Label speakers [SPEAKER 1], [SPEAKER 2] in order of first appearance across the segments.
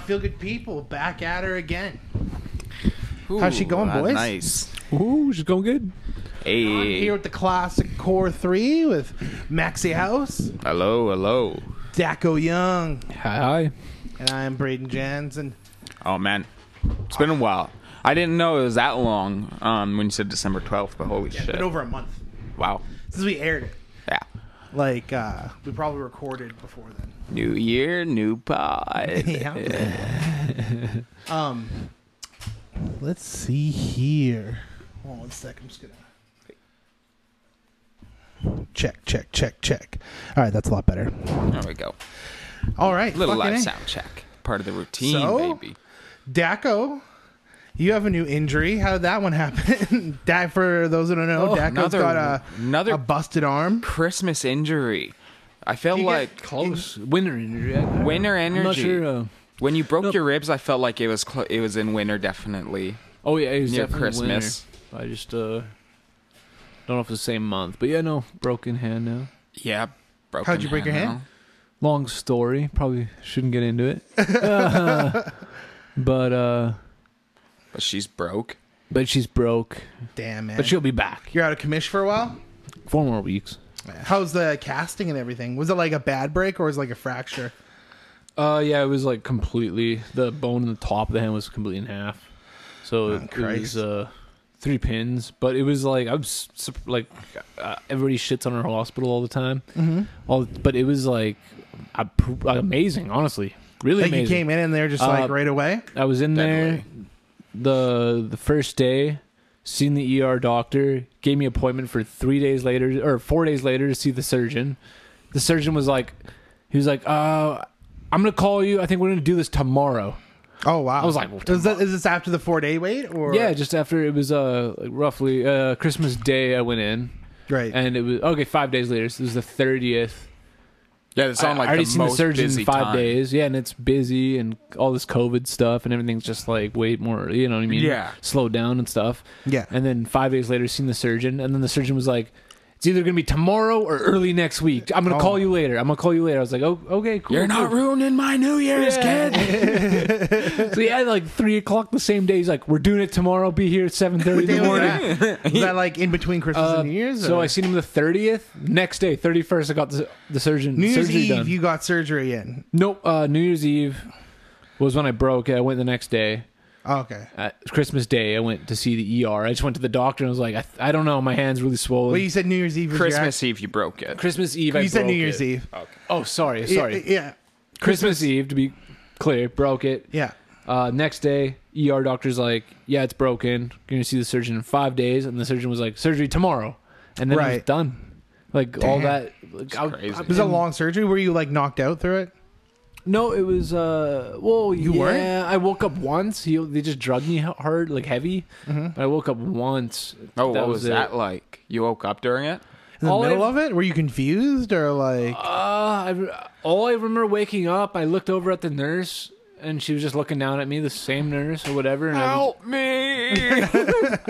[SPEAKER 1] feel good people back at her again. How's she
[SPEAKER 2] Ooh,
[SPEAKER 1] going,
[SPEAKER 2] ah,
[SPEAKER 1] boys?
[SPEAKER 2] Nice.
[SPEAKER 3] Ooh, she's going good.
[SPEAKER 1] I'm
[SPEAKER 2] Hey.
[SPEAKER 1] here with the classic core three with Maxi House,
[SPEAKER 2] Hello, hello.
[SPEAKER 1] Daco Young,
[SPEAKER 3] Hi.
[SPEAKER 1] and I am Braden Jansen.
[SPEAKER 2] Oh man, it's been a while. I didn't know it was that long um, when you said December twelfth, but holy
[SPEAKER 1] It's
[SPEAKER 2] shit!
[SPEAKER 1] been over a month
[SPEAKER 2] Wow.
[SPEAKER 1] since we aired it.
[SPEAKER 2] Yeah.
[SPEAKER 1] Like uh, we probably recorded before then.
[SPEAKER 2] New year, new pod.
[SPEAKER 1] Yeah. um, let's see here. Hold on one sec. I'm just gonna check, check, check, check. All right, that's a lot better.
[SPEAKER 2] There we go.
[SPEAKER 1] All right,
[SPEAKER 2] Little
[SPEAKER 1] fucking
[SPEAKER 2] live
[SPEAKER 1] A.
[SPEAKER 2] sound check. Part of the routine,
[SPEAKER 1] So?
[SPEAKER 2] baby.
[SPEAKER 1] Daco, you have a new injury. How did that one happen? Dak, for those who don't know,
[SPEAKER 2] Oh,
[SPEAKER 1] Daco's
[SPEAKER 2] another-
[SPEAKER 1] got a
[SPEAKER 2] another-
[SPEAKER 1] a busted arm.
[SPEAKER 2] Christmas injury. I felt
[SPEAKER 1] You get
[SPEAKER 2] like
[SPEAKER 3] Close. Winter injury. I-
[SPEAKER 2] winter energy.
[SPEAKER 3] I'm not sure. Uh,
[SPEAKER 2] when you broke
[SPEAKER 3] Nope.
[SPEAKER 2] your ribs, I felt like it was clo- it was in winter, definitely.
[SPEAKER 3] oh yeah, it was
[SPEAKER 2] Near
[SPEAKER 3] definitely
[SPEAKER 2] Christmas.
[SPEAKER 3] winter. I just uh don't know if it's the same month, but yeah, no broken hand now.
[SPEAKER 2] Yeah. Broken
[SPEAKER 1] How'd you break your hand?
[SPEAKER 3] Long story. Probably shouldn't get into it. but uh,
[SPEAKER 2] now. But she's broke.
[SPEAKER 3] but she's broke.
[SPEAKER 1] Damn man.
[SPEAKER 3] But she'll be back.
[SPEAKER 1] You're out of commission for a while.
[SPEAKER 3] Four more weeks.
[SPEAKER 1] How's the casting and everything? Was it like a bad break or was it like a fracture?
[SPEAKER 3] Uh, yeah, it was like completely the bone in the top of the hand was completely in half. So it
[SPEAKER 1] Ah, Christ.
[SPEAKER 3] was uh, three pins, but it was like I'm s- sup- like uh, everybody shits on our hospital all the time. Mm-hmm. All, but it was like a pr- amazing, honestly, really
[SPEAKER 1] Like you
[SPEAKER 3] amazing.
[SPEAKER 1] came in and they're just like
[SPEAKER 3] Uh,
[SPEAKER 1] right away.
[SPEAKER 3] I was in
[SPEAKER 2] Definitely.
[SPEAKER 3] there the the first day, seen the ER doctor, gave me appointment for three days later or four days later to see the surgeon. The surgeon was like, he was like, uh, I'm gonna call you. I think we're gonna do this tomorrow.
[SPEAKER 1] Oh wow!
[SPEAKER 3] I was like, well,
[SPEAKER 1] is, that, is this after the four day wait or
[SPEAKER 3] Yeah, just after it was uh like roughly uh Christmas Day, I went in,
[SPEAKER 1] right?
[SPEAKER 3] and it was okay. Five days later, so it was the thirtieth.
[SPEAKER 2] Yeah, it's
[SPEAKER 3] I,
[SPEAKER 2] on like
[SPEAKER 3] I already
[SPEAKER 2] the
[SPEAKER 3] seen the
[SPEAKER 2] most
[SPEAKER 3] surgeon
[SPEAKER 2] busy
[SPEAKER 3] in five
[SPEAKER 2] time.
[SPEAKER 3] days. Yeah, and it's busy and all this COVID stuff and everything's just like way more. You know what I mean?
[SPEAKER 2] Yeah.
[SPEAKER 3] slowed down and stuff.
[SPEAKER 1] Yeah.
[SPEAKER 3] and then five days later, seen the surgeon, and then the surgeon was like. It's either gonna be tomorrow or early next week. I'm gonna
[SPEAKER 1] Oh.
[SPEAKER 3] call you later. I'm gonna call you later. I was like, oh, okay, cool.
[SPEAKER 2] You're
[SPEAKER 3] cool.
[SPEAKER 2] not ruining my New Year's,
[SPEAKER 3] Yeah.
[SPEAKER 2] kid.
[SPEAKER 3] So yeah, like three o'clock the same day. He's like, we're doing it tomorrow. Be here at seven thirty in
[SPEAKER 1] Day
[SPEAKER 3] the
[SPEAKER 1] was
[SPEAKER 3] morning.
[SPEAKER 1] that? Was that like in between Christmas
[SPEAKER 3] Uh,
[SPEAKER 1] and New Year's?
[SPEAKER 3] So
[SPEAKER 1] or-
[SPEAKER 3] I seen him the thirtieth. Next day, thirty first, I got the, the surgeon.
[SPEAKER 1] New Year's
[SPEAKER 3] surgery
[SPEAKER 1] Eve,
[SPEAKER 3] done.
[SPEAKER 1] you got surgery in.
[SPEAKER 3] nope. Uh, New Year's Eve was when I broke. I went the next day.
[SPEAKER 1] Oh, okay.
[SPEAKER 3] At Christmas Day, I went to see the ER. I just went to the doctor and was like, I, I don't know, my hand's really swollen.
[SPEAKER 1] Well, you said New Year's Eve. Was your
[SPEAKER 2] Christmas Eve, you broke it.
[SPEAKER 3] Christmas Eve,
[SPEAKER 1] act-
[SPEAKER 3] I
[SPEAKER 1] you said New
[SPEAKER 3] broke
[SPEAKER 1] Year's
[SPEAKER 3] it.
[SPEAKER 1] Eve.
[SPEAKER 3] Oh, sorry, sorry.
[SPEAKER 1] Yeah, yeah.
[SPEAKER 3] Christmas Eve, to be clear, broke it.
[SPEAKER 1] yeah.
[SPEAKER 3] Uh, next day, ER doctor's like, yeah, it's broken. You're gonna see the surgeon in five days, and the surgeon was like, surgery tomorrow, and then it was
[SPEAKER 1] Right.
[SPEAKER 3] done. Like all
[SPEAKER 1] Damn.
[SPEAKER 3] that. Like, I,
[SPEAKER 2] crazy.
[SPEAKER 1] It was a long surgery. Were you like knocked out through it?
[SPEAKER 3] No, it was uh. Well, you yeah,
[SPEAKER 1] weren't?
[SPEAKER 3] I woke up once. He, they just drugged me h- hard, like heavy. But I woke up once.
[SPEAKER 2] Oh, what was
[SPEAKER 3] it.
[SPEAKER 2] that like? You woke up during it?
[SPEAKER 1] In the
[SPEAKER 3] All I-
[SPEAKER 1] middle of it? Were you confused or like?
[SPEAKER 3] Uh, I, re- all I remember waking up, I looked over at the nurse, and she was just looking down at me, the same nurse or whatever. And I was,
[SPEAKER 2] Help me!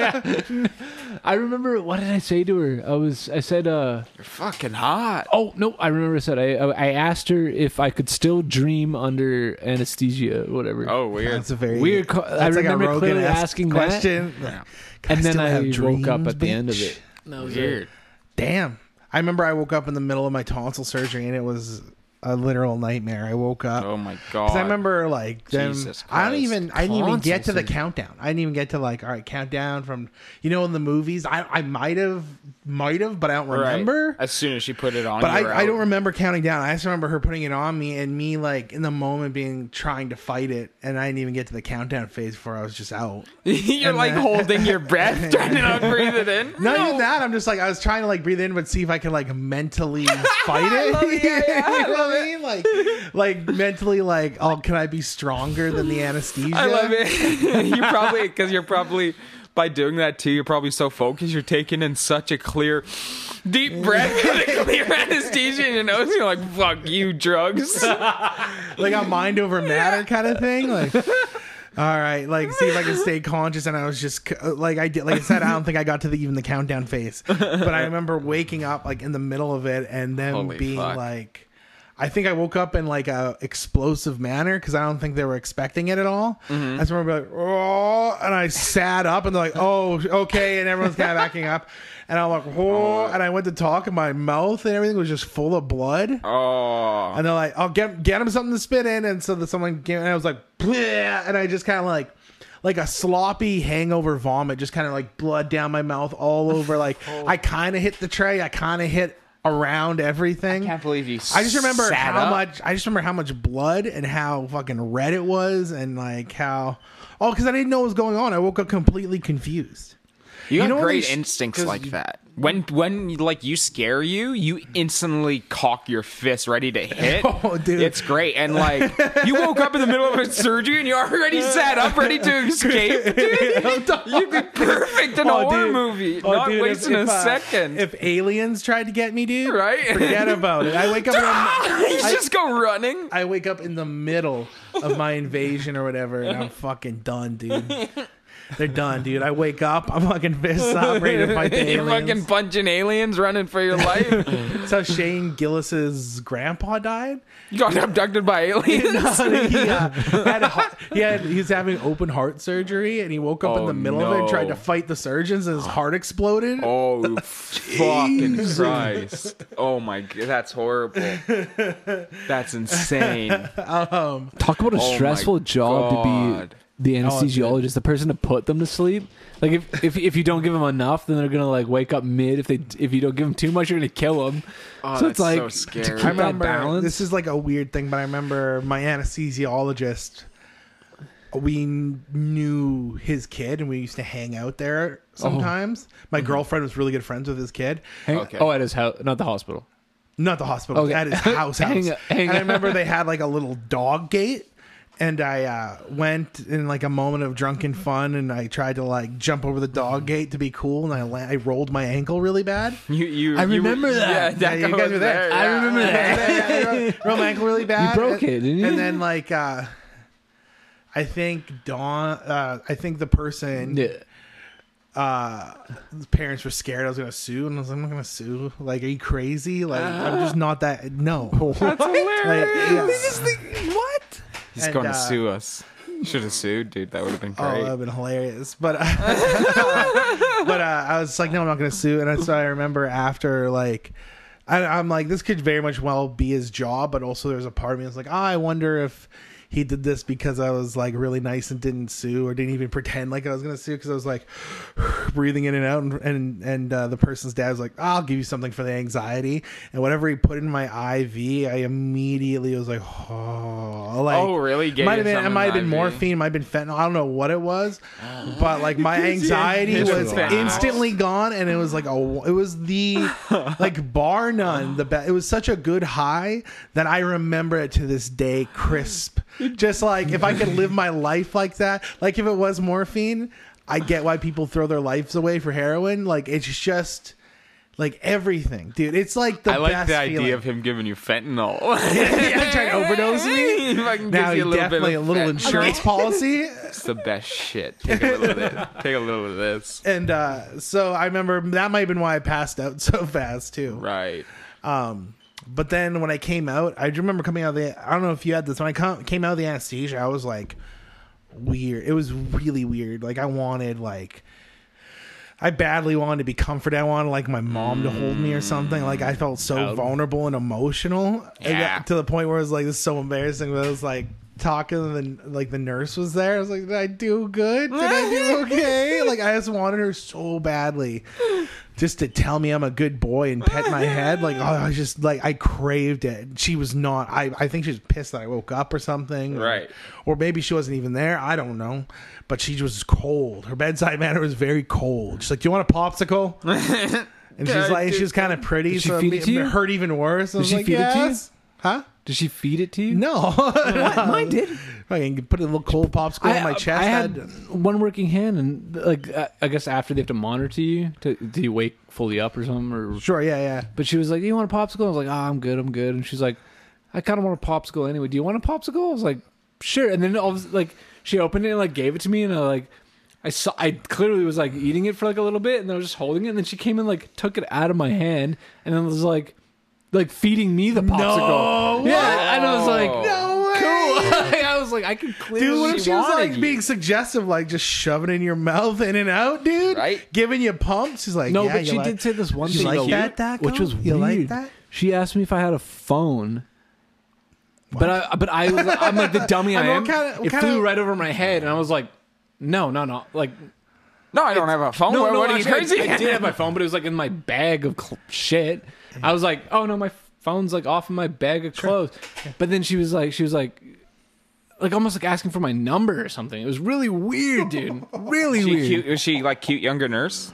[SPEAKER 3] I remember what did I say to her? I was, I said, uh,
[SPEAKER 2] You're fucking hot.
[SPEAKER 3] oh no, I remember I said I, I I asked her if I could still dream under anesthesia, or whatever.
[SPEAKER 2] Oh, weird.
[SPEAKER 1] that's a very
[SPEAKER 3] Weird co- I
[SPEAKER 1] that's like a
[SPEAKER 3] remember
[SPEAKER 1] Rogan-esque
[SPEAKER 3] clearly asking that.
[SPEAKER 1] question.
[SPEAKER 3] and then
[SPEAKER 1] still
[SPEAKER 3] I
[SPEAKER 1] have
[SPEAKER 3] woke up
[SPEAKER 1] dreams,
[SPEAKER 3] at the end of
[SPEAKER 1] bitch.
[SPEAKER 3] it. That was it.
[SPEAKER 2] weird.
[SPEAKER 1] Damn. I remember I woke up in the middle of my tonsil surgery and it was a literal nightmare. I woke up.
[SPEAKER 2] Oh my god.
[SPEAKER 1] Because I remember like them,
[SPEAKER 2] Jesus
[SPEAKER 1] I don't
[SPEAKER 2] Christ.
[SPEAKER 1] even I didn't even
[SPEAKER 3] Tonsil
[SPEAKER 1] get to the
[SPEAKER 3] surgery.
[SPEAKER 1] countdown. I didn't even get to like all right countdown from you know in the movies. I I might have might have, but I don't
[SPEAKER 2] Right.
[SPEAKER 1] remember.
[SPEAKER 2] As soon as she put it on,
[SPEAKER 1] But
[SPEAKER 2] you were
[SPEAKER 1] I, I
[SPEAKER 2] out.
[SPEAKER 1] don't remember counting down. I just remember her putting it on me and me like in the moment being trying to fight it, and I didn't even get to the countdown phase before I was just out.
[SPEAKER 2] You're like holding your breath, trying to not breathe it in.
[SPEAKER 1] Not even that. I'm just like I was trying to like breathe in, but see if I could like mentally fight it. you know what I mean? Like, like mentally, like, oh, can I be stronger than the anesthesia?
[SPEAKER 2] I love it. you probably because you're probably by doing that too. You're probably so focused. You're taking in such a clear, deep breath with a clear anesthesia in your nose. You're like, "Fuck you, drugs."
[SPEAKER 1] like a mind over matter kind of thing. Like, all right, like see if I can stay conscious. And I was just uh, like I did, like I said, I don't think I got to the even the countdown phase. But I remember waking up like in the middle of it, and then
[SPEAKER 2] Holy
[SPEAKER 1] being
[SPEAKER 2] fuck.
[SPEAKER 1] like. I think I woke up in like a explosive manner because I don't think they were expecting it at all.
[SPEAKER 2] Mm-hmm.
[SPEAKER 1] I just remember like, oh, and I sat up and they're like, oh, okay, and everyone's kind of backing up, and I'm like, oh, and I went to talk and my mouth and everything was just full of blood.
[SPEAKER 2] Oh,
[SPEAKER 1] And they're like, "I'll get get him something to spit in," and so that someone gave, and I was like, "Bleh," and I just kind of like, like a sloppy hangover vomit, just kind of like blood down my mouth all over. Like
[SPEAKER 2] Oh.
[SPEAKER 1] I kind of hit the tray, I kind of hit around everything.
[SPEAKER 2] can't believe you.
[SPEAKER 1] I just remember
[SPEAKER 2] sat
[SPEAKER 1] how
[SPEAKER 2] up.
[SPEAKER 1] much I just remember how much blood and how fucking red it was, and like how oh, because I didn't know what was going on. I woke up completely confused.
[SPEAKER 4] You,
[SPEAKER 1] know
[SPEAKER 4] got
[SPEAKER 1] when
[SPEAKER 4] great
[SPEAKER 1] they sh-
[SPEAKER 4] instincts
[SPEAKER 1] 'cause
[SPEAKER 4] like that.
[SPEAKER 2] When when like you scare you, you instantly cock your fist ready to hit.
[SPEAKER 1] Oh, dude.
[SPEAKER 2] It's great. And like you woke up in the middle of a surgery and you already sat up ready to escape. Dude, you'd be perfect in a horror
[SPEAKER 1] dude.
[SPEAKER 2] movie.
[SPEAKER 1] Oh,
[SPEAKER 2] not
[SPEAKER 1] dude, if-
[SPEAKER 2] wasting
[SPEAKER 1] if,
[SPEAKER 2] a
[SPEAKER 1] uh,
[SPEAKER 2] second.
[SPEAKER 1] If aliens tried to get me, dude,
[SPEAKER 2] Right?
[SPEAKER 1] Forget about it. I wake up. in the-
[SPEAKER 2] you just go running.
[SPEAKER 1] I wake up in the middle of my invasion or whatever, and I'm fucking done, dude. They're done, dude. I wake up, I'm fucking fists up, ready to fight the
[SPEAKER 2] You're fucking
[SPEAKER 1] aliens.
[SPEAKER 2] punching aliens, running for your life.
[SPEAKER 1] That's how Shane Gillis's grandpa died.
[SPEAKER 2] you got abducted by aliens.
[SPEAKER 1] he, uh, had a heart- he had- he was having open heart surgery, and he woke up in
[SPEAKER 2] Oh,
[SPEAKER 1] the middle of it, and tried
[SPEAKER 2] no.
[SPEAKER 1] to fight the surgeons, and his heart exploded.
[SPEAKER 2] Oh fucking Christ! Oh my god, that's horrible. That's insane.
[SPEAKER 3] Talk about a
[SPEAKER 2] my
[SPEAKER 3] stressful job to
[SPEAKER 2] God.
[SPEAKER 3] be the
[SPEAKER 1] Oh,
[SPEAKER 3] anesthesiologist, the person to put them to sleep. Like if, if if you don't give them enough, then they're gonna like wake up mid. If they if you don't give them too much, you're gonna kill them. so it's
[SPEAKER 4] that's
[SPEAKER 3] like
[SPEAKER 4] so
[SPEAKER 3] to
[SPEAKER 4] scary.
[SPEAKER 3] keep
[SPEAKER 1] I
[SPEAKER 3] that
[SPEAKER 1] remember
[SPEAKER 3] balance.
[SPEAKER 1] this is like a weird thing, but I remember my anesthesiologist. We kn- knew his kid, and we used to hang out there sometimes. My girlfriend was really good friends with his kid,
[SPEAKER 3] Oh. Mm-hmm. Hang-
[SPEAKER 4] Okay.
[SPEAKER 3] Oh, at his house, not the hospital.
[SPEAKER 1] not the hospital,
[SPEAKER 3] Okay.
[SPEAKER 1] at his house. house.
[SPEAKER 3] Hang- hang-
[SPEAKER 1] and I remember they had like a little dog gate. And I uh, went in like a moment of drunken fun, and I tried to like jump over the
[SPEAKER 3] Mm-hmm.
[SPEAKER 1] dog gate to be cool, and I la- I rolled my ankle really bad.
[SPEAKER 2] You, you,
[SPEAKER 1] I
[SPEAKER 2] you-
[SPEAKER 1] remember that.
[SPEAKER 2] Yeah, that
[SPEAKER 1] you guys were there.
[SPEAKER 2] yeah.
[SPEAKER 1] remember that. Rolled my ankle really bad.
[SPEAKER 3] broke
[SPEAKER 1] and,
[SPEAKER 3] it, didn't you?
[SPEAKER 1] And then like, uh, I think Dawn. Uh, I think the person
[SPEAKER 3] Yeah.
[SPEAKER 1] the parents were scared I was gonna sue, and I was like, I'm not gonna sue. Like, are you crazy? Like,
[SPEAKER 3] Uh-huh.
[SPEAKER 1] I'm just not that. No.
[SPEAKER 2] That's hilarious.
[SPEAKER 1] what?
[SPEAKER 2] He's
[SPEAKER 1] And,
[SPEAKER 2] going to
[SPEAKER 1] uh,
[SPEAKER 2] sue us. Should have sued, dude. That would have been
[SPEAKER 1] Oh, that
[SPEAKER 2] great.
[SPEAKER 1] would have been hilarious. But uh, but uh, I was like, no, I'm not going to sue. And so I remember after like. I, I'm like, this could very much well be his job, but also there's a part of me that's like, ah, I wonder if he did this because I was like really nice and didn't sue or didn't even pretend like I was going to sue because I was like breathing in and out. And and, and uh, the person's dad was like, I'll give you something for the anxiety. And whatever he put in my IV, I immediately was like, oh, like,
[SPEAKER 2] Oh, really? Gave you
[SPEAKER 1] Might have been, it
[SPEAKER 2] something
[SPEAKER 1] might have been
[SPEAKER 2] IV.
[SPEAKER 1] morphine morphine, might have been fentanyl. I don't know what it was, but like my anxiety
[SPEAKER 2] It's
[SPEAKER 1] was
[SPEAKER 2] fentanyl.
[SPEAKER 1] instantly gone, and it was like a it was the like bar none the best. It was such a good high that I remember it to this day, crisp. Just like if I could live my life like that, like if it was morphine, I get why people throw their lives away for heroin. Like it's just. Like everything, dude. It's like the
[SPEAKER 2] I like
[SPEAKER 1] best
[SPEAKER 2] the idea
[SPEAKER 1] feeling.
[SPEAKER 2] of him giving you fentanyl. yeah,
[SPEAKER 1] yeah, trying to overdose me.
[SPEAKER 2] Fucking
[SPEAKER 1] Now
[SPEAKER 2] gives you a
[SPEAKER 1] you
[SPEAKER 2] little bit
[SPEAKER 1] definitely a
[SPEAKER 2] of
[SPEAKER 1] little
[SPEAKER 2] fentanyl.
[SPEAKER 1] insurance policy.
[SPEAKER 2] It's the best shit. Take a little of it. Take a little of this.
[SPEAKER 1] and uh, so I remember that might have been why I passed out so fast too.
[SPEAKER 2] Right.
[SPEAKER 1] Um, but then when I came out, I do remember coming out of the. I don't know if you had this. When I come, came out of the anesthesia, I was like weird. It was really weird. Like I wanted like. I badly wanted to be comforted. I wanted like my mom to hold me or something. Like I felt so vulnerable and emotional. I got
[SPEAKER 2] Yeah.
[SPEAKER 1] to the point where I was like, "This is so embarrassing." But I was like talking, and then like the nurse was there. I was like, "Did I do good? Did I do okay?" like I just wanted her so badly just to tell me I'm a good boy and pet my head. Like, oh, I was just like, I craved it. She was not, I, I think she was pissed that I woke up or something.
[SPEAKER 2] Right.
[SPEAKER 1] Or maybe she wasn't even there. I don't know. But she was cold. Her bedside manner was very cold. She's like, do you want a popsicle? And she's
[SPEAKER 2] God,
[SPEAKER 1] like, she
[SPEAKER 2] dude.
[SPEAKER 1] was kind of pretty.
[SPEAKER 3] Did she
[SPEAKER 1] so
[SPEAKER 3] feed
[SPEAKER 1] it,
[SPEAKER 3] it to
[SPEAKER 1] ma-
[SPEAKER 3] you?
[SPEAKER 1] hurt even worse. I was
[SPEAKER 3] she
[SPEAKER 1] like,
[SPEAKER 3] feed it to you?
[SPEAKER 1] yes. Huh?
[SPEAKER 3] Did she feed it to you?
[SPEAKER 1] No.
[SPEAKER 3] mine did.
[SPEAKER 1] Fucking put a little cold popsicle in my chest.
[SPEAKER 3] I had
[SPEAKER 1] I'd-
[SPEAKER 3] one working hand, and like I, I guess after they have to monitor you to do you wake fully up or something. Or
[SPEAKER 1] sure. Yeah. Yeah.
[SPEAKER 3] but she was like, "Do you want a popsicle?" I was like, "Ah, I'm good, I'm good." And she's like, "I kind of want a popsicle anyway. Do you want a popsicle?" I was like, "Sure." And then all of, a- like she opened it and like gave it to me, and I like. I saw. I clearly was like eating it for like a little bit, and then I was just holding it. And then she came and like took it out of my hand, and then was like, like feeding me the
[SPEAKER 1] No
[SPEAKER 3] popsicle. yeah, and I was like,
[SPEAKER 2] way.
[SPEAKER 1] No way.
[SPEAKER 3] cool. I was like, I can clear.
[SPEAKER 1] Dude, what
[SPEAKER 3] she
[SPEAKER 1] if she was
[SPEAKER 3] wanted
[SPEAKER 1] like
[SPEAKER 3] you.
[SPEAKER 1] being suggestive, like just shoving in your mouth in and out, dude?
[SPEAKER 2] Right.
[SPEAKER 1] Giving you pumps. She's like,
[SPEAKER 3] No,
[SPEAKER 1] yeah,
[SPEAKER 3] but
[SPEAKER 1] you
[SPEAKER 3] she
[SPEAKER 1] like-
[SPEAKER 3] did say this one
[SPEAKER 1] You
[SPEAKER 3] thing
[SPEAKER 1] like
[SPEAKER 3] though,
[SPEAKER 1] that, Daco?
[SPEAKER 3] which was
[SPEAKER 1] You like
[SPEAKER 3] weird.
[SPEAKER 1] that?
[SPEAKER 3] She asked me if I had a phone. But I, but I, was like, I'm like the dummy I,
[SPEAKER 1] I mean,
[SPEAKER 3] am.
[SPEAKER 1] what kinda- what
[SPEAKER 3] it
[SPEAKER 1] kinda-
[SPEAKER 3] flew right over my head, and I was like, "No, no, no!" Like,
[SPEAKER 2] No, I don't have a phone.
[SPEAKER 3] no,
[SPEAKER 2] what
[SPEAKER 3] no.
[SPEAKER 2] what are you
[SPEAKER 3] actually,
[SPEAKER 2] crazy?
[SPEAKER 3] I, I did have my phone, but it was like in my bag of cl- shit. I was like, "Oh no, my phone's like off in my bag of clothes." But then she was like, she was like, like almost like asking for my number or something. It was really weird, dude. Really
[SPEAKER 2] she
[SPEAKER 3] weird.
[SPEAKER 2] cute? Was she like cute younger nurse?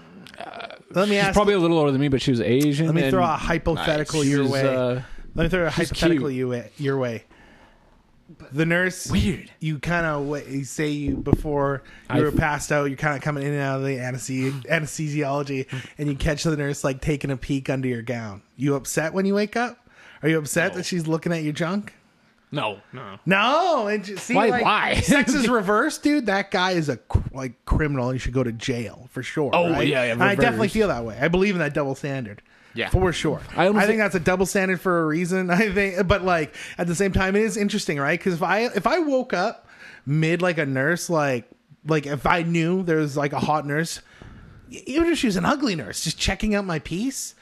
[SPEAKER 1] Let me
[SPEAKER 3] She's
[SPEAKER 1] ask.
[SPEAKER 3] probably a little older than me, but she was Asian.
[SPEAKER 1] let me
[SPEAKER 3] and
[SPEAKER 1] throw a hypothetical
[SPEAKER 3] she
[SPEAKER 1] your
[SPEAKER 3] was,
[SPEAKER 1] way.
[SPEAKER 3] uh,
[SPEAKER 1] let me throw a
[SPEAKER 3] cute.
[SPEAKER 1] hypothetical you way, your way. The nurse.
[SPEAKER 3] weird.
[SPEAKER 1] You kind of you say you before you
[SPEAKER 3] I-
[SPEAKER 1] were passed out. You're kind of coming in and out of the anesthesi- anesthesiology, and you catch the nurse like taking a peek under your gown. You upset when you wake up? Are you upset that she's looking at your junk?
[SPEAKER 3] No, no.
[SPEAKER 1] No, and ju- see,
[SPEAKER 3] Why-
[SPEAKER 1] like,
[SPEAKER 3] why?
[SPEAKER 1] sex is reversed, dude. That guy is a cr- like criminal. He should go to jail for sure.
[SPEAKER 3] Oh,
[SPEAKER 1] right?
[SPEAKER 3] yeah, yeah,
[SPEAKER 1] And I definitely
[SPEAKER 3] reversed.
[SPEAKER 1] feel that way. I believe in that double standard.
[SPEAKER 2] Yeah.
[SPEAKER 1] for sure. I,
[SPEAKER 3] I almost-
[SPEAKER 1] think that's a double standard for a reason. I think, but like at the same time, it is interesting, right? Because if I if I woke up mid like a nurse, like like if I knew there was like a hot nurse, e- even if she was an ugly nurse, just checking out my piece,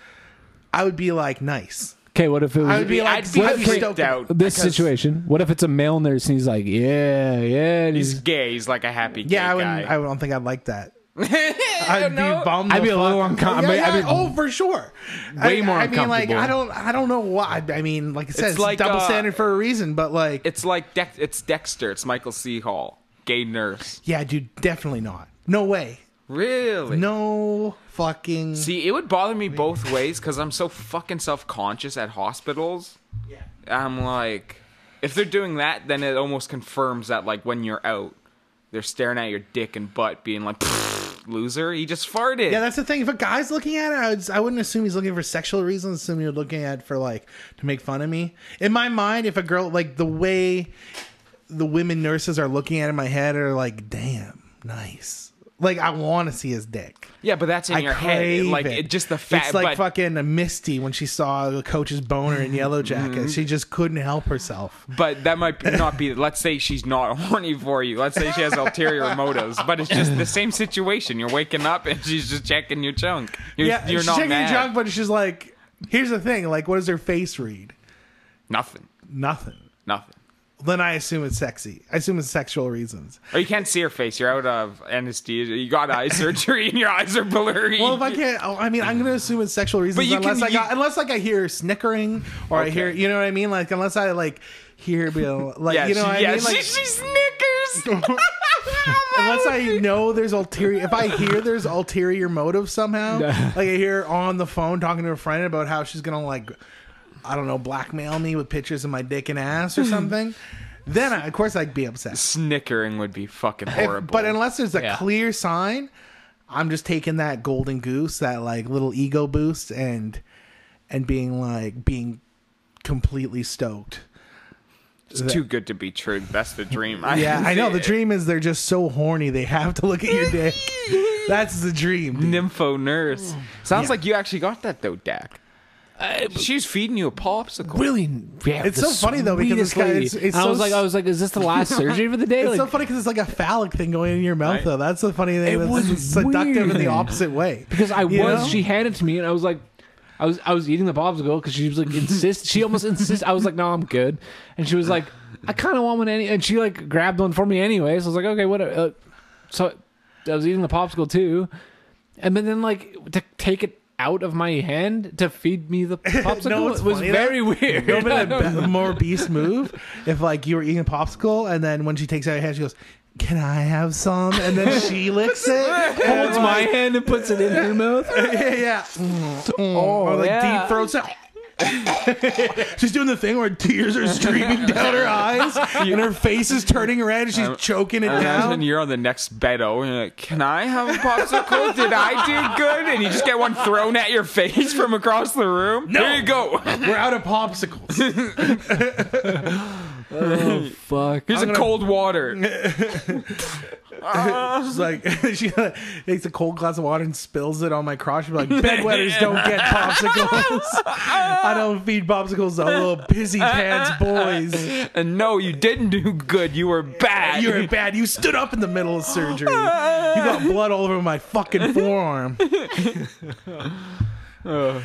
[SPEAKER 1] I would be like nice.
[SPEAKER 3] Okay, what if it was
[SPEAKER 1] I would be like,
[SPEAKER 2] I'd be
[SPEAKER 1] I'd
[SPEAKER 2] freaked
[SPEAKER 1] stoked.
[SPEAKER 2] out.
[SPEAKER 3] this
[SPEAKER 2] because
[SPEAKER 3] situation? What if it's a male nurse and he's like, yeah, yeah, and
[SPEAKER 2] He's
[SPEAKER 3] he's,
[SPEAKER 2] gay. He's like a happy gay
[SPEAKER 1] Yeah, I
[SPEAKER 2] guy.
[SPEAKER 1] wouldn't. I don't think I'd like that. I'd be bummed.
[SPEAKER 3] I'd
[SPEAKER 1] the
[SPEAKER 3] be a little
[SPEAKER 1] fuck-
[SPEAKER 3] uncom-
[SPEAKER 1] Yeah,
[SPEAKER 3] I'd
[SPEAKER 1] yeah,
[SPEAKER 3] be-
[SPEAKER 1] oh, for sure.
[SPEAKER 3] Way
[SPEAKER 1] I,
[SPEAKER 3] more
[SPEAKER 1] I mean, like,
[SPEAKER 3] uncomfortable.
[SPEAKER 1] I don't, I don't know why. I mean, like I said,
[SPEAKER 2] It's
[SPEAKER 1] it's,
[SPEAKER 2] like,
[SPEAKER 1] double
[SPEAKER 2] uh,
[SPEAKER 1] standard for a reason. But like,
[SPEAKER 2] it's like Dex it's Dexter. It's Michael C. Hall, gay nurse.
[SPEAKER 1] yeah, dude, definitely not. No way.
[SPEAKER 2] Really?
[SPEAKER 1] No fucking.
[SPEAKER 2] See, it would bother me both ways because I'm so fucking self conscious at hospitals. Yeah. I'm like, if they're doing that, then it almost confirms that, like, when you're out, they're staring at your dick and butt, being like, "Pfft, loser, he just farted.
[SPEAKER 1] yeah, that's the thing. If a guy's looking at it, I, would, I wouldn't assume he's looking for sexual reasons. Assume you're looking at it for like to make fun of me. In my mind, if a girl like the way the women nurses are looking at it in my head are like, damn, nice. Like I want to see his dick.
[SPEAKER 2] Yeah, but that's in
[SPEAKER 1] I
[SPEAKER 2] your head.
[SPEAKER 1] crave
[SPEAKER 2] It- Like,
[SPEAKER 1] it.
[SPEAKER 2] it, just the fact
[SPEAKER 1] It's
[SPEAKER 2] but,
[SPEAKER 1] like fucking Misty when she saw the coach's boner in Yellow
[SPEAKER 2] Mm-hmm.
[SPEAKER 1] Jacket. She just couldn't help herself.
[SPEAKER 2] But that might be- not be. Let's say she's not horny for you. Let's say she has ulterior motives. But it's just the same situation. You're waking up and she's just checking your junk. You're,
[SPEAKER 1] yeah,
[SPEAKER 2] you're
[SPEAKER 1] she's
[SPEAKER 2] not
[SPEAKER 1] checking
[SPEAKER 2] mad.
[SPEAKER 1] the junk, but she's like, "Here's the thing. Like, what does her face read?
[SPEAKER 2] Nothing.
[SPEAKER 1] Nothing."
[SPEAKER 2] Nothing.
[SPEAKER 1] Then I assume it's sexy. I assume it's sexual reasons.
[SPEAKER 2] Or Oh, you can't see her face. You're out of anesthesia. You got eye surgery and your eyes are blurry.
[SPEAKER 1] Well, if I can't, oh, I mean, I'm gonna assume it's sexual reasons
[SPEAKER 2] you
[SPEAKER 1] unless
[SPEAKER 2] can-
[SPEAKER 1] I got,
[SPEAKER 2] you-
[SPEAKER 1] unless like I hear her snickering or I
[SPEAKER 2] Okay.
[SPEAKER 1] hear, you know what I mean? Like, unless I like hear, be like,
[SPEAKER 2] yeah,
[SPEAKER 1] you know,
[SPEAKER 2] she,
[SPEAKER 1] what
[SPEAKER 2] yeah,
[SPEAKER 1] I mean,
[SPEAKER 2] she,
[SPEAKER 1] like,
[SPEAKER 2] she snickers.
[SPEAKER 1] Unless I know there's ulterior, if I hear there's ulterior motive somehow, like I hear her on the phone talking to a friend about how she's gonna like, I don't know, blackmail me with pictures of my dick and ass or something, then I, of course I'd be upset.
[SPEAKER 2] Snickering would be fucking
[SPEAKER 1] If-
[SPEAKER 2] horrible.
[SPEAKER 1] but unless there's a
[SPEAKER 3] Yeah.
[SPEAKER 1] clear sign, I'm just taking that golden goose, that like little ego boost, and and being like being completely stoked.
[SPEAKER 2] it's too good to be true. That's the dream.
[SPEAKER 1] Yeah, I know. The dream is they're just so horny they have to look at your dick. That's the dream. dude.
[SPEAKER 2] Nympho nurse. Sounds like you actually got that though, Dak. She's feeding you a popsicle.
[SPEAKER 3] really. Yeah,
[SPEAKER 1] It's
[SPEAKER 3] the
[SPEAKER 1] so funny, though, because it's
[SPEAKER 3] sweetest
[SPEAKER 1] got-
[SPEAKER 3] lady.
[SPEAKER 1] it's- it's
[SPEAKER 3] And
[SPEAKER 1] so
[SPEAKER 3] I was like,
[SPEAKER 1] s-
[SPEAKER 3] I was like, is this the last surgery for the day?
[SPEAKER 1] It's
[SPEAKER 3] Like,
[SPEAKER 1] so funny because it's like a phallic thing going in your mouth,
[SPEAKER 2] Right.
[SPEAKER 1] though. That's the funny thing.
[SPEAKER 3] It
[SPEAKER 1] It's
[SPEAKER 3] was
[SPEAKER 1] seductive in the
[SPEAKER 3] weird.
[SPEAKER 1] opposite way.
[SPEAKER 3] because I was,
[SPEAKER 1] You know?
[SPEAKER 3] she handed it to me, and I was like, I was, I was eating the popsicle because she was like, insist. She almost insist. I was like, no, I'm good, and she was like, I kind of want one, any, and she like grabbed one for me anyway. So I was like, okay, whatever. Uh, so I was eating the popsicle too, and then, then like to take it out of my hand to feed me the popsicle
[SPEAKER 1] it's
[SPEAKER 3] was
[SPEAKER 1] funny,
[SPEAKER 3] very
[SPEAKER 1] though.
[SPEAKER 3] weird.
[SPEAKER 1] It would have been a be- more beast move if like you were eating a popsicle and then when she takes out her hand, she goes, "Can I have some?" And then she licks it,
[SPEAKER 3] holds my hand and puts it in her mouth.
[SPEAKER 1] yeah, yeah,
[SPEAKER 2] Mm.
[SPEAKER 3] Oh,
[SPEAKER 1] or like
[SPEAKER 3] yeah.
[SPEAKER 1] deep throats out. she's doing the thing where tears are streaming down her eyes and her face is turning red and she's choking it
[SPEAKER 2] Imagine
[SPEAKER 1] down.
[SPEAKER 2] you're on the next bedo and you're like, Can I have a popsicle? Did I do good? And you just get one thrown at your face from across the room. There you go.
[SPEAKER 1] We're out of popsicles.
[SPEAKER 3] Oh fuck!
[SPEAKER 2] Here's a
[SPEAKER 1] gonna-
[SPEAKER 2] cold water.
[SPEAKER 1] She's like, she takes a cold glass of water and spills it on my crotch. She's like, bedwetters don't get popsicles. I don't feed popsicles to little pissy pants boys.
[SPEAKER 2] And no, you didn't do good. You were bad.
[SPEAKER 1] You're bad. You stood up in the middle of surgery. You got blood all over my fucking forearm.
[SPEAKER 2] Ugh.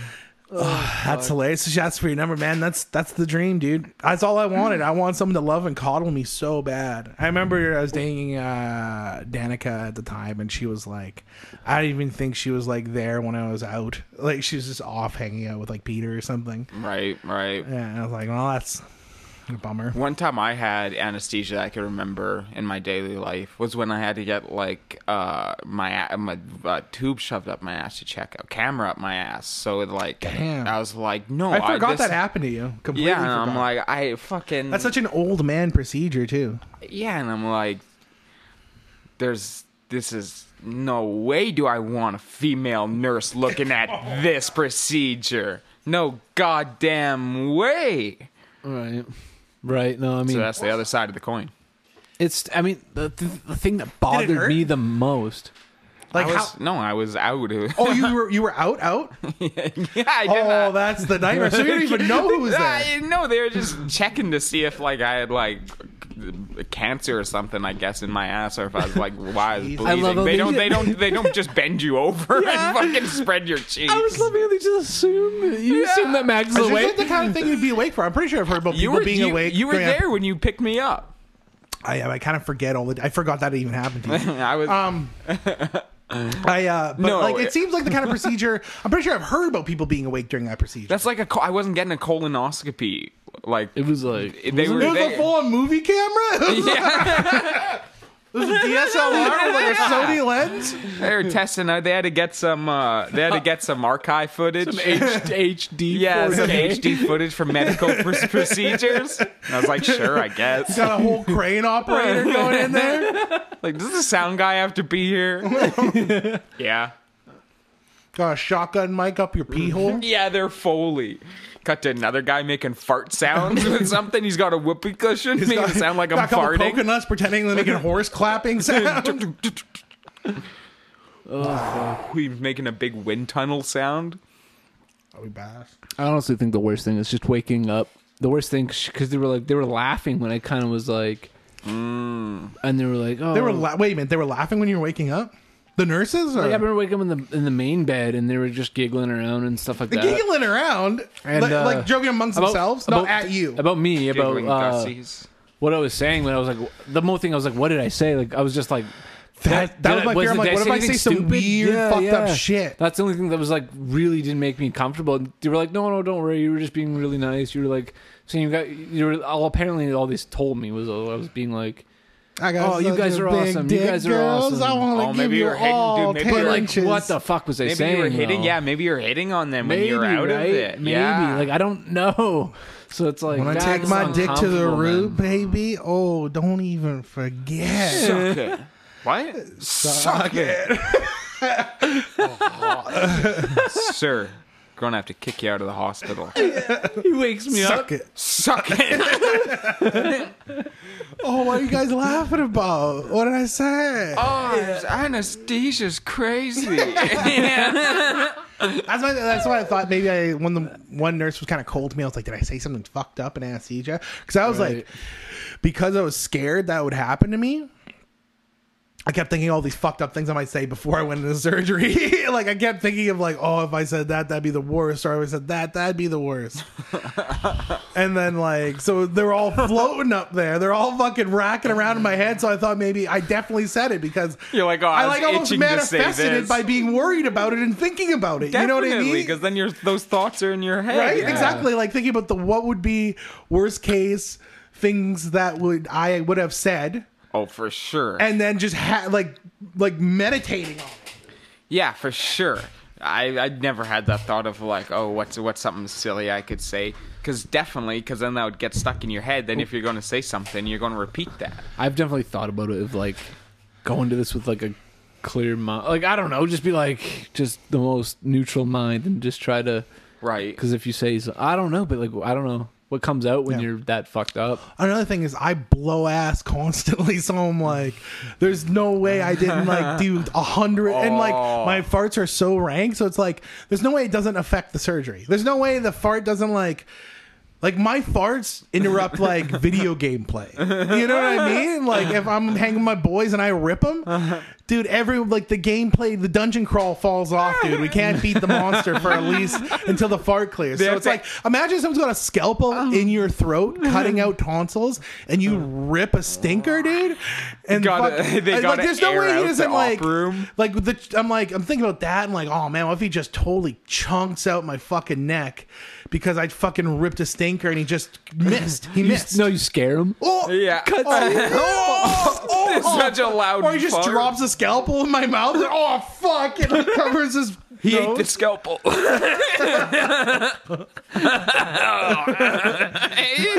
[SPEAKER 1] That's hilarious. So That's for your number, man. That's that's the dream, dude. That's all I wanted. I want someone to love and coddle me so bad. I remember I was dating uh, Danica at the time, and she was like, I don't even think she was like there when I was out. Like she was just off hanging out with like Peter or something.
[SPEAKER 2] right, right.
[SPEAKER 1] Yeah, and I was like, well, that's a bummer.
[SPEAKER 2] One time I had anesthesia that I could remember in my daily life was when I had to get like uh my my uh, tube shoved up my ass to check out camera up my ass. So it like
[SPEAKER 1] Damn.
[SPEAKER 2] I was like, no,
[SPEAKER 1] I forgot
[SPEAKER 2] this-
[SPEAKER 1] that happened to you. Completely
[SPEAKER 2] Yeah, and I'm
[SPEAKER 1] forgot.
[SPEAKER 2] like, I fucking
[SPEAKER 1] that's such an old man procedure too.
[SPEAKER 2] yeah, and I'm like, there's this is no way do I want a female nurse looking at this procedure. No goddamn way.
[SPEAKER 3] Right. Right. No, I mean,
[SPEAKER 2] So that's the other side of the coin.
[SPEAKER 3] it's. I mean, the, the, the thing that bothered
[SPEAKER 1] hurt?
[SPEAKER 3] me the most.
[SPEAKER 1] Like
[SPEAKER 2] I was,
[SPEAKER 1] how?
[SPEAKER 2] no, I was out.
[SPEAKER 1] Oh, you were you were out out.
[SPEAKER 2] yeah, I did
[SPEAKER 1] Oh,
[SPEAKER 2] not.
[SPEAKER 1] that's the nightmare. So you didn't even know who was there.
[SPEAKER 2] I- no, they were just checking to see if like I had like cancer or something, I guess, in my ass, or if I was like why I was
[SPEAKER 1] Jesus.
[SPEAKER 3] I
[SPEAKER 2] bleeding.
[SPEAKER 3] love how
[SPEAKER 2] they
[SPEAKER 3] they
[SPEAKER 2] don't,
[SPEAKER 3] did-
[SPEAKER 2] they don't, they don't just bend you over
[SPEAKER 3] Yeah.
[SPEAKER 2] and fucking spread your cheeks.
[SPEAKER 3] I was loving how they just assume you assume that Max is
[SPEAKER 1] Is this
[SPEAKER 3] awake.
[SPEAKER 1] the kind of thing you'd be awake for? I'm pretty sure I've heard about
[SPEAKER 2] you
[SPEAKER 1] people
[SPEAKER 2] were
[SPEAKER 1] being
[SPEAKER 2] you,
[SPEAKER 1] awake.
[SPEAKER 2] You were
[SPEAKER 1] going,
[SPEAKER 2] there when you picked me up.
[SPEAKER 1] I, I kind of forget all the. I forgot that it even happened to you.
[SPEAKER 2] I
[SPEAKER 3] Uh,
[SPEAKER 2] was.
[SPEAKER 1] Um, I uh, but
[SPEAKER 2] No,
[SPEAKER 1] like
[SPEAKER 2] it-
[SPEAKER 1] it seems like the kind of procedure. I'm pretty sure I've heard about people being awake during that procedure.
[SPEAKER 2] that's like a. co- I wasn't getting a colonoscopy. Like
[SPEAKER 3] It was like
[SPEAKER 2] It- they
[SPEAKER 3] wasn't
[SPEAKER 1] it
[SPEAKER 2] were-
[SPEAKER 1] was a full on movie camera. It was,
[SPEAKER 2] yeah,
[SPEAKER 1] a DSLR with like a Sony lens.
[SPEAKER 2] they were testing out. They had to get some. Uh, they had to get some archive footage.
[SPEAKER 3] some H- HD.
[SPEAKER 2] yeah, some
[SPEAKER 3] 4K.
[SPEAKER 2] HD footage for medical pr- procedures. And I was like, sure, I guess.
[SPEAKER 1] Got a whole crane operator going in there.
[SPEAKER 2] Like, does the sound guy have to be here? yeah.
[SPEAKER 1] Got a shotgun mic up your pee hole.
[SPEAKER 2] Yeah, they're Foley. Cut to another guy making fart sounds with something. He's got a whoopee cushion. Make it sound like
[SPEAKER 1] Got
[SPEAKER 2] I'm
[SPEAKER 1] a couple
[SPEAKER 2] farting.
[SPEAKER 1] Coconuts pretending they're making horse clapping sound.
[SPEAKER 2] He's making a big wind tunnel sound.
[SPEAKER 1] Are we back?
[SPEAKER 3] I honestly think the worst thing is just waking up. The worst thing because they were like they were laughing when I kind of was like, and they were like, oh,
[SPEAKER 1] Mm. They were la- wait a minute. They were laughing when you were waking up. The nurses or
[SPEAKER 3] Like, I remember waking up in the in the main bed and they were just giggling around and stuff like
[SPEAKER 1] They're
[SPEAKER 3] that.
[SPEAKER 1] giggling around,
[SPEAKER 3] And,
[SPEAKER 1] like,
[SPEAKER 3] uh,
[SPEAKER 1] like joking amongst
[SPEAKER 3] About-
[SPEAKER 1] themselves,
[SPEAKER 3] about-
[SPEAKER 1] not at you.
[SPEAKER 3] About me, about
[SPEAKER 2] Giggling
[SPEAKER 3] uh,
[SPEAKER 2] gussies.
[SPEAKER 3] what I was saying when I was like the most thing I was like, what did I say? Like I was just like.
[SPEAKER 1] that that was my fear. I'm like, what if I say some weird, fucked up shit?
[SPEAKER 3] That's the only thing that was like really didn't make me comfortable. And They were like, no, no, don't worry. You were just being really nice. You were like saying you got you were all apparently all this told me was uh, I was being like
[SPEAKER 1] I got
[SPEAKER 3] Oh, you
[SPEAKER 1] such
[SPEAKER 3] guys
[SPEAKER 1] a
[SPEAKER 3] are
[SPEAKER 1] big
[SPEAKER 3] awesome. You
[SPEAKER 1] dick,
[SPEAKER 3] guys are
[SPEAKER 1] girls.
[SPEAKER 3] awesome.
[SPEAKER 1] I want to
[SPEAKER 2] Oh,
[SPEAKER 1] give
[SPEAKER 2] maybe
[SPEAKER 1] you
[SPEAKER 2] you're hitting-
[SPEAKER 1] all
[SPEAKER 2] dude, maybe you're
[SPEAKER 1] ten
[SPEAKER 2] like,
[SPEAKER 1] inches.
[SPEAKER 3] what the fuck was I
[SPEAKER 2] Maybe
[SPEAKER 3] saying?
[SPEAKER 2] you were hitting.
[SPEAKER 3] though?
[SPEAKER 2] Yeah, maybe you're hitting on them
[SPEAKER 3] maybe
[SPEAKER 2] when you're out
[SPEAKER 3] right?
[SPEAKER 2] of it.
[SPEAKER 3] Maybe
[SPEAKER 2] Yeah.
[SPEAKER 3] like I don't know. So it's like
[SPEAKER 1] When I take
[SPEAKER 3] that's
[SPEAKER 1] my dick to the
[SPEAKER 3] uncomfortable,
[SPEAKER 1] root,
[SPEAKER 3] man.
[SPEAKER 1] baby. Oh, don't even forget.
[SPEAKER 2] Suck it. What? Suck it. Sir, going to have to kick you out of the hospital.
[SPEAKER 3] He wakes me up.
[SPEAKER 1] Suck it.
[SPEAKER 2] Suck it.
[SPEAKER 1] Oh, what are you guys laughing about? What did I say?
[SPEAKER 2] Oh, this anesthesia's crazy.
[SPEAKER 1] That's why. That's why I thought maybe I when the one nurse was kind of cold to me, I was like, did I say something fucked up in anesthesia? Because I was
[SPEAKER 3] Right.
[SPEAKER 1] like, because I was scared that would happen to me. I kept thinking all these fucked up things I might say before I went into surgery. like I kept thinking of like, oh, if I said that, that'd be the worst, or if I said that, that'd be the worst. and then like, so they're all floating up there. They're all fucking racking around in my head. So I thought maybe I definitely said it because
[SPEAKER 2] You're like, oh, I
[SPEAKER 1] I
[SPEAKER 2] was
[SPEAKER 1] like almost
[SPEAKER 2] itching to say
[SPEAKER 1] manifested
[SPEAKER 2] this.
[SPEAKER 1] it by being worried about it and thinking about it. you know what I mean?
[SPEAKER 2] Because then your those thoughts are in your head.
[SPEAKER 1] right
[SPEAKER 2] Yeah.
[SPEAKER 1] exactly like thinking about the what would be worst case things that would i would have said
[SPEAKER 2] Oh, for sure.
[SPEAKER 1] and then just ha- like like meditating on it
[SPEAKER 2] yeah, for sure. I I'd never had that thought of like, oh, what's what's something silly I could say? Because definitely, because then that would get stuck in your head. Then if you're going to say something, you're going to repeat that.
[SPEAKER 3] I've definitely thought about it of like going to this with like a clear mind. Like I don't know, just be like just the most neutral mind and just try to
[SPEAKER 2] Right.
[SPEAKER 3] because if you say so, I don't know, but like I don't know, what comes out when
[SPEAKER 1] Yeah.
[SPEAKER 3] you're that fucked up.
[SPEAKER 1] Another thing is I blow ass constantly, so I'm like, there's no way I didn't like do a hundred, and like
[SPEAKER 2] Oh.
[SPEAKER 1] my farts are so rank, so it's like there's no way it doesn't affect the surgery. There's no way the fart doesn't like. Like my farts interrupt like video game play. You know what I mean? Like if I'm hanging with my boys and I rip them, dude. Every like the gameplay, the dungeon crawl falls off, dude. We can't beat the monster for at least until the fart clears. So
[SPEAKER 2] have
[SPEAKER 1] it's
[SPEAKER 2] to-
[SPEAKER 1] like imagine someone's got a scalpel
[SPEAKER 2] Um.
[SPEAKER 1] in your throat, cutting out tonsils, and you rip a stinker, dude. And
[SPEAKER 2] Gotta-
[SPEAKER 1] fuck-
[SPEAKER 2] they
[SPEAKER 1] like,
[SPEAKER 2] gotta
[SPEAKER 1] there's no
[SPEAKER 2] air
[SPEAKER 1] way
[SPEAKER 2] out
[SPEAKER 1] he
[SPEAKER 2] the
[SPEAKER 1] doesn't
[SPEAKER 2] op
[SPEAKER 1] like
[SPEAKER 2] room.
[SPEAKER 1] like with the I'm like I'm thinking about that and like oh man what if he just totally chunks out my fucking neck because I fucking ripped a stinker and he just missed he
[SPEAKER 3] You,
[SPEAKER 1] missed
[SPEAKER 3] no, you scare him.
[SPEAKER 1] oh
[SPEAKER 2] Yeah.
[SPEAKER 1] oh, oh,
[SPEAKER 2] It's
[SPEAKER 1] oh.
[SPEAKER 2] such a loud
[SPEAKER 1] or he just
[SPEAKER 2] fart.
[SPEAKER 1] drops a scalpel in my mouth oh fuck and it covers his
[SPEAKER 2] He ate
[SPEAKER 1] nose.
[SPEAKER 2] the scalpel. he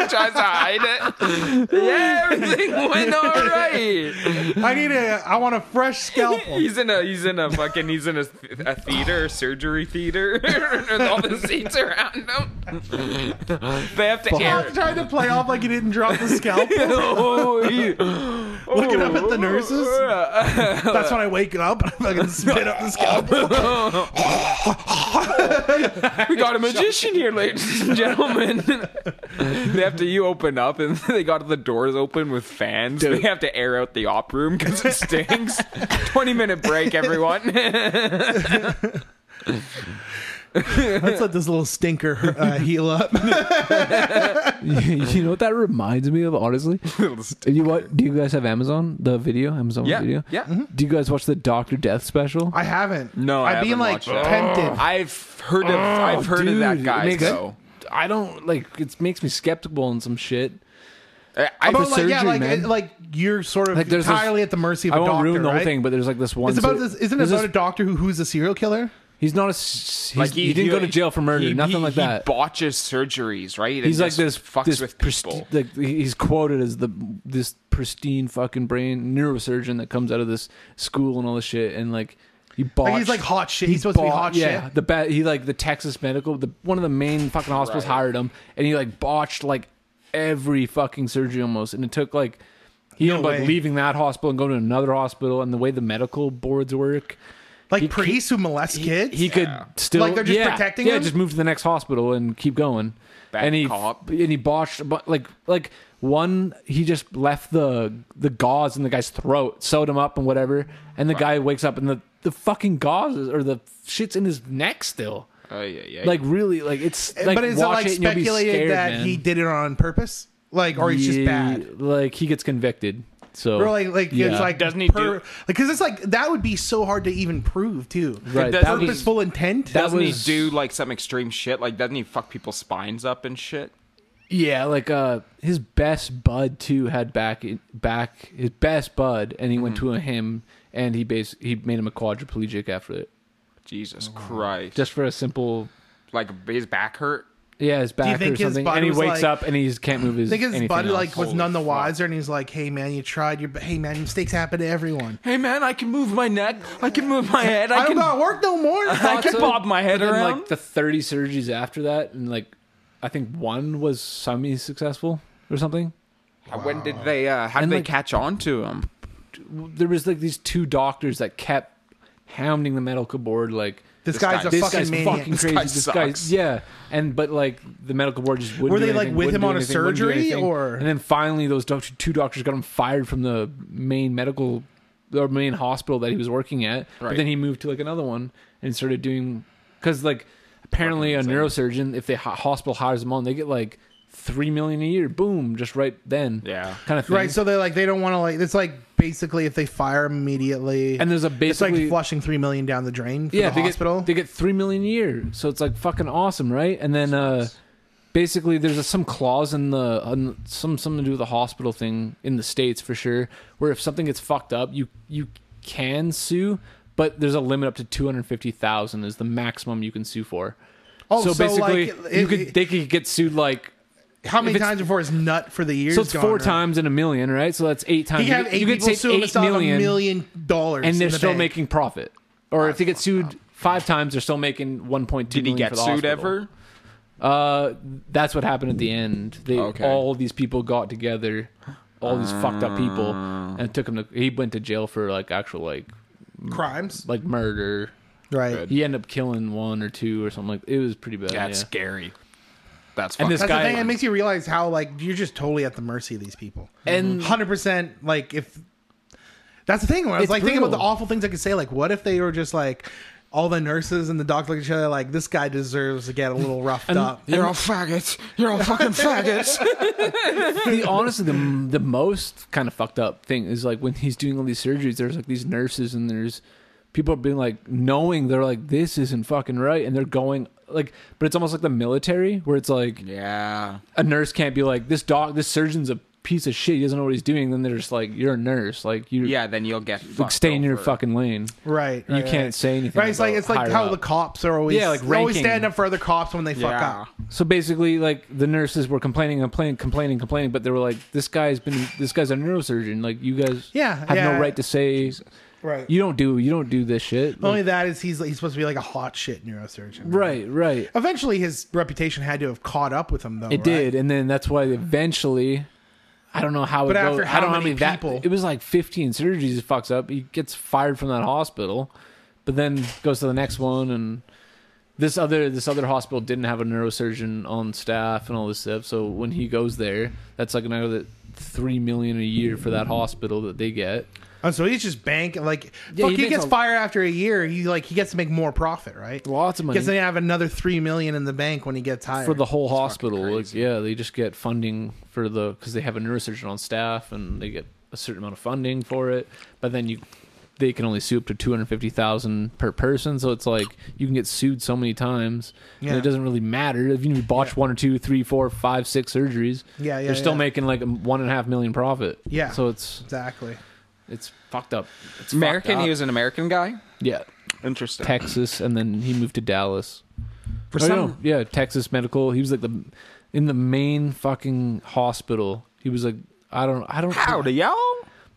[SPEAKER 2] tries to hide it. Yeah, everything went all right.
[SPEAKER 1] I need a I want a fresh scalpel
[SPEAKER 2] He's in a he's in a fucking he's in a, a theater, a surgery theater, with all the seats around him. They have to air.
[SPEAKER 1] I'm
[SPEAKER 2] it.
[SPEAKER 1] trying to play off like he didn't drop the scalpel
[SPEAKER 2] Oh, he- oh,
[SPEAKER 1] looking up at the nurses
[SPEAKER 2] nurses.
[SPEAKER 1] that's when I wake up and I fucking spit up
[SPEAKER 2] Oh.
[SPEAKER 1] the scalpel
[SPEAKER 2] We got a magician here, ladies and gentlemen. they have to you open up, and they got the doors open with fans. They have to air out the op room because it stinks. Twenty minute break, everyone.
[SPEAKER 1] let's let this little stinker uh, heal up
[SPEAKER 3] you know what that reminds me of, honestly? Do you what? Do you guys have Amazon? The video, Amazon
[SPEAKER 2] Yeah,
[SPEAKER 3] video.
[SPEAKER 2] yeah.
[SPEAKER 3] Do you guys watch the Doctor Death special?
[SPEAKER 1] I haven't.
[SPEAKER 2] No, I
[SPEAKER 1] I've been
[SPEAKER 2] haven't
[SPEAKER 1] like
[SPEAKER 2] watched that.
[SPEAKER 1] tempted.
[SPEAKER 2] Oh. I've heard of I've heard of
[SPEAKER 3] Oh, Dude,
[SPEAKER 2] that
[SPEAKER 3] it
[SPEAKER 2] guy
[SPEAKER 3] makes-
[SPEAKER 2] though.
[SPEAKER 3] I don't like. It makes me skeptical on some shit.
[SPEAKER 2] I, I,
[SPEAKER 1] About
[SPEAKER 3] for
[SPEAKER 1] like yeah,
[SPEAKER 3] surgery,
[SPEAKER 1] like
[SPEAKER 3] man.
[SPEAKER 1] it- like you're sort of
[SPEAKER 3] Like, there's this-
[SPEAKER 1] entirely at the mercy of
[SPEAKER 3] I
[SPEAKER 1] a
[SPEAKER 3] won't
[SPEAKER 1] doctor,
[SPEAKER 3] ruin the whole
[SPEAKER 1] right?
[SPEAKER 3] thing, but there's like this one.
[SPEAKER 1] It's about
[SPEAKER 3] so-
[SPEAKER 1] this, isn't it
[SPEAKER 3] there's
[SPEAKER 1] about a
[SPEAKER 3] this-
[SPEAKER 1] doctor who who's a serial killer?
[SPEAKER 3] He's not a. s- He's,
[SPEAKER 2] like
[SPEAKER 3] he, didn't go to jail for murder,
[SPEAKER 2] he-
[SPEAKER 3] nothing
[SPEAKER 2] he-
[SPEAKER 3] like
[SPEAKER 2] he
[SPEAKER 3] that.
[SPEAKER 2] botches surgeries, right? And
[SPEAKER 3] he's like
[SPEAKER 2] just
[SPEAKER 3] this
[SPEAKER 2] fucks
[SPEAKER 3] this
[SPEAKER 2] with
[SPEAKER 3] prist-
[SPEAKER 2] people.
[SPEAKER 3] like he's quoted as the this pristine fucking brain neurosurgeon that comes out of this school and all this shit, and like he botched.
[SPEAKER 1] Like he's like hot shit. He's supposed to be hot
[SPEAKER 3] yeah,
[SPEAKER 1] shit.
[SPEAKER 3] the bat. He like the Texas medical, the one of the main fucking hospitals
[SPEAKER 2] Right.
[SPEAKER 3] hired him, and he like botched like every fucking surgery almost, and it took like he ended up
[SPEAKER 1] way.
[SPEAKER 3] like leaving that hospital and going to another hospital, and the way the medical boards work,
[SPEAKER 1] Like
[SPEAKER 3] he-
[SPEAKER 1] priests who molest kids.
[SPEAKER 3] he could still
[SPEAKER 1] Like, they're just
[SPEAKER 3] yeah,
[SPEAKER 1] protecting
[SPEAKER 3] yeah
[SPEAKER 1] him?
[SPEAKER 3] just move to the next hospital and keep going
[SPEAKER 2] Bad
[SPEAKER 3] and he
[SPEAKER 2] cop.
[SPEAKER 3] and he botched but like like one he just left the the gauze in the guy's throat sewed him up and whatever and the guy wakes up and the the fucking gauzes or the shit's in his neck still
[SPEAKER 2] Oh, yeah, yeah.
[SPEAKER 3] like really like it's like
[SPEAKER 1] Eh, but is it
[SPEAKER 3] watch
[SPEAKER 1] like
[SPEAKER 3] and you'll be
[SPEAKER 1] speculated
[SPEAKER 3] scared,
[SPEAKER 1] that
[SPEAKER 3] man.
[SPEAKER 1] he did it on purpose? Like, or he's just
[SPEAKER 3] Yeah,
[SPEAKER 1] bad?
[SPEAKER 3] like he gets convicted so
[SPEAKER 1] Or like, like
[SPEAKER 3] Yeah.
[SPEAKER 1] it's like
[SPEAKER 2] Doesn't he do-
[SPEAKER 1] Because it's like that would be so hard to even prove too.
[SPEAKER 3] Right,
[SPEAKER 1] The
[SPEAKER 3] that was-
[SPEAKER 1] purposeful intent.
[SPEAKER 3] that
[SPEAKER 2] doesn't
[SPEAKER 3] was-
[SPEAKER 2] he do like some extreme shit? Like doesn't he fuck people's spines up and shit?
[SPEAKER 3] Yeah, like uh, his best bud too had back back his best bud, and he went
[SPEAKER 1] Mm-hmm.
[SPEAKER 3] to him, and he bas- he made him a quadriplegic after it,
[SPEAKER 2] Jesus
[SPEAKER 3] Oh.
[SPEAKER 2] Christ!
[SPEAKER 3] just for a simple
[SPEAKER 2] like his back hurt.
[SPEAKER 3] yeah his back
[SPEAKER 1] think
[SPEAKER 3] or
[SPEAKER 1] his
[SPEAKER 3] something,
[SPEAKER 1] bud
[SPEAKER 3] and he
[SPEAKER 1] was
[SPEAKER 3] wakes
[SPEAKER 1] like-
[SPEAKER 3] up and he can't move his.
[SPEAKER 1] I think his
[SPEAKER 3] anything
[SPEAKER 1] buddy like
[SPEAKER 3] else.
[SPEAKER 1] was
[SPEAKER 2] Holy
[SPEAKER 1] none the
[SPEAKER 2] fuck.
[SPEAKER 1] wiser, and he's like, "Hey man, you tried your. Hey man, mistakes happen to everyone.
[SPEAKER 2] Hey man, I can move my neck. I can move my head. I,
[SPEAKER 1] I don't
[SPEAKER 2] can.
[SPEAKER 1] gotta work no more.
[SPEAKER 2] I can
[SPEAKER 3] So-
[SPEAKER 2] bob my head
[SPEAKER 3] but then,
[SPEAKER 2] around.
[SPEAKER 3] Like the thirty surgeries after that, and like I think one was semi successful or something.
[SPEAKER 2] When did they? uh How
[SPEAKER 3] And,
[SPEAKER 2] did
[SPEAKER 3] like-
[SPEAKER 2] they catch on to him?
[SPEAKER 3] There was like these two doctors that kept hounding the medical board like.
[SPEAKER 1] This,
[SPEAKER 2] This
[SPEAKER 1] guy's
[SPEAKER 2] guy-
[SPEAKER 1] a
[SPEAKER 3] this
[SPEAKER 1] fucking
[SPEAKER 3] guy's
[SPEAKER 1] maniac.
[SPEAKER 3] fucking
[SPEAKER 2] This
[SPEAKER 3] crazy.
[SPEAKER 2] guy
[SPEAKER 3] this
[SPEAKER 2] sucks.
[SPEAKER 3] guy's yeah. And but like the medical board just wouldn't
[SPEAKER 1] Were they,
[SPEAKER 3] do
[SPEAKER 1] like,
[SPEAKER 3] anything,
[SPEAKER 1] with
[SPEAKER 3] wouldn't
[SPEAKER 1] him
[SPEAKER 3] do
[SPEAKER 1] on a
[SPEAKER 3] anything, wouldn't do
[SPEAKER 1] surgery,
[SPEAKER 3] anything.
[SPEAKER 1] or-
[SPEAKER 3] and then finally those doc- two doctors got him fired from the main medical or main hospital that he was working at. But
[SPEAKER 2] Right.
[SPEAKER 3] then he moved to like another one and started doing because like apparently a neurosurgeon if the ho- hospital hires them on they get like three million a year boom just right then
[SPEAKER 2] Yeah.
[SPEAKER 3] kind of thing.
[SPEAKER 1] Right, so they're like they don't want to like it's like basically if they fire him immediately,
[SPEAKER 3] and there's a
[SPEAKER 1] it's like
[SPEAKER 3] basically
[SPEAKER 1] flushing three million down the drain for
[SPEAKER 3] yeah,
[SPEAKER 1] the
[SPEAKER 3] they
[SPEAKER 1] hospital.
[SPEAKER 3] Get, they get three million a year, so it's like fucking awesome, right? And then uh, basically, there's a, some clause in the on some something to do with the hospital thing in the states for sure, where if something gets fucked up, you you can sue, but there's a limit up to two hundred fifty thousand is the maximum you can sue for.
[SPEAKER 1] Oh,
[SPEAKER 3] so
[SPEAKER 1] so,
[SPEAKER 3] basically,
[SPEAKER 1] like,
[SPEAKER 3] you
[SPEAKER 1] it-
[SPEAKER 3] could
[SPEAKER 1] it-
[SPEAKER 3] they could get sued like
[SPEAKER 1] How many
[SPEAKER 3] if it's-
[SPEAKER 1] times before his nut for the year?
[SPEAKER 3] so it's
[SPEAKER 1] gone,
[SPEAKER 3] four
[SPEAKER 1] right?
[SPEAKER 3] times in a million, right? So that's eight times.
[SPEAKER 1] He can have eight people sue him and still have a million dollars,
[SPEAKER 3] and they're
[SPEAKER 1] in the
[SPEAKER 3] still
[SPEAKER 1] bank.
[SPEAKER 3] making profit. Or if they get sued five times, they're still making one point two.
[SPEAKER 2] Did he get sued ever?
[SPEAKER 3] Uh, that's what happened at the end. They
[SPEAKER 2] Oh, Okay.
[SPEAKER 3] all these people got together, all these fucked up people,
[SPEAKER 2] Uh.
[SPEAKER 3] and took him to. He went to jail for like actual like
[SPEAKER 1] crimes,
[SPEAKER 3] like murder.
[SPEAKER 1] right?
[SPEAKER 2] Good.
[SPEAKER 3] He ended up killing one or two or something like. It was pretty bad.
[SPEAKER 2] That's
[SPEAKER 3] yeah.
[SPEAKER 2] scary. That's
[SPEAKER 3] And
[SPEAKER 2] fucking
[SPEAKER 3] this
[SPEAKER 1] That's
[SPEAKER 3] guy-
[SPEAKER 1] the thing. It makes you realize how like you're just totally at the mercy of these people. Mm-hmm.
[SPEAKER 3] And-
[SPEAKER 1] hundred percent, like if that's the thing. When I was
[SPEAKER 3] It's
[SPEAKER 1] like thinking about the
[SPEAKER 3] brutal.
[SPEAKER 1] awful things I could say, like what if they were just like all the nurses and the doctor look at each other like this guy deserves to get a little roughed up.
[SPEAKER 2] You're all faggots. You're all fucking faggots.
[SPEAKER 3] the, honestly, the the most kind of fucked up thing is like when he's doing all these surgeries. There's like these nurses and there's people being like knowing they're like this isn't fucking right, and they're going like. But it's almost like the military where it's like
[SPEAKER 2] yeah.
[SPEAKER 3] a nurse can't be like this doc, this surgeon's a piece of shit. He doesn't know what he's doing. Then they're just like you're a nurse, like you
[SPEAKER 2] Yeah, then you'll get fucked
[SPEAKER 3] like stay in your
[SPEAKER 2] over.
[SPEAKER 3] fucking lane.
[SPEAKER 1] Right,
[SPEAKER 3] You
[SPEAKER 1] right,
[SPEAKER 3] can't
[SPEAKER 1] right.
[SPEAKER 3] say anything.
[SPEAKER 1] Right, it's like
[SPEAKER 3] about
[SPEAKER 1] it's like
[SPEAKER 3] higher
[SPEAKER 1] how
[SPEAKER 3] up.
[SPEAKER 1] the cops are always
[SPEAKER 3] Yeah, like
[SPEAKER 1] they always
[SPEAKER 3] ranking.
[SPEAKER 1] stand up for other cops when they fuck
[SPEAKER 2] Yeah.
[SPEAKER 1] up.
[SPEAKER 3] So basically, like the nurses were complaining, complaining, complaining, complaining, but they were like, "This guy's been, this guy's a neurosurgeon. Like you guys,
[SPEAKER 1] Yeah,
[SPEAKER 3] have
[SPEAKER 1] yeah.
[SPEAKER 3] no right to say
[SPEAKER 1] Right.
[SPEAKER 3] you don't do, you don't do this shit."
[SPEAKER 1] Only
[SPEAKER 3] Like,
[SPEAKER 1] that is he's he's supposed to be like a hot shit neurosurgeon.
[SPEAKER 3] right, right.
[SPEAKER 1] Eventually, his reputation had to have caught up with him, though.
[SPEAKER 3] It
[SPEAKER 1] right?
[SPEAKER 3] did, and then that's why eventually, I don't know how.
[SPEAKER 1] But
[SPEAKER 3] it
[SPEAKER 1] after
[SPEAKER 3] goes.
[SPEAKER 1] how
[SPEAKER 3] I don't know
[SPEAKER 1] many
[SPEAKER 3] how many
[SPEAKER 1] people?
[SPEAKER 3] That, it was like fifteen surgeries. He fucks up. He gets fired from that hospital, but then goes to the next one, and this other this other hospital didn't have a neurosurgeon on staff and all this stuff. So when he goes there, that's like another three million a year for that hospital that they get.
[SPEAKER 1] Oh, so he's just banking. Like,
[SPEAKER 3] Yeah,
[SPEAKER 1] fuck,
[SPEAKER 3] he
[SPEAKER 1] he,
[SPEAKER 3] makes
[SPEAKER 1] gets
[SPEAKER 3] a-
[SPEAKER 1] fired after a year. He like he gets to make more profit, right?
[SPEAKER 3] Lots of money
[SPEAKER 1] Gets to have another three million in the bank when he gets hired.
[SPEAKER 3] for the whole hospital.
[SPEAKER 2] fucking
[SPEAKER 3] Like,
[SPEAKER 2] crazy.
[SPEAKER 3] yeah, they just get funding for the because they have a neurosurgeon on staff and they get a certain amount of funding for it. But then you, they can only sue up to two hundred fifty thousand per person. So it's like you can get sued so many times, and
[SPEAKER 1] Yeah.
[SPEAKER 3] it doesn't really matter if you botch one or two, three, four, five, six surgeries.
[SPEAKER 1] Yeah, yeah,
[SPEAKER 3] They're still
[SPEAKER 1] yeah.
[SPEAKER 3] making like a one and a half million profit.
[SPEAKER 1] Yeah.
[SPEAKER 3] so it's
[SPEAKER 1] exactly.
[SPEAKER 3] it's fucked up. It's fucked
[SPEAKER 2] American. He
[SPEAKER 3] up.
[SPEAKER 2] was an American guy.
[SPEAKER 3] yeah,
[SPEAKER 2] Interesting.
[SPEAKER 3] Texas, and then he moved to Dallas.
[SPEAKER 2] For
[SPEAKER 3] Oh,
[SPEAKER 2] some,
[SPEAKER 3] no. yeah, Texas Medical. He was like the in the main fucking hospital. He was like, I don't, I don't.
[SPEAKER 2] howdy y'all.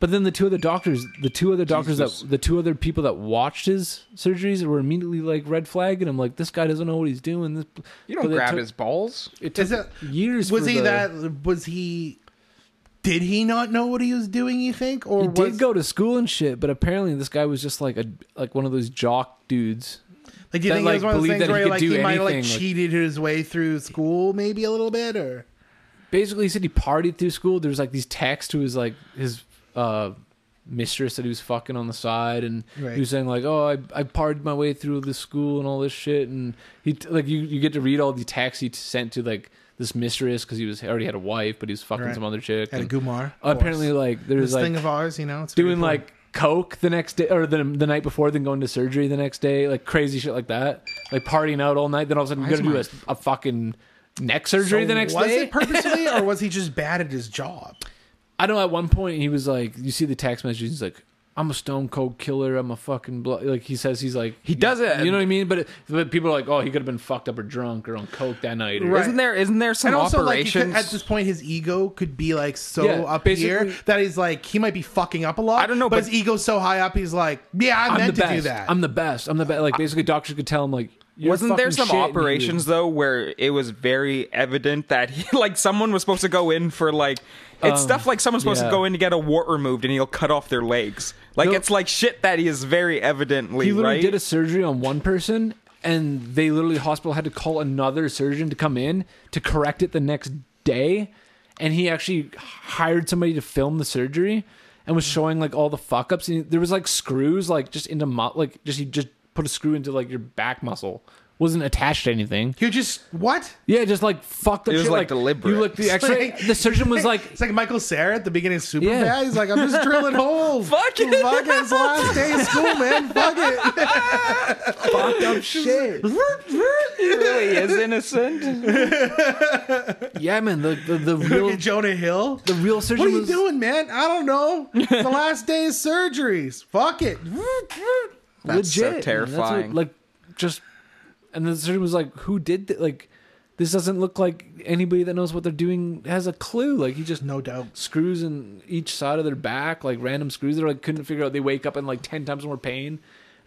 [SPEAKER 3] But then the two other doctors, the two other doctors
[SPEAKER 2] Jesus.
[SPEAKER 3] that, the two other people that watched his surgeries were immediately like red flag, and I'm like, this guy doesn't know what he's doing. This,
[SPEAKER 2] You don't
[SPEAKER 3] but it
[SPEAKER 2] grab
[SPEAKER 3] took
[SPEAKER 2] his balls.
[SPEAKER 1] It Is it,
[SPEAKER 3] years.
[SPEAKER 1] was
[SPEAKER 3] for
[SPEAKER 1] he
[SPEAKER 3] the-
[SPEAKER 1] that? Was he? Did he not know what he was doing? You think, or
[SPEAKER 3] He
[SPEAKER 1] was
[SPEAKER 3] did go to school and shit, but apparently this guy was just like a like one of those jock dudes.
[SPEAKER 1] like? Do you
[SPEAKER 3] that,
[SPEAKER 1] think
[SPEAKER 3] like,
[SPEAKER 1] it was one of those
[SPEAKER 3] believed
[SPEAKER 1] things
[SPEAKER 3] that he
[SPEAKER 1] where
[SPEAKER 3] could
[SPEAKER 1] like
[SPEAKER 3] do
[SPEAKER 1] he might have like
[SPEAKER 3] anything, like-
[SPEAKER 1] cheated his way through school, maybe a little bit, or
[SPEAKER 3] basically he said he partied through school. There was like these texts to his like his uh mistress that he was fucking on the side and
[SPEAKER 1] Right.
[SPEAKER 3] he was saying like oh I, I partied my way through the school and all this shit and he t- like you you get to read all the texts he t- sent to like this mistress because he was already had a wife but he was fucking
[SPEAKER 1] Right.
[SPEAKER 3] some other chick
[SPEAKER 1] at a
[SPEAKER 3] and
[SPEAKER 1] Gumar? of
[SPEAKER 3] Uh, apparently
[SPEAKER 1] course.
[SPEAKER 3] like there
[SPEAKER 1] this
[SPEAKER 3] was like
[SPEAKER 1] thing of ours, you know, it's very
[SPEAKER 3] doing
[SPEAKER 1] important.
[SPEAKER 3] like coke the next day or the, the night before then going to surgery the next day like crazy shit like that like partying out all night then all of a sudden you're
[SPEAKER 2] is
[SPEAKER 3] gonna do
[SPEAKER 2] my-
[SPEAKER 3] a, a fucking neck surgery
[SPEAKER 1] So
[SPEAKER 3] the next
[SPEAKER 1] Oh, was
[SPEAKER 3] day
[SPEAKER 1] it purposely, or was he just bad at his job?
[SPEAKER 3] I know at one point he was like, you see the text messages, he's like, I'm a stone cold killer. I'm a fucking blo-. like he says he's like
[SPEAKER 2] He does it.
[SPEAKER 3] You know what I mean? But, it, but people are like, oh, he could have been fucked up or drunk or on coke that night. Or,
[SPEAKER 1] Right.
[SPEAKER 2] Isn't there? Isn't there some
[SPEAKER 1] and also like he could-
[SPEAKER 2] operations?
[SPEAKER 1] at this point his ego could be like so
[SPEAKER 3] Yeah,
[SPEAKER 1] up
[SPEAKER 3] basically-
[SPEAKER 1] here that he's like he might be fucking up a lot
[SPEAKER 2] I don't know,
[SPEAKER 1] but,
[SPEAKER 2] but-
[SPEAKER 1] his ego's so high up he's like yeah i
[SPEAKER 3] I'm
[SPEAKER 1] meant
[SPEAKER 3] the
[SPEAKER 1] to
[SPEAKER 3] best.
[SPEAKER 1] do that
[SPEAKER 3] I'm the best. I'm the best. Like basically, doctors could tell him like, "You're
[SPEAKER 2] Wasn't there some
[SPEAKER 3] fucking shit," and he would-
[SPEAKER 2] operations though where it was very evident that he, like someone was supposed to go in for like it's stuff like someone's supposed
[SPEAKER 3] Um, yeah.
[SPEAKER 2] to go in to get a wart removed and he'll cut off their legs. Like
[SPEAKER 3] No.
[SPEAKER 2] it's like shit that he is very evidently
[SPEAKER 3] He literally
[SPEAKER 2] right.
[SPEAKER 3] did a surgery on one person, and they literally hospital had to call another surgeon to come in to correct it the next day. And he actually hired somebody to film the surgery and was showing like all the fuck ups. And there was like screws like just into mu- like just he just put a screw into like your back muscle. Wasn't attached to anything.
[SPEAKER 1] you just what
[SPEAKER 3] Yeah, just like fucked up.
[SPEAKER 2] It was,
[SPEAKER 3] shit,
[SPEAKER 2] like, deliberate.
[SPEAKER 3] You looked the
[SPEAKER 1] It's
[SPEAKER 3] X-ray.
[SPEAKER 1] like-
[SPEAKER 3] the surgeon was like,
[SPEAKER 1] it's like michael Sarah at the beginning of super
[SPEAKER 3] Yeah.
[SPEAKER 1] he's like i'm just drilling holes
[SPEAKER 2] Fuck it.
[SPEAKER 1] fuck it it's the last day of school man fuck it
[SPEAKER 3] fucked up shit.
[SPEAKER 2] he really is innocent.
[SPEAKER 3] Yeah, man. The the, the
[SPEAKER 1] Look
[SPEAKER 3] real
[SPEAKER 1] at jonah hill
[SPEAKER 3] the real surgeon
[SPEAKER 1] what are you
[SPEAKER 3] was,
[SPEAKER 1] doing man i don't know it's the last day of surgeries fuck it
[SPEAKER 2] That's so
[SPEAKER 3] legit. man. That's what-
[SPEAKER 2] terrifying.
[SPEAKER 3] like, just and the surgeon was like, "Who did that? Like, this doesn't look like anybody that knows what they're doing has a clue. Like, he just
[SPEAKER 1] no doubt
[SPEAKER 3] screws in each side of their back, like random screws. They're like couldn't figure out. They wake up in like ten times more pain, and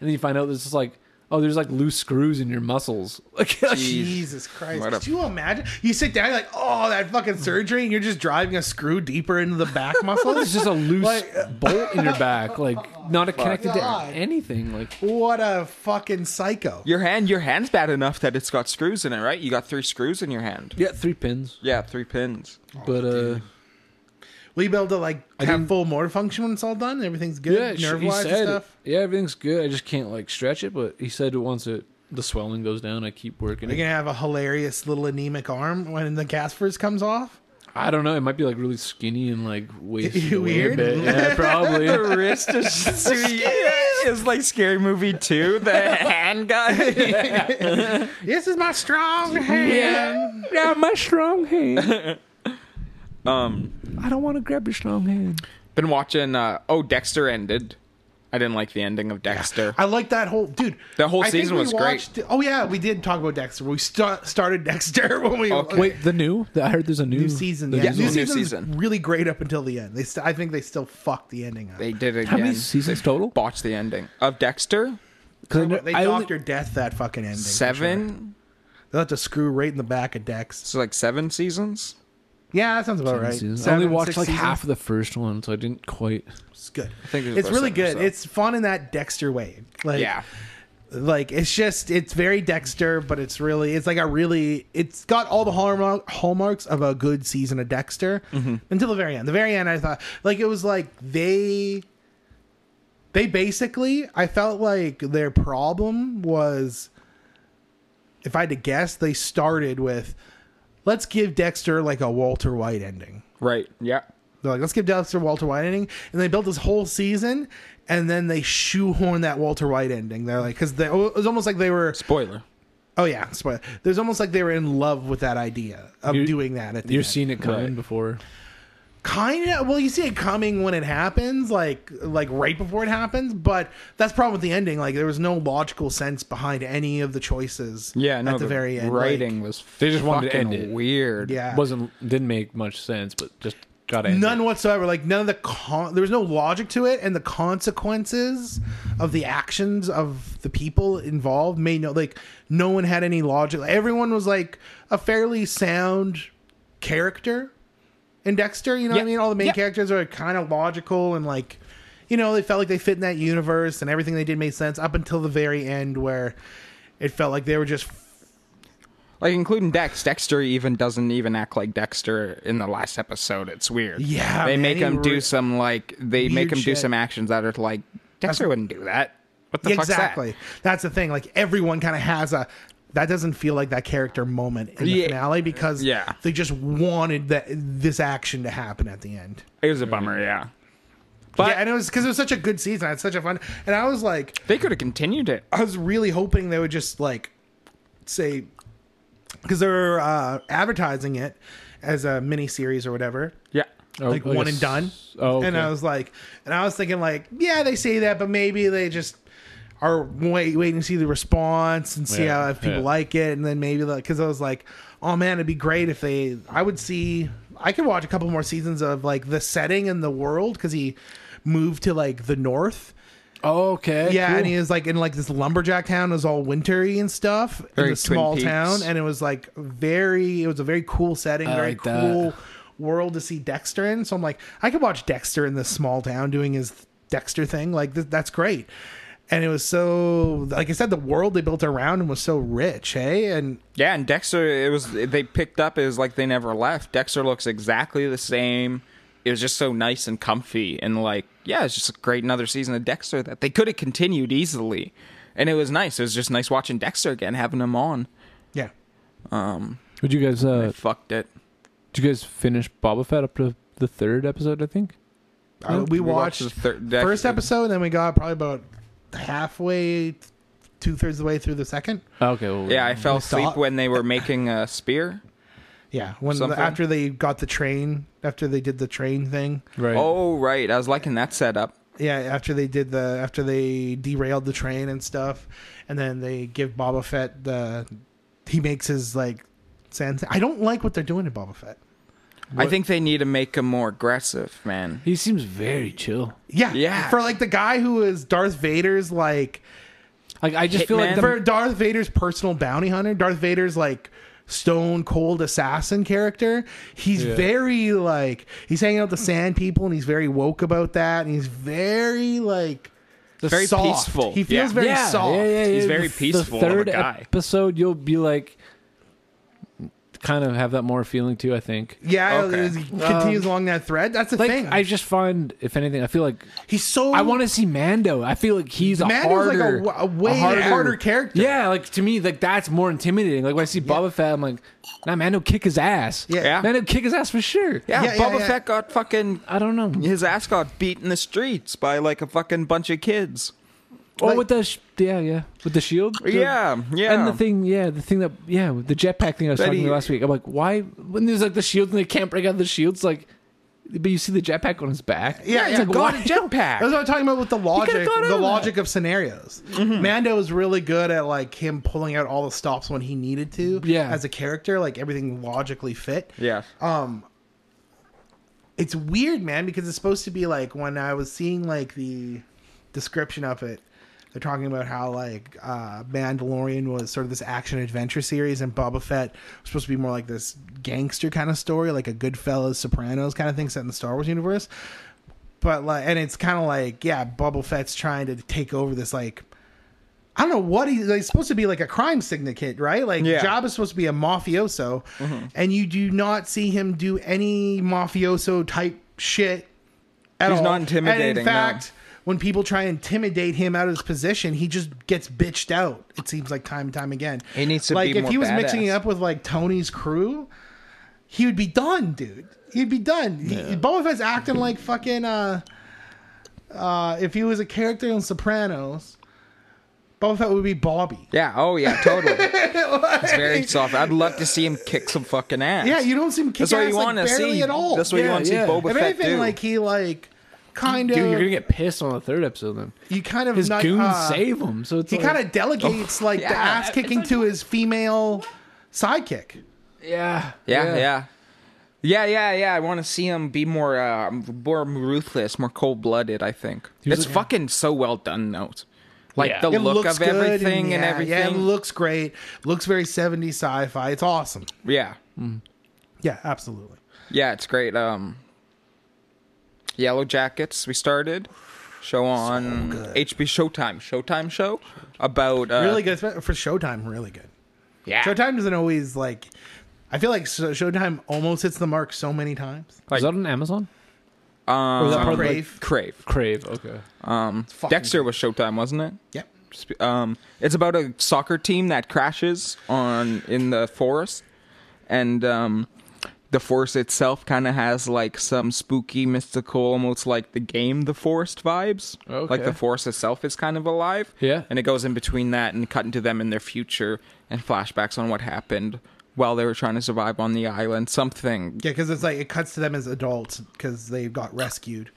[SPEAKER 3] then you find out this is like oh, there's like loose screws in your muscles. Like,
[SPEAKER 1] Jesus Christ.
[SPEAKER 2] What a-
[SPEAKER 1] Could you imagine? You sit down, you're like, oh, that fucking surgery, and you're just driving a screw deeper into the back muscle?
[SPEAKER 3] it's just a loose
[SPEAKER 1] Like-
[SPEAKER 3] bolt in your back, like not connected
[SPEAKER 1] God.
[SPEAKER 3] to anything. Like,
[SPEAKER 1] what a fucking psycho.
[SPEAKER 2] Your hand, your hand's bad enough that it's got screws in it, right? You got three screws in your hand.
[SPEAKER 3] yeah, three pins,
[SPEAKER 2] Yeah, three pins.
[SPEAKER 1] Oh,
[SPEAKER 3] but uh,
[SPEAKER 1] Will you be able to like have
[SPEAKER 3] didn't-
[SPEAKER 1] full motor function when it's all done? Everything's
[SPEAKER 3] yeah,
[SPEAKER 1] good,
[SPEAKER 3] sh-
[SPEAKER 1] nerve
[SPEAKER 3] he
[SPEAKER 1] wise and
[SPEAKER 3] said,
[SPEAKER 1] stuff.
[SPEAKER 3] yeah, everything's good. I just can't like stretch it, but he said once it the swelling goes down, I keep working.
[SPEAKER 1] You're
[SPEAKER 3] It.
[SPEAKER 1] gonna have a hilarious little anemic arm when the cast first comes off.
[SPEAKER 3] I don't know. It might be like really skinny and like wasted
[SPEAKER 1] You
[SPEAKER 3] away
[SPEAKER 1] weird?
[SPEAKER 3] a bit. Yeah, probably.
[SPEAKER 2] The wrist is, is like Scary Movie 2, the hand guy.
[SPEAKER 1] This is my strong hand.
[SPEAKER 3] yeah, my strong hand.
[SPEAKER 2] Um,
[SPEAKER 3] I don't want to grab your strong hand.
[SPEAKER 2] Been watching. Uh, oh, Dexter ended. I didn't like the ending of Dexter.
[SPEAKER 1] I like that whole dude.
[SPEAKER 2] That whole
[SPEAKER 1] I think
[SPEAKER 2] season
[SPEAKER 1] we
[SPEAKER 2] was great.
[SPEAKER 1] watched- Oh yeah, we did talk about Dexter. We sta- started Dexter when we
[SPEAKER 2] Okay.
[SPEAKER 3] Wait, the new? I heard there's a new,
[SPEAKER 1] new season.
[SPEAKER 3] the
[SPEAKER 1] Yeah,
[SPEAKER 2] new
[SPEAKER 1] new
[SPEAKER 2] season.
[SPEAKER 1] season's
[SPEAKER 2] season.
[SPEAKER 1] really great up until the end. They, st- I think they still fucked the ending up.
[SPEAKER 2] They did it again.
[SPEAKER 3] How many seasons total?
[SPEAKER 2] Botched the ending of Dexter.
[SPEAKER 3] Cause
[SPEAKER 1] they Doctor Death that fucking ending. for sure.
[SPEAKER 2] Seven.
[SPEAKER 1] They'll have to screw right in the back of Dex.
[SPEAKER 2] So like seven seasons.
[SPEAKER 1] Yeah, that sounds about right.
[SPEAKER 3] I only
[SPEAKER 1] Seven,
[SPEAKER 3] watched
[SPEAKER 1] six
[SPEAKER 3] like
[SPEAKER 1] seasons.
[SPEAKER 3] half of the first one, so I didn't quite.
[SPEAKER 1] It's good.
[SPEAKER 2] think it's
[SPEAKER 1] it's
[SPEAKER 2] about
[SPEAKER 1] really
[SPEAKER 2] seven or
[SPEAKER 1] good.
[SPEAKER 2] so.
[SPEAKER 1] It's fun in that Dexter way. Like,
[SPEAKER 2] yeah.
[SPEAKER 1] like it's just it's very Dexter, but it's really it's like a really it's got all the hallmark, hallmarks of a good season of Dexter until the very end. The very end, I thought like it was like they they basically I felt like their problem was if I had to guess, they started with let's give Dexter like a Walter White ending.
[SPEAKER 2] Right. Yeah.
[SPEAKER 1] They're like, let's give Dexter Walter White ending, and they built this whole season, and then they shoehorn that Walter White ending. They're like, because it was almost like they were,
[SPEAKER 2] Spoiler.
[SPEAKER 1] oh yeah, spoiler. There's almost like they were in love with that idea of
[SPEAKER 3] You-
[SPEAKER 1] doing that. At the
[SPEAKER 3] You've
[SPEAKER 1] end.
[SPEAKER 3] seen it coming before.
[SPEAKER 1] kind of well, you see it coming when it happens, like like right before it happens. But that's the problem with the ending. Like there was no logical sense behind any of the choices.
[SPEAKER 2] Yeah. No.
[SPEAKER 1] at the, very end,
[SPEAKER 2] writing was
[SPEAKER 3] They just wanted to
[SPEAKER 2] fucking
[SPEAKER 3] end it.
[SPEAKER 2] Weird.
[SPEAKER 1] Like, yeah,
[SPEAKER 3] wasn't didn't make much sense, but just got it.
[SPEAKER 1] none whatsoever like none of the con there was no logic to it and the consequences of the actions of the people involved made no like no one had any logic everyone was like a fairly sound character in dexter you know what i
[SPEAKER 2] Yeah.
[SPEAKER 1] mean all the main
[SPEAKER 2] Yeah.
[SPEAKER 1] characters are kind of logical and like you know they felt like they fit in that universe and everything they did made sense up until the very end where it felt like they were just
[SPEAKER 2] Like including Dex. Dexter even doesn't even act like Dexter in the last episode. It's weird.
[SPEAKER 1] Yeah,
[SPEAKER 2] They
[SPEAKER 1] man,
[SPEAKER 2] make
[SPEAKER 1] he
[SPEAKER 2] him
[SPEAKER 1] re-
[SPEAKER 2] do some like they make
[SPEAKER 1] weird
[SPEAKER 2] him do
[SPEAKER 1] shit.
[SPEAKER 2] some actions that are like Dexter wouldn't do that. What the fuck's that?
[SPEAKER 1] exactly. That's the thing. Like everyone kind of has a that doesn't feel like that character moment in the
[SPEAKER 2] Yeah.
[SPEAKER 1] finale because
[SPEAKER 2] Yeah.
[SPEAKER 1] they just wanted that this action to happen at the end.
[SPEAKER 2] It was a bummer. Yeah.
[SPEAKER 1] But
[SPEAKER 2] But-
[SPEAKER 1] yeah, and it was because it was such a good season. I had such a fun, and I was like,
[SPEAKER 2] They could have continued it.
[SPEAKER 1] I was really hoping they would just like say because they're uh, advertising it as a mini series or whatever
[SPEAKER 2] Yeah.
[SPEAKER 1] like one and done.
[SPEAKER 3] Oh,
[SPEAKER 1] And
[SPEAKER 3] okay.
[SPEAKER 1] I was like, and I was thinking like, yeah, they say that, but maybe they just are wait waiting to see the response and see
[SPEAKER 3] Yeah,
[SPEAKER 1] how if people
[SPEAKER 3] yeah.
[SPEAKER 1] like it, and then maybe like because I was like, oh man, it'd be great if they. I would see. I could watch a couple more seasons of like the setting and the world because he moved to like the north.
[SPEAKER 3] Oh, okay.
[SPEAKER 1] Yeah,
[SPEAKER 3] cool.
[SPEAKER 1] and he was like in like this lumberjack town. It was all wintery and stuff.
[SPEAKER 2] Very
[SPEAKER 1] in the small
[SPEAKER 2] Twin Peaks.
[SPEAKER 1] town, and it was like very. It was a very cool setting, very
[SPEAKER 3] like that.
[SPEAKER 1] cool world to see Dexter in. So I'm like, I could watch Dexter in this small town doing his Dexter thing. Like th- that's great. And it was so, like I said, the world they built around him was so rich, hey. And
[SPEAKER 2] Yeah, and Dexter, it was they picked up. It was like they never left. Dexter looks exactly the same. It was just so nice and comfy, and like, yeah, it's just a great another season of Dexter that they could have continued easily, and it was nice. It was just nice watching Dexter again, having him on.
[SPEAKER 1] yeah,
[SPEAKER 3] Would you guys?
[SPEAKER 2] I
[SPEAKER 3] Uh,
[SPEAKER 2] fucked it.
[SPEAKER 3] did you guys finish Boba Fett up to the third episode? I think.
[SPEAKER 1] Uh, we, watched,
[SPEAKER 2] the third,
[SPEAKER 1] the
[SPEAKER 2] Dex-
[SPEAKER 1] first episode, and then we got probably about halfway, two thirds of the way through the second.
[SPEAKER 3] Ah, Okay. Well,
[SPEAKER 2] Yeah, I fell
[SPEAKER 1] We saw
[SPEAKER 2] asleep
[SPEAKER 1] it.
[SPEAKER 2] when they were making a spear.
[SPEAKER 1] Yeah, when the,
[SPEAKER 2] Something.
[SPEAKER 1] after they got the train, after they did the train thing.
[SPEAKER 3] Right.
[SPEAKER 2] Oh right, I was liking that setup.
[SPEAKER 1] Yeah, after they did the after they derailed the train and stuff, and then they give Boba Fett the he makes his like sense. I don't like what they're doing to Boba Fett.
[SPEAKER 2] I think they need to make him more aggressive, man.
[SPEAKER 3] He seems very chill.
[SPEAKER 1] Yeah,
[SPEAKER 2] Yeah.
[SPEAKER 1] For like the guy who is Darth Vader's like
[SPEAKER 3] Like I just feel like
[SPEAKER 2] Hitman?
[SPEAKER 3] the,
[SPEAKER 1] for Darth Vader's personal bounty hunter, Darth Vader's like stone cold assassin character. He's
[SPEAKER 3] Yeah.
[SPEAKER 1] very like he's hanging out with the sand people and he's very woke about that and he's very like
[SPEAKER 2] very
[SPEAKER 1] soft.
[SPEAKER 2] peaceful.
[SPEAKER 1] He feels
[SPEAKER 2] Yeah.
[SPEAKER 1] very
[SPEAKER 3] yeah,
[SPEAKER 1] soft.
[SPEAKER 3] yeah, yeah,
[SPEAKER 2] He's
[SPEAKER 3] yeah.
[SPEAKER 2] very
[SPEAKER 3] The- the
[SPEAKER 2] peaceful of a
[SPEAKER 3] third
[SPEAKER 2] guy.
[SPEAKER 3] episode, you'll be like, kind of have that more feeling too. I think.
[SPEAKER 1] Yeah,
[SPEAKER 2] Okay.
[SPEAKER 1] it continues along that thread. That's the
[SPEAKER 3] Um, Like
[SPEAKER 1] thing.
[SPEAKER 3] I just find, if anything, I feel like
[SPEAKER 1] he's so
[SPEAKER 3] I want to see Mando. I feel like he's a
[SPEAKER 1] Mando's like a
[SPEAKER 3] harder,
[SPEAKER 1] w- a way harder character.
[SPEAKER 3] Yeah, like to me, like that's more intimidating. Like when I see Boba Fett, I'm like, nah, Mando kick his ass.
[SPEAKER 1] Yeah.
[SPEAKER 2] Yeah.
[SPEAKER 3] Mando kick his ass for sure.
[SPEAKER 2] Yeah,
[SPEAKER 1] Yeah, yeah,
[SPEAKER 2] Boba
[SPEAKER 1] yeah.
[SPEAKER 2] Fett got fucking
[SPEAKER 3] I don't know.
[SPEAKER 2] his ass got beat in the streets by like a fucking bunch of kids.
[SPEAKER 3] Oh,
[SPEAKER 1] Like-
[SPEAKER 3] with the sh- yeah, yeah, with the shield. The-
[SPEAKER 2] Yeah, yeah.
[SPEAKER 3] And the thing, yeah, the thing that, yeah, with the jetpack thing I was
[SPEAKER 2] That
[SPEAKER 3] talking
[SPEAKER 2] he-
[SPEAKER 3] about last week. I'm like, why? When there's like the shield and they can't break out the shields, like, but you see the jetpack on his back.
[SPEAKER 1] Yeah,
[SPEAKER 3] it's
[SPEAKER 1] yeah.
[SPEAKER 3] like
[SPEAKER 1] God,
[SPEAKER 3] why?
[SPEAKER 2] a jetpack.
[SPEAKER 1] That's what I'm talking about with the logic,
[SPEAKER 3] thought of
[SPEAKER 1] the
[SPEAKER 3] that.
[SPEAKER 1] logic of scenarios.
[SPEAKER 2] Mm-hmm.
[SPEAKER 1] Mando is really good at like him pulling out all the stops when he needed to.
[SPEAKER 3] Yeah.
[SPEAKER 1] as a character, like everything logically fit.
[SPEAKER 2] Yeah.
[SPEAKER 1] it's weird, man, because it's supposed to be like when I was seeing like the description of it, they're talking about how like uh Mandalorian was sort of this action adventure series and Boba Fett was supposed to be more like this gangster kind of story, like a Goodfellas Sopranos kind of thing set in the Star Wars universe. But like and it's kinda like, yeah, Boba Fett's trying to take over this like I don't know what he, like, he's supposed to be like a crime syndicate, right? Like
[SPEAKER 2] Yeah. Mm-hmm.
[SPEAKER 1] Jabba's supposed to be a mafioso, and you do not see him do any mafioso type shit at
[SPEAKER 2] He's
[SPEAKER 1] all.
[SPEAKER 2] not
[SPEAKER 1] And
[SPEAKER 2] intimidating, no.
[SPEAKER 1] in fact, when people try and intimidate him out of his position, he just gets bitched out. It seems like time and time again.
[SPEAKER 2] He needs to
[SPEAKER 1] like
[SPEAKER 2] be
[SPEAKER 1] if
[SPEAKER 2] more
[SPEAKER 1] he was mixing
[SPEAKER 2] badass.
[SPEAKER 1] it up with like Tony's crew, he would be done, dude. He'd be done. He, Boba Fett's acting like fucking. uh uh, if he was a character in Sopranos, Boba Fett would be Bobby.
[SPEAKER 2] yeah. Oh yeah. Totally. it's very soft. I'd love to see him kick some fucking ass.
[SPEAKER 1] Yeah, you don't seem kick
[SPEAKER 2] That's what
[SPEAKER 1] ass
[SPEAKER 2] you
[SPEAKER 1] like,
[SPEAKER 2] want to
[SPEAKER 1] barely
[SPEAKER 2] see
[SPEAKER 1] at all.
[SPEAKER 2] That's what you
[SPEAKER 3] Yeah,
[SPEAKER 2] want to
[SPEAKER 3] yeah.
[SPEAKER 2] see Boba
[SPEAKER 1] if
[SPEAKER 2] Fett
[SPEAKER 1] anything,
[SPEAKER 2] do.
[SPEAKER 1] like he like kind
[SPEAKER 3] Dude, you're
[SPEAKER 1] of
[SPEAKER 3] gonna get pissed on the third episode then.
[SPEAKER 1] you kind of
[SPEAKER 3] His
[SPEAKER 1] not,
[SPEAKER 3] goons
[SPEAKER 1] uh,
[SPEAKER 3] save him, so it's
[SPEAKER 1] He
[SPEAKER 3] like,
[SPEAKER 1] kind of delegates like the
[SPEAKER 2] oh, Yeah.
[SPEAKER 1] ass kicking to his female sidekick.
[SPEAKER 3] yeah,
[SPEAKER 2] yeah, yeah. Yeah, yeah, yeah. I want to see him be more, uh, more ruthless, more cold blooded. I think
[SPEAKER 3] was
[SPEAKER 2] it's
[SPEAKER 3] like-
[SPEAKER 2] fucking so well done, though. Like
[SPEAKER 3] Yeah.
[SPEAKER 2] the
[SPEAKER 1] It
[SPEAKER 2] look
[SPEAKER 1] looks
[SPEAKER 2] of
[SPEAKER 1] good
[SPEAKER 2] everything and,
[SPEAKER 1] yeah, Yeah, it
[SPEAKER 2] everything. Yeah,
[SPEAKER 1] looks great. Looks very 70s sci-fi. It's awesome.
[SPEAKER 2] yeah,
[SPEAKER 1] Yeah, absolutely.
[SPEAKER 2] it's great. Um, Yellow Jackets. We started show on HB Showtime, Showtime show about uh,
[SPEAKER 1] really good for Showtime. Really good.
[SPEAKER 2] Yeah,
[SPEAKER 1] Showtime doesn't always like. I feel like Show- Showtime almost hits the mark so many times.
[SPEAKER 3] Is that on Amazon?
[SPEAKER 2] Um,
[SPEAKER 3] was that part of, like-
[SPEAKER 1] Crave.
[SPEAKER 2] Crave.
[SPEAKER 3] Crave. Okay.
[SPEAKER 1] Fucking
[SPEAKER 2] Dexter was Showtime, wasn't it?
[SPEAKER 1] Yep.
[SPEAKER 2] Sp- um, it's about a soccer team that crashes on in the forest, and um, the forest itself kind of has like some spooky, mystical, almost like the game, the forest vibes. Like
[SPEAKER 3] Okay.
[SPEAKER 2] the forest itself is kind of alive.
[SPEAKER 3] Yeah.
[SPEAKER 2] and it goes in between that and cut into them in their future and flashbacks on what happened while they were trying to survive on the island. Something.
[SPEAKER 1] Yeah, because it's like it cuts to them as adults because they got rescued.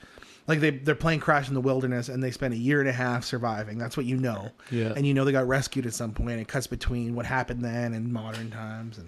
[SPEAKER 1] Like they they're playing Crash in the Wilderness and they spent a year and a half surviving. That's what you know.
[SPEAKER 3] Yeah.
[SPEAKER 1] And you know they got rescued at some point. It cuts between what happened then and modern times,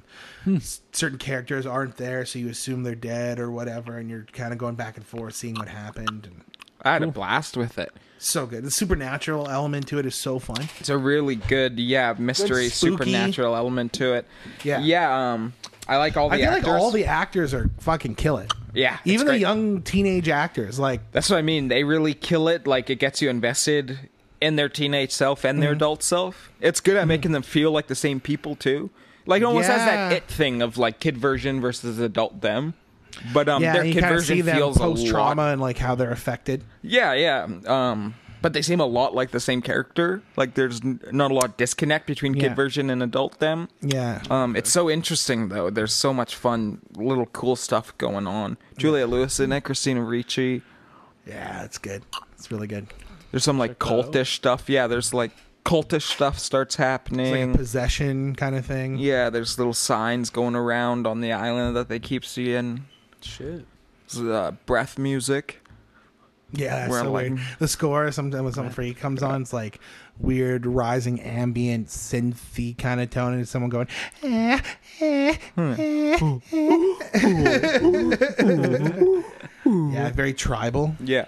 [SPEAKER 1] and s- certain characters aren't there, so you assume they're dead or whatever, and you're kind of going back and forth, seeing what happened. And
[SPEAKER 2] I had a blast with it.
[SPEAKER 1] so good. The supernatural element to it is so fun.
[SPEAKER 2] It's a really good, yeah, mystery,
[SPEAKER 1] Good spooky-
[SPEAKER 2] supernatural element to it.
[SPEAKER 1] Yeah.
[SPEAKER 2] yeah. Um, I like all the
[SPEAKER 1] I feel
[SPEAKER 2] actors.
[SPEAKER 1] like all the actors are fucking kill it.
[SPEAKER 2] Yeah, it's
[SPEAKER 1] Even the
[SPEAKER 2] great.
[SPEAKER 1] young teenage actors, like
[SPEAKER 2] That's what I mean. They really kill it. Like it gets you invested in their teenage self and
[SPEAKER 1] Mm-hmm.
[SPEAKER 2] their adult self. It's good at making them feel like the same people too. Like it almost has that
[SPEAKER 1] Yeah.
[SPEAKER 2] it thing of like kid version versus adult them. But um,
[SPEAKER 1] yeah,
[SPEAKER 2] their
[SPEAKER 1] you
[SPEAKER 2] kid
[SPEAKER 1] kind of see
[SPEAKER 2] version
[SPEAKER 1] them
[SPEAKER 2] feels a
[SPEAKER 1] post trauma
[SPEAKER 2] lot.
[SPEAKER 1] and like how they're affected.
[SPEAKER 2] Yeah, yeah. Um, but they seem a lot like the same character. Like there's n- not a lot of disconnect between
[SPEAKER 1] Yeah.
[SPEAKER 2] kid version and adult them.
[SPEAKER 1] Yeah.
[SPEAKER 2] Um, it's so interesting though. There's so much fun, little cool stuff going on. Julia Lewis in it, Christina Ricci.
[SPEAKER 1] Yeah, it's good. It's really good.
[SPEAKER 2] There's some like cultish stuff. Yeah, there's like cultish stuff starts
[SPEAKER 1] It's like
[SPEAKER 2] happening.
[SPEAKER 1] a possession kind of thing.
[SPEAKER 2] yeah, there's little signs going around on the island that they keep seeing.
[SPEAKER 3] Shit.
[SPEAKER 2] There's, Uh, breath music.
[SPEAKER 1] Yeah, it's
[SPEAKER 2] Where I'm
[SPEAKER 1] so
[SPEAKER 2] like-
[SPEAKER 1] weird. The score sometimes when something free comes on, it's like weird rising ambient synthy kind of tone, and it's someone going, eh, eh,
[SPEAKER 2] Hmm.
[SPEAKER 1] eh, eh." yeah, very tribal.
[SPEAKER 2] Yeah.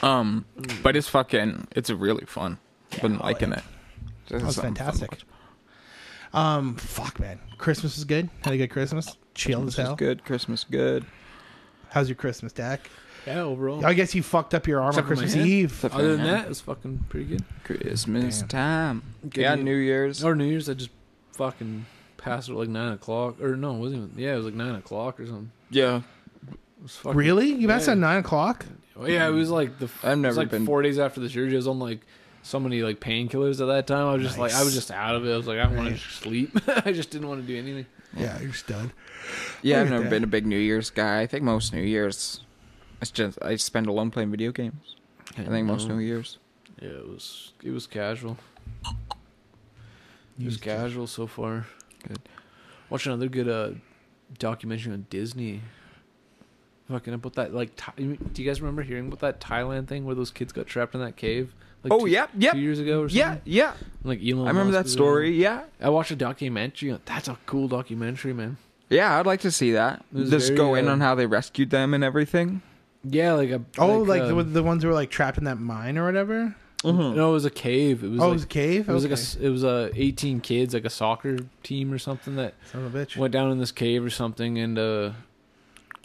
[SPEAKER 2] Um, but it's fucking. It's really fun. been liking it.
[SPEAKER 1] That was fantastic. Um, fuck, man. Christmas was good. Had a good Christmas. Chill as
[SPEAKER 2] This is
[SPEAKER 1] hell.
[SPEAKER 2] good. Christmas good.
[SPEAKER 1] How's your Christmas, Dak?
[SPEAKER 3] Yeah, overall.
[SPEAKER 1] I guess you fucked up your arm on
[SPEAKER 3] Except for my
[SPEAKER 1] Christmas
[SPEAKER 3] hand.
[SPEAKER 1] Eve.
[SPEAKER 2] Except for
[SPEAKER 3] Other than
[SPEAKER 2] him.
[SPEAKER 3] that, it was fucking pretty good.
[SPEAKER 2] Christmas
[SPEAKER 1] Damn.
[SPEAKER 2] time.
[SPEAKER 3] Good
[SPEAKER 2] yeah,
[SPEAKER 3] year.
[SPEAKER 2] New Year's.
[SPEAKER 3] Or New Year's, I just fucking passed at like nine o'clock, or no, it wasn't even. Yeah, it was like nine o'clock or something.
[SPEAKER 2] Yeah,
[SPEAKER 3] It was fucking,
[SPEAKER 1] Really? You passed
[SPEAKER 3] Yeah.
[SPEAKER 1] at nine o'clock?
[SPEAKER 3] Oh, yeah, it was like the.
[SPEAKER 2] I've
[SPEAKER 3] it was,
[SPEAKER 2] never
[SPEAKER 3] like
[SPEAKER 2] been-
[SPEAKER 3] four days after the surgery. I was on like so many like painkillers at that time. I was just like, I was
[SPEAKER 1] Nice.
[SPEAKER 3] just out of it. I was like, I want
[SPEAKER 1] Right.
[SPEAKER 3] to sleep. I just didn't want to do anything.
[SPEAKER 1] Yeah, you're just done.
[SPEAKER 2] yeah.
[SPEAKER 1] Look
[SPEAKER 2] I've
[SPEAKER 1] at
[SPEAKER 2] never
[SPEAKER 1] that.
[SPEAKER 2] been a big New Year's guy. I think most New Years, it's just I spend alone playing video games. I think most New Year's.
[SPEAKER 3] Yeah, it was it was casual. It
[SPEAKER 1] You
[SPEAKER 3] was
[SPEAKER 1] just-
[SPEAKER 3] casual so far.
[SPEAKER 2] Good.
[SPEAKER 3] Watch another good uh, documentary on Disney. Fucking about that, like, Tha- you- do you guys remember hearing about that Thailand thing where those kids got trapped in that cave? Like
[SPEAKER 2] Oh,
[SPEAKER 3] two-
[SPEAKER 2] yep, yep.
[SPEAKER 3] two years ago or something. Oh,
[SPEAKER 2] Yeah, yeah.
[SPEAKER 3] like Elon.
[SPEAKER 2] I remember
[SPEAKER 3] Musk
[SPEAKER 2] that
[SPEAKER 3] was
[SPEAKER 2] story. Yeah,
[SPEAKER 3] in it. I watched a documentary. on- That's a cool documentary, man.
[SPEAKER 2] yeah. I'd like to see that.
[SPEAKER 3] It was
[SPEAKER 2] Just
[SPEAKER 3] very,
[SPEAKER 2] go in
[SPEAKER 3] uh,
[SPEAKER 2] on how they rescued them and everything.
[SPEAKER 3] Yeah, like a
[SPEAKER 1] Oh, like,
[SPEAKER 3] uh,
[SPEAKER 1] the, the ones who were like trapped in that mine or whatever.
[SPEAKER 3] no, it was a cave. It was
[SPEAKER 1] oh, it
[SPEAKER 3] like,
[SPEAKER 1] was a cave.
[SPEAKER 3] it was like a
[SPEAKER 1] Okay.
[SPEAKER 3] s- it was a eighteen kids, like a soccer team or something that
[SPEAKER 1] son of a bitch.
[SPEAKER 3] went down in this cave or something and uh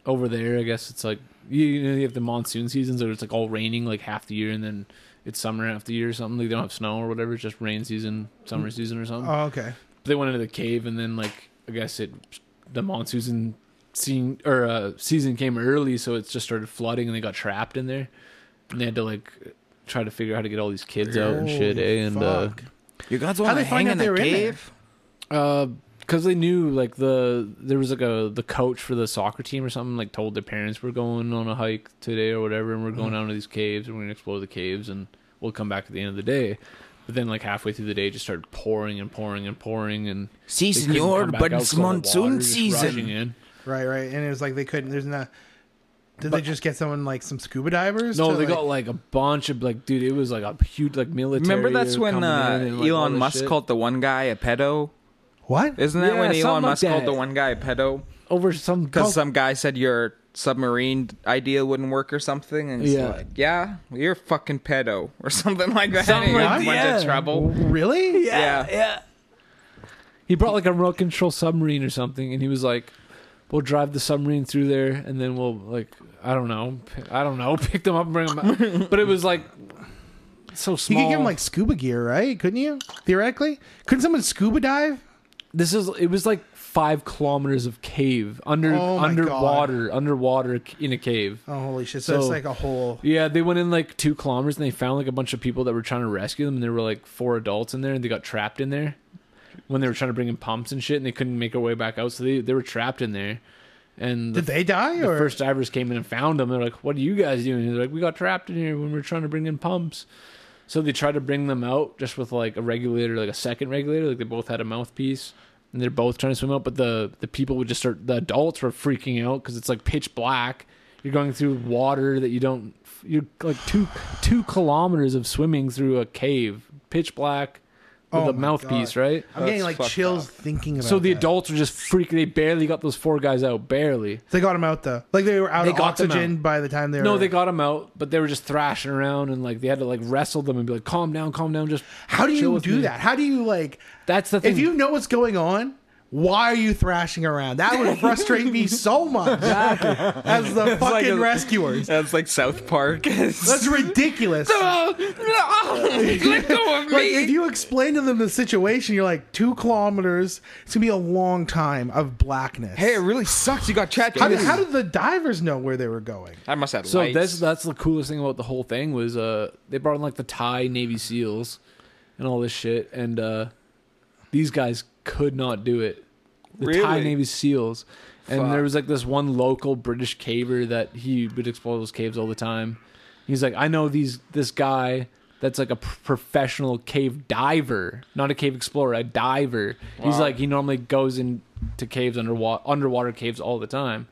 [SPEAKER 3] over there i guess it's like you, you know you have the monsoon seasons where it's like all raining like half the year and then it's summer half the year or something like they don't have snow or whatever it's just rain season summer season or something
[SPEAKER 1] Oh, okay.
[SPEAKER 3] they went into the cave and then like i guess it the monsoon scene or uh season came early so it just started flooding and they got trapped in there and they had to like try to figure out how to get all these kids out and shit
[SPEAKER 1] Holy
[SPEAKER 3] eh? and uh
[SPEAKER 1] fuck.
[SPEAKER 2] You guys
[SPEAKER 1] How'd they find out they were in there?
[SPEAKER 3] because Uh, they knew like the there was like a the coach for the soccer team or something like told their parents we're going on a hike today or whatever and we're
[SPEAKER 2] Mm-hmm.
[SPEAKER 3] going down to these caves and we're gonna explore the caves and we'll come back at the end of the day but then like halfway through the day it just started pouring and pouring and pouring and
[SPEAKER 2] See,
[SPEAKER 3] they couldn't come back out, so the water just rushing in.
[SPEAKER 1] Right, right. And it was like they couldn't. There's not. Did they just get someone like some scuba divers?
[SPEAKER 3] no
[SPEAKER 1] to,
[SPEAKER 3] they
[SPEAKER 1] like,
[SPEAKER 3] got like a bunch of like dude it was like a huge like military
[SPEAKER 2] Remember that's when
[SPEAKER 3] coming
[SPEAKER 2] uh,
[SPEAKER 3] in and, like, all
[SPEAKER 2] Elon
[SPEAKER 3] this
[SPEAKER 2] Musk
[SPEAKER 3] shit.
[SPEAKER 2] called the one guy a pedo?
[SPEAKER 1] what?
[SPEAKER 2] Isn't that
[SPEAKER 3] Yeah,
[SPEAKER 2] when
[SPEAKER 3] something
[SPEAKER 2] Elon
[SPEAKER 3] like
[SPEAKER 2] Musk called
[SPEAKER 3] that.
[SPEAKER 2] the one guy a pedo?
[SPEAKER 3] over some
[SPEAKER 2] Because
[SPEAKER 3] cult-
[SPEAKER 2] some guy said your submarine idea wouldn't work or something. And he's
[SPEAKER 3] Yeah.
[SPEAKER 2] like, yeah, well, you're a fucking pedo or something like that.
[SPEAKER 3] Something
[SPEAKER 2] and he got
[SPEAKER 3] like
[SPEAKER 2] in a bunch
[SPEAKER 3] that.
[SPEAKER 2] of trouble.
[SPEAKER 1] Really?
[SPEAKER 2] Yeah.
[SPEAKER 3] yeah. He brought like a remote control submarine or something, and he was like, "We'll drive the submarine through there, and then we'll like, I don't know, p- I don't know, pick them up and bring them out." but it was like so
[SPEAKER 1] You
[SPEAKER 3] small.
[SPEAKER 1] could give them like scuba gear, right? Couldn't you? Theoretically, couldn't someone scuba dive?
[SPEAKER 3] this is it was like five kilometers of cave under
[SPEAKER 1] Oh my
[SPEAKER 3] underwater, underwater c- in a cave.
[SPEAKER 1] Oh, holy shit! So, it's
[SPEAKER 3] So-
[SPEAKER 1] like a whole.
[SPEAKER 3] Yeah, they went in like two kilometers and they found like a bunch of people that were trying to rescue them, and there were like four adults in there, and they got trapped in there when they were trying to bring in pumps and shit, and they couldn't make their way back out, so they they were trapped in there. And the,
[SPEAKER 1] Did they die
[SPEAKER 3] the
[SPEAKER 1] or?
[SPEAKER 3] first divers came in and found them. They're like, "What are you guys doing?" And they're like, "We got trapped in here when we were trying to bring in pumps." So they tried to bring them out just with like a regulator, like a second regulator. Like they both had a mouthpiece, and they're both trying to swim out. But the the people would just start. The adults were freaking out because it's like pitch black. You're going through water that you don't. You're like two two kilometers of swimming through a cave, pitch black, with
[SPEAKER 1] Oh
[SPEAKER 3] a
[SPEAKER 1] my
[SPEAKER 3] mouthpiece,
[SPEAKER 1] God.
[SPEAKER 3] right?
[SPEAKER 1] I'm getting
[SPEAKER 2] That's
[SPEAKER 1] like
[SPEAKER 2] fucked
[SPEAKER 1] chills thinking about.
[SPEAKER 3] So the
[SPEAKER 1] that.
[SPEAKER 3] adults are just freaking. They barely got those four guys out, barely.
[SPEAKER 1] They got them out though. Like they were out
[SPEAKER 3] They
[SPEAKER 1] of
[SPEAKER 3] got them
[SPEAKER 1] oxygen
[SPEAKER 3] out.
[SPEAKER 1] by the time they were.
[SPEAKER 3] No, they got them out, but they were just thrashing around and like they had to like wrestle them and be like, "Calm down, calm down." Just
[SPEAKER 1] How do
[SPEAKER 3] chill
[SPEAKER 1] you
[SPEAKER 3] with
[SPEAKER 1] do
[SPEAKER 3] me."
[SPEAKER 1] that? How do you like?
[SPEAKER 3] That's the thing.
[SPEAKER 1] If you know what's going on, why are you thrashing around? That would frustrate me so much as the fucking
[SPEAKER 2] like a-
[SPEAKER 1] rescuers.
[SPEAKER 2] That's like South Park.
[SPEAKER 1] That's ridiculous.
[SPEAKER 2] Oh, no, let go of
[SPEAKER 1] Like,
[SPEAKER 2] me.
[SPEAKER 1] if you explain to them the situation, you're like two kilometers. It's gonna be a long time of blackness.
[SPEAKER 2] hey, it really sucks. You got trapped.
[SPEAKER 1] how
[SPEAKER 2] in
[SPEAKER 1] did,
[SPEAKER 2] this-
[SPEAKER 1] how did the divers know where they were going?
[SPEAKER 2] I must have
[SPEAKER 3] so
[SPEAKER 2] lights.
[SPEAKER 3] that's that's the coolest thing about the whole thing was uh they brought in like the Thai Navy SEALs and all this shit, and uh these guys could not do it. The Thai
[SPEAKER 2] Really?
[SPEAKER 3] Navy SEALs, and
[SPEAKER 2] Fuck.
[SPEAKER 3] there was like this one local British caver that he would explore those caves all the time. He's like, I know these this guy that's like a p- professional cave diver, not a cave explorer, a diver. He's
[SPEAKER 2] Wow.
[SPEAKER 3] like he normally goes into caves underwater underwater caves all the time,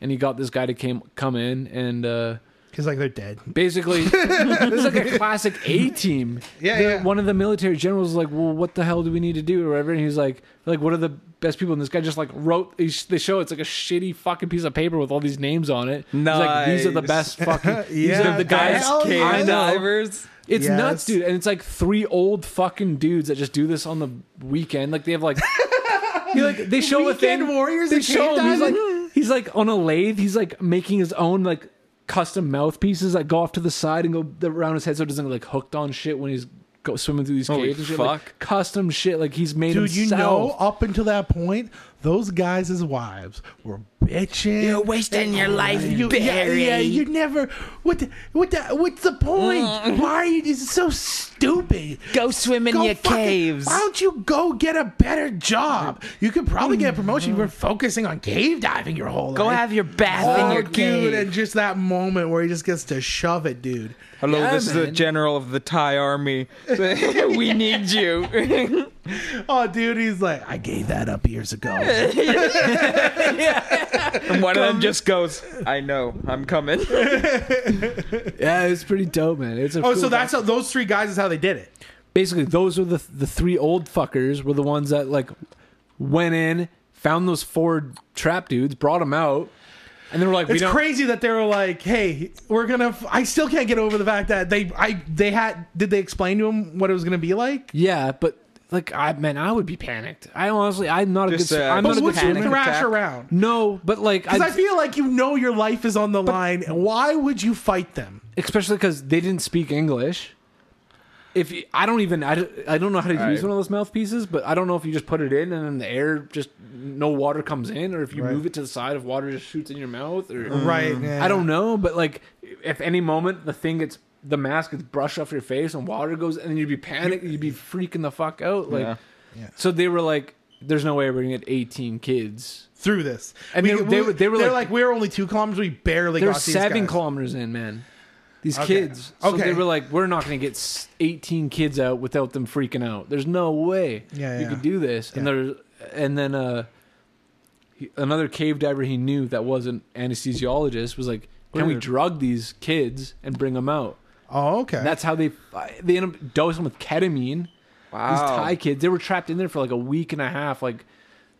[SPEAKER 3] and he got this guy to came come in and uh,
[SPEAKER 1] He's like, they're dead.
[SPEAKER 3] Basically, this is like a classic A team.
[SPEAKER 1] Yeah,
[SPEAKER 3] The-
[SPEAKER 1] yeah.
[SPEAKER 3] One of the military generals was like, "Well, what the hell do we need to do?" or whatever. And he's like, "Like, what are the best people?" And this guy just like wrote. They sh- they show it's like a shitty fucking piece of paper with all these names on it. He's like, "These are the
[SPEAKER 2] Nice.
[SPEAKER 3] best fucking." These
[SPEAKER 1] Yeah,
[SPEAKER 3] are the guys.
[SPEAKER 1] hell
[SPEAKER 2] cave
[SPEAKER 1] yeah.
[SPEAKER 3] I know.
[SPEAKER 2] divers.
[SPEAKER 3] It's
[SPEAKER 1] Yes.
[SPEAKER 3] nuts, dude. And it's like three old fucking dudes that just do this on the weekend. Like they have like he like they show a
[SPEAKER 1] Weekend
[SPEAKER 3] thing.
[SPEAKER 1] warriors
[SPEAKER 3] They
[SPEAKER 1] and
[SPEAKER 3] show
[SPEAKER 1] cave
[SPEAKER 3] him. He's like
[SPEAKER 1] diving?
[SPEAKER 3] he's like on a lathe. He's like making his own like custom mouthpieces that go off to the side and go around his head so it doesn't like hooked on shit when he's go swimming through these
[SPEAKER 2] Holy
[SPEAKER 3] caves and shit. Like,
[SPEAKER 2] fuck.
[SPEAKER 3] custom shit like he's made
[SPEAKER 1] Dude, you
[SPEAKER 3] himself.
[SPEAKER 1] know, up until that point, those guys' wives were bitching.
[SPEAKER 4] You're wasting your life,
[SPEAKER 1] You- yeah,
[SPEAKER 4] Barry.
[SPEAKER 1] yeah, you never. What? The, what? The, what's the point? Why are you just so stupid?
[SPEAKER 4] Mm. Go swim in
[SPEAKER 1] Go
[SPEAKER 4] your
[SPEAKER 1] fucking-
[SPEAKER 4] caves.
[SPEAKER 1] Why don't you go get a better job? You could probably get a promotion. You were focusing on cave diving your whole
[SPEAKER 4] Mm. Go
[SPEAKER 1] life.
[SPEAKER 4] have your bath in
[SPEAKER 1] Oh,
[SPEAKER 4] your
[SPEAKER 1] dude,
[SPEAKER 4] cave.
[SPEAKER 1] and just that moment where he just gets to shove it, dude.
[SPEAKER 2] Hello,
[SPEAKER 3] Yeah,
[SPEAKER 2] this is the
[SPEAKER 3] man.
[SPEAKER 2] general of the Thai army. we need you.
[SPEAKER 1] Oh, dude, he's like, I gave that up years ago.
[SPEAKER 2] and one of them just goes, "I know, I'm coming."
[SPEAKER 3] Yeah, it's pretty dope, man. It's a
[SPEAKER 1] oh,
[SPEAKER 3] cool
[SPEAKER 1] so that's how those three guys is how they did it.
[SPEAKER 3] basically those were the the three old fuckers were the ones that like went in found those four trap dudes brought them out and they were like we
[SPEAKER 1] It's
[SPEAKER 3] don't
[SPEAKER 1] crazy that they were like, "Hey, we're gonna." F- I still can't get over the fact that they, I, they had. Did they explain to him what it was gonna be like?
[SPEAKER 3] yeah but like i man i would be panicked i honestly i'm not
[SPEAKER 2] Just,
[SPEAKER 3] a good
[SPEAKER 2] uh,
[SPEAKER 3] i'm
[SPEAKER 2] But
[SPEAKER 3] not
[SPEAKER 1] But
[SPEAKER 3] a good
[SPEAKER 1] would you
[SPEAKER 3] panic.
[SPEAKER 2] panic
[SPEAKER 1] thrash
[SPEAKER 2] attack.
[SPEAKER 1] around?
[SPEAKER 3] no but like
[SPEAKER 1] Because I
[SPEAKER 3] I,
[SPEAKER 1] feel like you know your life is on the line. Why would you fight them?
[SPEAKER 3] especially because they didn't speak english if you, I don't even I, don't- I don't know how to use
[SPEAKER 2] Right.
[SPEAKER 3] one of those mouthpieces, but I don't know if you just put it in and then the air just no water comes in, or if you
[SPEAKER 1] Right.
[SPEAKER 3] move it to the side, if water just shoots in your mouth, or
[SPEAKER 1] Right.
[SPEAKER 3] I don't know, but like, if any moment the thing gets the mask gets brushed off your face and water goes, and you'd be panicked, you'd be freaking the fuck out. Like,
[SPEAKER 2] Yeah.
[SPEAKER 1] Yeah.
[SPEAKER 3] so they were like, "There's no way we're gonna get 18 kids."
[SPEAKER 1] through this.
[SPEAKER 3] And they- they were- they were
[SPEAKER 1] they're
[SPEAKER 3] like-
[SPEAKER 1] we were only two kilometers. We barely
[SPEAKER 3] They're
[SPEAKER 1] got these
[SPEAKER 3] seven
[SPEAKER 1] guys.
[SPEAKER 3] kilometers in, man. These
[SPEAKER 1] Okay.
[SPEAKER 3] kids. So
[SPEAKER 1] Okay.
[SPEAKER 3] they were like, "We're not gonna get s- 18 kids out without them freaking out. There's no way
[SPEAKER 1] Yeah,
[SPEAKER 3] you
[SPEAKER 1] yeah.
[SPEAKER 3] could do this." And
[SPEAKER 1] Yeah.
[SPEAKER 3] there's and then uh, he, another cave diver he knew that wasn't anesthesiologist was like. Can we
[SPEAKER 2] Weird.
[SPEAKER 3] drug these kids and bring them out?
[SPEAKER 1] Oh, okay.
[SPEAKER 3] And that's how they uh, they end up dosing with ketamine. These Thai kids, they were trapped in there for like a week and a half. Like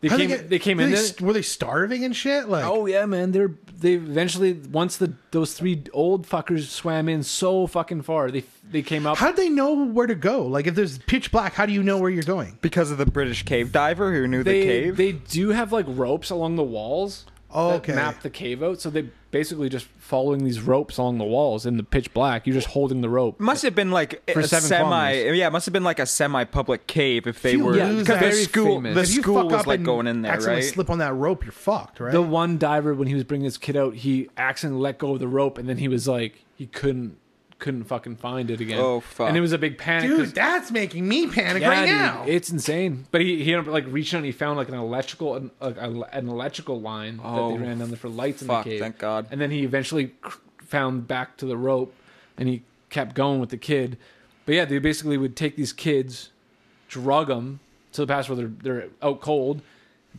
[SPEAKER 3] they
[SPEAKER 1] How'd
[SPEAKER 3] came, they,
[SPEAKER 1] get-
[SPEAKER 3] came
[SPEAKER 1] did
[SPEAKER 3] in
[SPEAKER 1] they
[SPEAKER 3] there.
[SPEAKER 1] st- Were they starving and shit? Like,
[SPEAKER 3] oh yeah, man. They're they eventually once the those three old fuckers swam in so fucking far, they they came up.
[SPEAKER 1] how'd they know where to go? Like, if there's pitch black, how do you know where you're going?
[SPEAKER 2] because of the British cave diver who knew
[SPEAKER 3] they
[SPEAKER 2] the cave.
[SPEAKER 3] they do have like ropes along the walls.
[SPEAKER 1] Oh,
[SPEAKER 3] that
[SPEAKER 1] okay.
[SPEAKER 3] map the cave out. So they basically just following these ropes along the walls in the pitch black. You're just holding the rope.
[SPEAKER 2] must have been like
[SPEAKER 3] For
[SPEAKER 2] a
[SPEAKER 3] seven
[SPEAKER 2] semi.
[SPEAKER 3] kilometers.
[SPEAKER 2] Yeah, it must have been like a semi-public cave if they
[SPEAKER 1] you
[SPEAKER 2] were
[SPEAKER 1] Yeah,
[SPEAKER 2] because
[SPEAKER 1] very
[SPEAKER 2] the school
[SPEAKER 3] famous.
[SPEAKER 2] the
[SPEAKER 1] If you
[SPEAKER 2] school
[SPEAKER 1] fuck
[SPEAKER 2] was
[SPEAKER 1] up
[SPEAKER 2] like
[SPEAKER 1] and
[SPEAKER 2] going in there,
[SPEAKER 1] accidentally
[SPEAKER 2] right?
[SPEAKER 1] Slip on that rope, you're fucked, right?
[SPEAKER 3] The one diver when he was bringing his kid out, he accidentally let go of the rope, and then he was like, he couldn't couldn't fucking find it again.
[SPEAKER 2] Oh, fuck.
[SPEAKER 3] And it was a big panic. 'cause-
[SPEAKER 1] dude, that's making me panic
[SPEAKER 3] Yeah,
[SPEAKER 1] right
[SPEAKER 3] dude,
[SPEAKER 1] now.
[SPEAKER 3] it's insane. But he he ended up like reaching out, and he found like an electrical an, a, a- an electrical line
[SPEAKER 2] Oh,
[SPEAKER 3] that they ran down there for lights
[SPEAKER 2] fuck,
[SPEAKER 3] in the cave.
[SPEAKER 2] thank God.
[SPEAKER 3] And then he eventually cr- found back to the rope, and he kept going with the kid. But yeah, they basically would take these kids, drug them to the past where they're they're out cold,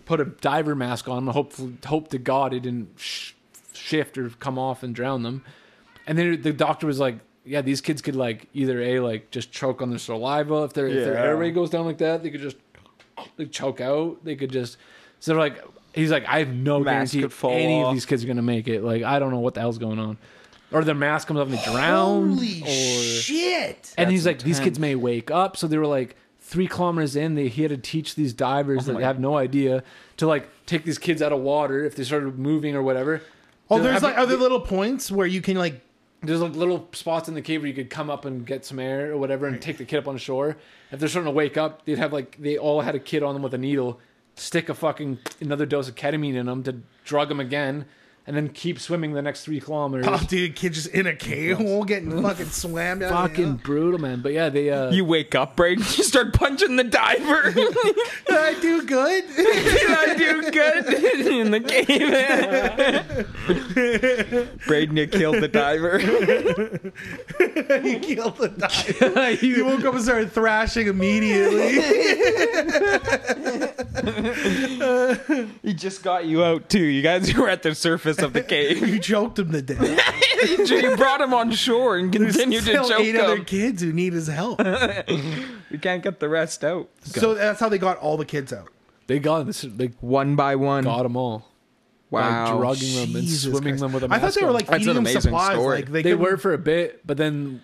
[SPEAKER 3] put a diver mask on them, hopefully hope to God it didn't sh- shift or come off and drown them. And then the doctor was like, "Yeah, these kids could like either a like just choke on their saliva if their if their
[SPEAKER 2] Yeah.
[SPEAKER 3] airway goes down like that, they could just like choke out. They could just so they're like." He's like, I have no
[SPEAKER 2] Mask
[SPEAKER 3] guarantee
[SPEAKER 2] could fall
[SPEAKER 3] any of
[SPEAKER 2] off.
[SPEAKER 3] these kids are gonna make it. Like, I don't know what the hell's going on, or their mask comes off and they drown.
[SPEAKER 1] Holy
[SPEAKER 3] or-
[SPEAKER 1] shit!
[SPEAKER 3] and he's like, these kids may wake up. So they were like three kilometers in. They he had to teach these divers that have no idea to like take these kids out of water if they started moving or whatever.
[SPEAKER 1] Oh,
[SPEAKER 3] They'll
[SPEAKER 1] there's
[SPEAKER 3] have-
[SPEAKER 1] like other little points where you can like
[SPEAKER 3] there's like little spots in the cave where you could come up and get some air or whatever and take the kid up on the shore. If they're starting to wake up, they'd have like they all had a kid on them with a needle, stick a fucking another dose of ketamine in them to drug them again, and then keep swimming the next three kilometers.
[SPEAKER 1] Oh, dude, kid just in a cave hole getting fucking slammed out. of the-
[SPEAKER 3] fucking brutal, man. But yeah, they uh,
[SPEAKER 2] you wake up, break, you start punching the diver.
[SPEAKER 1] Did I do good?
[SPEAKER 2] Did I do good in the game? Braden, you killed the diver.
[SPEAKER 1] you killed the diver. You woke up and started thrashing immediately.
[SPEAKER 2] He just got you out too. You guys were at the surface of the cave.
[SPEAKER 1] you choked him to death.
[SPEAKER 2] you brought him on shore and
[SPEAKER 1] There's
[SPEAKER 2] continued to
[SPEAKER 1] still
[SPEAKER 2] choke
[SPEAKER 1] eight other
[SPEAKER 2] him.
[SPEAKER 1] kids who need his help.
[SPEAKER 2] We can't get the rest out.
[SPEAKER 1] so that's how they got all the kids out.
[SPEAKER 3] They got this. They
[SPEAKER 2] One by one.
[SPEAKER 3] got them all. By
[SPEAKER 2] wow.
[SPEAKER 3] drugging them and
[SPEAKER 1] Jesus
[SPEAKER 3] swimming
[SPEAKER 1] Christ.
[SPEAKER 3] them with a
[SPEAKER 1] I
[SPEAKER 3] mask
[SPEAKER 1] thought they were
[SPEAKER 3] on.
[SPEAKER 1] like
[SPEAKER 2] That's
[SPEAKER 1] feeding
[SPEAKER 2] an
[SPEAKER 1] them
[SPEAKER 2] amazing
[SPEAKER 1] supplies.
[SPEAKER 2] story.
[SPEAKER 1] Like they,
[SPEAKER 3] they
[SPEAKER 1] couldn't-
[SPEAKER 3] were for a bit, but then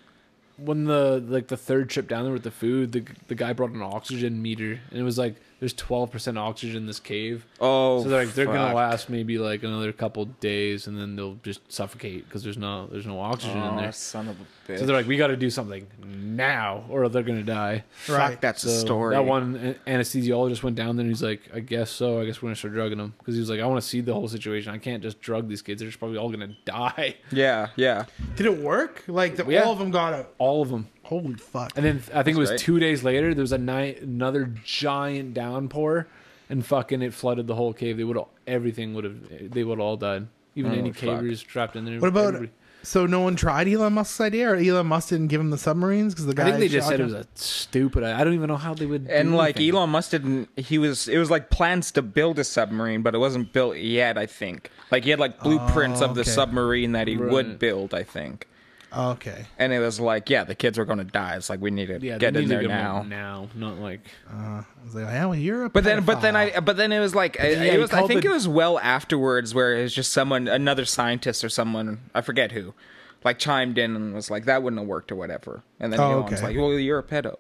[SPEAKER 3] when the like the third trip down there with the food, the the guy brought an oxygen meter, and it was like there's twelve percent oxygen in this cave.
[SPEAKER 2] Oh,
[SPEAKER 3] so they're like they're gonna
[SPEAKER 2] fuck.
[SPEAKER 3] last maybe like another couple days, and then they'll just suffocate because there's no there's no oxygen in
[SPEAKER 2] Oh,
[SPEAKER 3] there.
[SPEAKER 2] son of a bitch.
[SPEAKER 3] So they're like, we got to do something now, or they're gonna die.
[SPEAKER 1] right.
[SPEAKER 2] Fuck, that's
[SPEAKER 3] So
[SPEAKER 2] a story.
[SPEAKER 3] That one an- anesthesiologist went down there and he's like, I guess so. I guess we're gonna start drugging them because he was like, I want to see the whole situation. I can't just drug these kids; they're just probably all gonna die.
[SPEAKER 2] Yeah, yeah.
[SPEAKER 1] Did it work? Like the,
[SPEAKER 3] Yeah.
[SPEAKER 1] all of them got out.
[SPEAKER 3] All of them.
[SPEAKER 1] Holy fuck!
[SPEAKER 3] And then I think it was
[SPEAKER 2] great.
[SPEAKER 3] two days later. There was a night, another giant downpour, and fucking it flooded the whole cave. They would all, everything would have they would all died. Even
[SPEAKER 2] Oh,
[SPEAKER 3] any
[SPEAKER 2] fuck.
[SPEAKER 3] cavers trapped in there.
[SPEAKER 1] what about?
[SPEAKER 3] everybody-
[SPEAKER 1] So no one tried Elon Musk's idea, or Elon Musk didn't give him the submarines because the guy.
[SPEAKER 3] I think they just
[SPEAKER 1] shot
[SPEAKER 3] said it
[SPEAKER 1] him?
[SPEAKER 3] was a stupid. I don't even know how they would.
[SPEAKER 2] And
[SPEAKER 3] do
[SPEAKER 2] like
[SPEAKER 3] anything.
[SPEAKER 2] Elon Musk didn't. He was. It was like plans to build a submarine, but it wasn't built yet. I think. Like he had like blueprints
[SPEAKER 1] Oh,
[SPEAKER 2] of the
[SPEAKER 1] okay.
[SPEAKER 2] submarine that he would
[SPEAKER 3] Right.
[SPEAKER 2] build. I think.
[SPEAKER 1] Oh, okay.
[SPEAKER 2] And it was like, yeah, the kids were going to die. It's like we need to
[SPEAKER 3] yeah,
[SPEAKER 2] get in
[SPEAKER 3] they need to
[SPEAKER 2] there
[SPEAKER 3] get 'em
[SPEAKER 2] now.
[SPEAKER 3] out now, not like
[SPEAKER 1] Uh, I was like, yeah, well, you're a.
[SPEAKER 2] But then, but then
[SPEAKER 1] pedophile.
[SPEAKER 2] I, but then it was like,
[SPEAKER 3] then, yeah,
[SPEAKER 2] it
[SPEAKER 3] he
[SPEAKER 2] was. I
[SPEAKER 3] called
[SPEAKER 2] think
[SPEAKER 3] the-
[SPEAKER 2] it was well afterwards where it was just someone, another scientist or someone, I forget who, like chimed in and was like, "That wouldn't have worked" or whatever. And then
[SPEAKER 1] Oh,
[SPEAKER 2] Elon's
[SPEAKER 1] okay.
[SPEAKER 2] like, "Well, you're a pedo."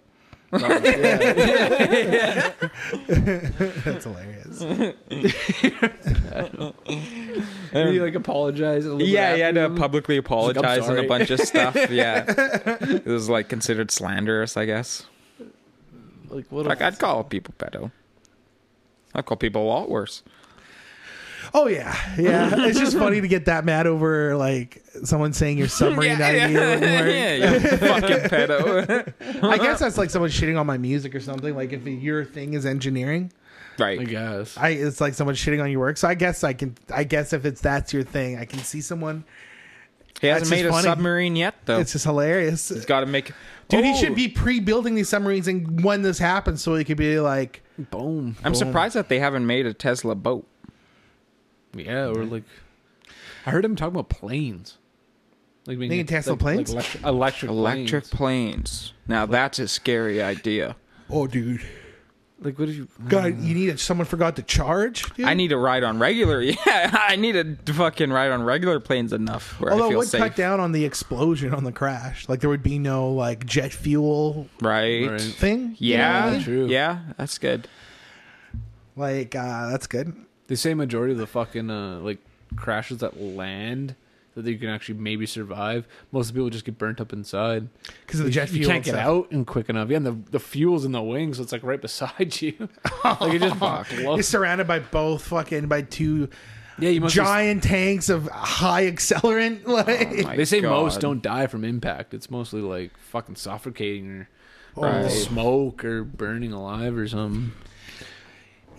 [SPEAKER 1] That's hilarious.
[SPEAKER 3] he like apologized. A little
[SPEAKER 2] um, Yeah,
[SPEAKER 3] bit
[SPEAKER 2] he had to
[SPEAKER 3] after them?
[SPEAKER 2] publicly
[SPEAKER 3] like, "I'm
[SPEAKER 2] apologize on a
[SPEAKER 3] sorry."
[SPEAKER 2] bunch of stuff. Yeah, it was like considered slanderous, I guess.
[SPEAKER 3] Like what?
[SPEAKER 2] Like
[SPEAKER 3] a,
[SPEAKER 2] I'd call people pedo. I'd call people a lot worse.
[SPEAKER 1] Oh yeah, yeah. It's just funny to get that mad over like someone saying your submarine idea wouldn't work.
[SPEAKER 2] yeah, you're a fucking pedo.
[SPEAKER 1] I guess that's like someone shitting on my music or something. Like if your thing is engineering,
[SPEAKER 3] I
[SPEAKER 2] right.
[SPEAKER 3] guess.
[SPEAKER 1] I it's like someone shitting on your work. So I guess I can. I guess if it's that's your thing, I can see someone.
[SPEAKER 2] He hasn't
[SPEAKER 1] That's just
[SPEAKER 2] made a
[SPEAKER 1] funny.
[SPEAKER 2] submarine yet, though.
[SPEAKER 1] It's just hilarious,
[SPEAKER 2] He's got to make.
[SPEAKER 1] dude.
[SPEAKER 2] Oh!
[SPEAKER 1] He should be pre-building these submarines, and when this happens, so he could be like,
[SPEAKER 3] Boom.
[SPEAKER 2] I'm surprised that they haven't made a Tesla boat.
[SPEAKER 3] Yeah, or like I heard him talking about planes. Like being
[SPEAKER 1] Making Tesla
[SPEAKER 3] like-
[SPEAKER 1] planes?
[SPEAKER 3] like electric, electric,
[SPEAKER 2] Electric
[SPEAKER 3] planes.
[SPEAKER 2] planes. Now that's a scary idea.
[SPEAKER 1] "Oh, dude,
[SPEAKER 3] Like what if you?
[SPEAKER 1] God, you need it. Someone forgot to charge. Dude.
[SPEAKER 2] I need to ride on regular. Yeah, I need to fucking ride on regular planes enough where I
[SPEAKER 1] Although it
[SPEAKER 2] feel
[SPEAKER 1] would
[SPEAKER 2] safe.
[SPEAKER 1] cut down on the explosion on the crash. Like there would be no like jet fuel
[SPEAKER 2] Right.
[SPEAKER 3] Right.
[SPEAKER 1] thing. You know what I
[SPEAKER 2] Yeah.
[SPEAKER 1] mean?
[SPEAKER 2] Yeah,
[SPEAKER 3] True.
[SPEAKER 2] that's good.
[SPEAKER 1] Like uh, that's good.
[SPEAKER 3] They say majority of the fucking uh, like crashes that land that you can actually maybe survive. Most of the people just get burnt up inside.
[SPEAKER 1] Because of the jet fuel.
[SPEAKER 3] you can't
[SPEAKER 1] and
[SPEAKER 3] get
[SPEAKER 1] stuff.
[SPEAKER 3] out and quick enough. Yeah, and the the fuel's in the wings, so it's like right beside you. like it just
[SPEAKER 1] It's
[SPEAKER 3] blows.
[SPEAKER 1] surrounded by both fucking by two
[SPEAKER 3] Yeah, you must.
[SPEAKER 1] giant tanks of high accelerant. Like
[SPEAKER 2] Oh My
[SPEAKER 3] they say most
[SPEAKER 2] God.
[SPEAKER 3] don't die from impact. It's mostly like fucking suffocating or.
[SPEAKER 2] Right.
[SPEAKER 3] Smoke or burning alive or something.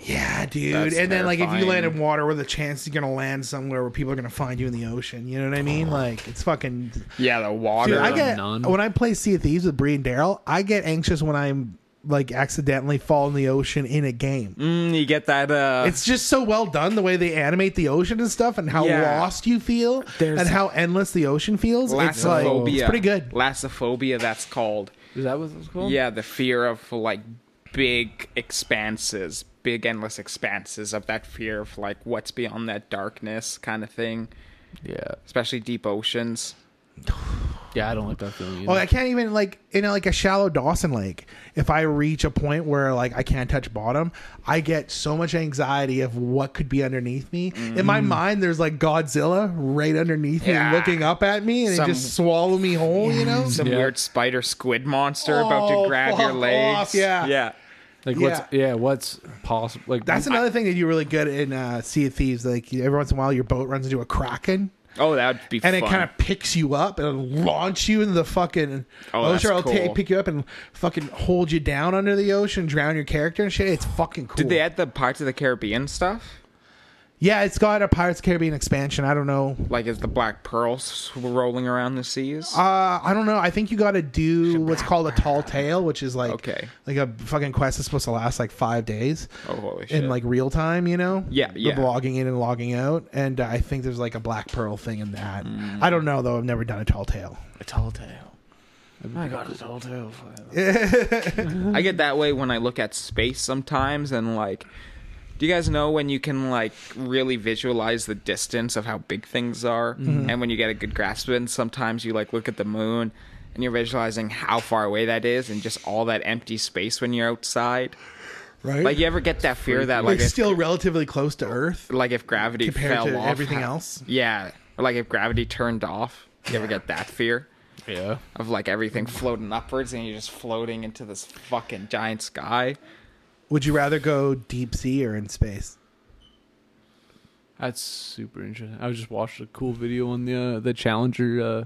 [SPEAKER 1] yeah, dude.
[SPEAKER 2] That's
[SPEAKER 1] and then like if you land
[SPEAKER 2] terrifying.
[SPEAKER 1] in water, with a chance you're gonna land somewhere where people are gonna find you in the ocean. You know what I mean? Like it's fucking.
[SPEAKER 2] Yeah, the water.
[SPEAKER 1] Dude, I
[SPEAKER 3] None.
[SPEAKER 1] get
[SPEAKER 3] None.
[SPEAKER 1] when I play Sea of Thieves with Bree and Daryl, I get anxious when I'm like accidentally fall in the ocean in a game.
[SPEAKER 2] Mm, you get that. Uh,
[SPEAKER 1] It's just so well done the way they animate the ocean and stuff, and how
[SPEAKER 2] Yeah.
[SPEAKER 1] lost you feel,
[SPEAKER 2] There's-
[SPEAKER 1] and how endless the ocean feels. It's like
[SPEAKER 2] Lassophobia.
[SPEAKER 1] it's pretty good.
[SPEAKER 2] Lassophobia, that's called.
[SPEAKER 3] Is that what it's called?
[SPEAKER 2] Yeah, the fear of like big expanses, big endless expanses of that fear of like what's beyond that darkness kind of thing,
[SPEAKER 3] Yeah.
[SPEAKER 2] especially deep oceans.
[SPEAKER 3] Yeah, I don't like that feeling. Either.
[SPEAKER 1] Well, I can't even like in like a shallow Dawson Lake. If I reach a point where like I can't touch bottom, I get so much anxiety of what could be underneath me. In my mind, there's like Godzilla right underneath
[SPEAKER 2] Mm. Yeah.
[SPEAKER 1] me, looking up at me, and
[SPEAKER 2] Some-
[SPEAKER 1] it just swallow me whole. You know,
[SPEAKER 2] Some
[SPEAKER 3] Yeah.
[SPEAKER 2] weird spider squid monster about
[SPEAKER 1] Oh,
[SPEAKER 2] to grab your
[SPEAKER 1] fuck
[SPEAKER 2] legs.
[SPEAKER 1] off, yeah.
[SPEAKER 2] Yeah.
[SPEAKER 3] like what's yeah, what's possible? Like
[SPEAKER 1] that's another thing that you're really good in uh, Sea of Thieves. Like every once in a while, your boat runs into a kraken.
[SPEAKER 2] Oh, that would be fun.
[SPEAKER 1] and it kind of picks you up and launch you into the fucking
[SPEAKER 2] Oh, that's
[SPEAKER 1] ocean. It'll ta-
[SPEAKER 2] cool.
[SPEAKER 1] pick you up and fucking hold you down under the ocean, drown your character and shit. It's fucking cool.
[SPEAKER 2] Did they add the Pirates of the Caribbean stuff?
[SPEAKER 1] Yeah, it's got a Pirates of the Caribbean expansion. I don't know.
[SPEAKER 2] Like, is the Black Pearl s- rolling around the seas?
[SPEAKER 1] Uh, I don't know. I think you got to do what's called a tall tale, which is like
[SPEAKER 2] Okay.
[SPEAKER 1] like a fucking quest that's supposed to last like five days
[SPEAKER 2] oh, holy shit.
[SPEAKER 1] in like real time. You know?
[SPEAKER 2] Yeah,
[SPEAKER 1] The
[SPEAKER 2] yeah.
[SPEAKER 1] logging in and logging out, and uh, I think there's like a black pearl thing in that.
[SPEAKER 2] Mm.
[SPEAKER 1] I don't know though. I've never done a tall tale.
[SPEAKER 3] A tall tale.
[SPEAKER 2] I got a tall tale.
[SPEAKER 1] Um,
[SPEAKER 2] I get that way when I look at space sometimes, and like, do you guys know when you can like really visualize the distance of how big things are,
[SPEAKER 1] Mm-hmm.
[SPEAKER 2] and when you get a good grasp of it? And sometimes you like look at the moon, and you're visualizing how far away that is, and just all that empty space when you're outside.
[SPEAKER 1] Right?
[SPEAKER 2] Like, you ever get that fear that like
[SPEAKER 1] Like,
[SPEAKER 2] if,
[SPEAKER 1] still relatively close to Earth
[SPEAKER 2] like if gravity
[SPEAKER 1] compared
[SPEAKER 2] fell
[SPEAKER 1] to
[SPEAKER 2] off
[SPEAKER 1] everything
[SPEAKER 2] how-
[SPEAKER 1] else.
[SPEAKER 2] Yeah, or like if gravity turned off. You ever get that fear?
[SPEAKER 3] Yeah.
[SPEAKER 2] of like everything floating upwards and you're just floating into this fucking giant sky.
[SPEAKER 1] Would you rather go deep sea or in space?
[SPEAKER 3] That's super interesting. I was just watched a cool video on the uh, the Challenger uh,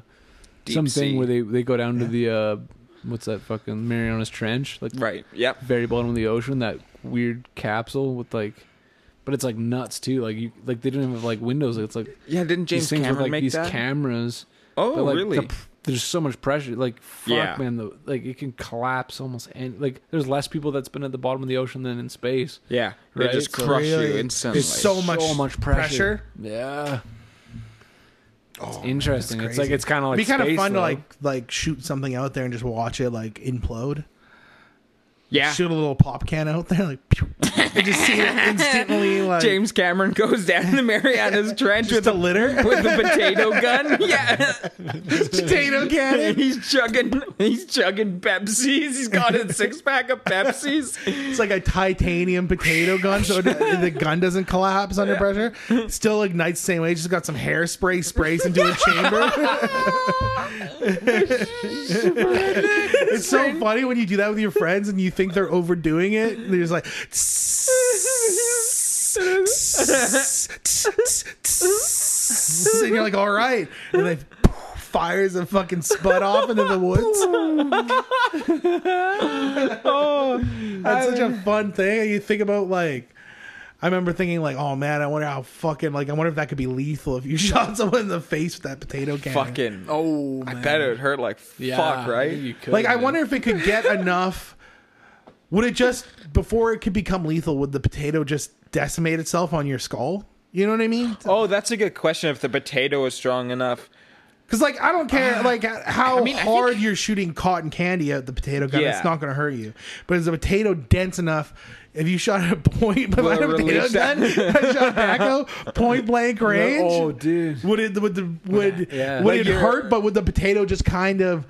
[SPEAKER 2] Deep
[SPEAKER 3] something
[SPEAKER 2] sea.
[SPEAKER 3] where they they go down to the uh, what's that fucking Marianas Trench, like
[SPEAKER 2] Right. Yep.
[SPEAKER 3] very bottom of the ocean, that weird capsule with like, but it's like nuts too. Like you like they don't even have like windows. It's like
[SPEAKER 2] Yeah, didn't James
[SPEAKER 3] these things
[SPEAKER 2] Cameron
[SPEAKER 3] with like
[SPEAKER 2] make
[SPEAKER 3] these
[SPEAKER 2] that?
[SPEAKER 3] cameras.
[SPEAKER 2] oh,
[SPEAKER 3] but, like,
[SPEAKER 2] really?
[SPEAKER 3] the pr- there's so much pressure. Like fuck,
[SPEAKER 2] Yeah.
[SPEAKER 3] man. The, like it can collapse almost. And like there's less people that's been at the bottom of the ocean than in space.
[SPEAKER 2] yeah. They
[SPEAKER 3] Right,
[SPEAKER 2] just
[SPEAKER 3] so
[SPEAKER 2] crush you
[SPEAKER 1] really-
[SPEAKER 2] instantly.
[SPEAKER 1] it's so- much pressure.
[SPEAKER 3] Yeah.
[SPEAKER 1] Oh,
[SPEAKER 3] Interesting. It's like it's kind of like
[SPEAKER 1] It'd be kind of
[SPEAKER 3] space,
[SPEAKER 1] fun
[SPEAKER 3] though.
[SPEAKER 1] to like like shoot something out there and just watch it like implode.
[SPEAKER 2] yeah.
[SPEAKER 1] Shoot a little pop can out there, like pew, and just see it instantly. Like
[SPEAKER 2] James Cameron goes down the Marianas Trench
[SPEAKER 1] just
[SPEAKER 2] with
[SPEAKER 1] a
[SPEAKER 2] the
[SPEAKER 1] litter
[SPEAKER 2] with the potato gun. Yeah.
[SPEAKER 1] potato can.
[SPEAKER 2] he's chugging he's chugging Pepsis. He's got a six pack of Pepsis.
[SPEAKER 1] It's like a titanium potato gun, so it, the gun doesn't collapse under pressure. Still ignites the same way. Just got some hairspray sprays into a chamber. it's so funny when you do that with your friends and you think they're overdoing it. and They're just like. and you're like, all right. And they fires a fucking spud off into the woods. That's such a fun thing. You think about like I remember thinking like, oh man, I wonder how fucking like I wonder if that could be lethal if you shot someone in the face with that potato can.
[SPEAKER 2] Fucking
[SPEAKER 3] Oh,
[SPEAKER 2] I
[SPEAKER 3] man.
[SPEAKER 2] bet it would hurt like
[SPEAKER 3] Yeah,
[SPEAKER 2] fuck, right?
[SPEAKER 3] You could,
[SPEAKER 1] Like I
[SPEAKER 3] man.
[SPEAKER 1] wonder if it could get enough would it just before it could become lethal, would the potato just decimate itself on your skull? You know what I mean?
[SPEAKER 2] Oh, that's a good question. If the potato is strong enough,
[SPEAKER 1] Because like I don't care like how
[SPEAKER 2] Uh, I mean, I
[SPEAKER 1] hard
[SPEAKER 2] think-
[SPEAKER 1] you're shooting cotton candy at the potato gun,
[SPEAKER 2] Yeah.
[SPEAKER 1] it's not going to hurt you. But is the potato dense enough? If you shot at a point
[SPEAKER 2] Will
[SPEAKER 1] blank
[SPEAKER 2] it
[SPEAKER 1] potato
[SPEAKER 2] release
[SPEAKER 1] gun, I shot tobacco, point blank range.
[SPEAKER 3] Oh, dude.
[SPEAKER 1] would it would the would
[SPEAKER 3] Yeah.
[SPEAKER 1] would
[SPEAKER 2] Like
[SPEAKER 1] it
[SPEAKER 2] you're-
[SPEAKER 1] hurt? But would the potato just kind of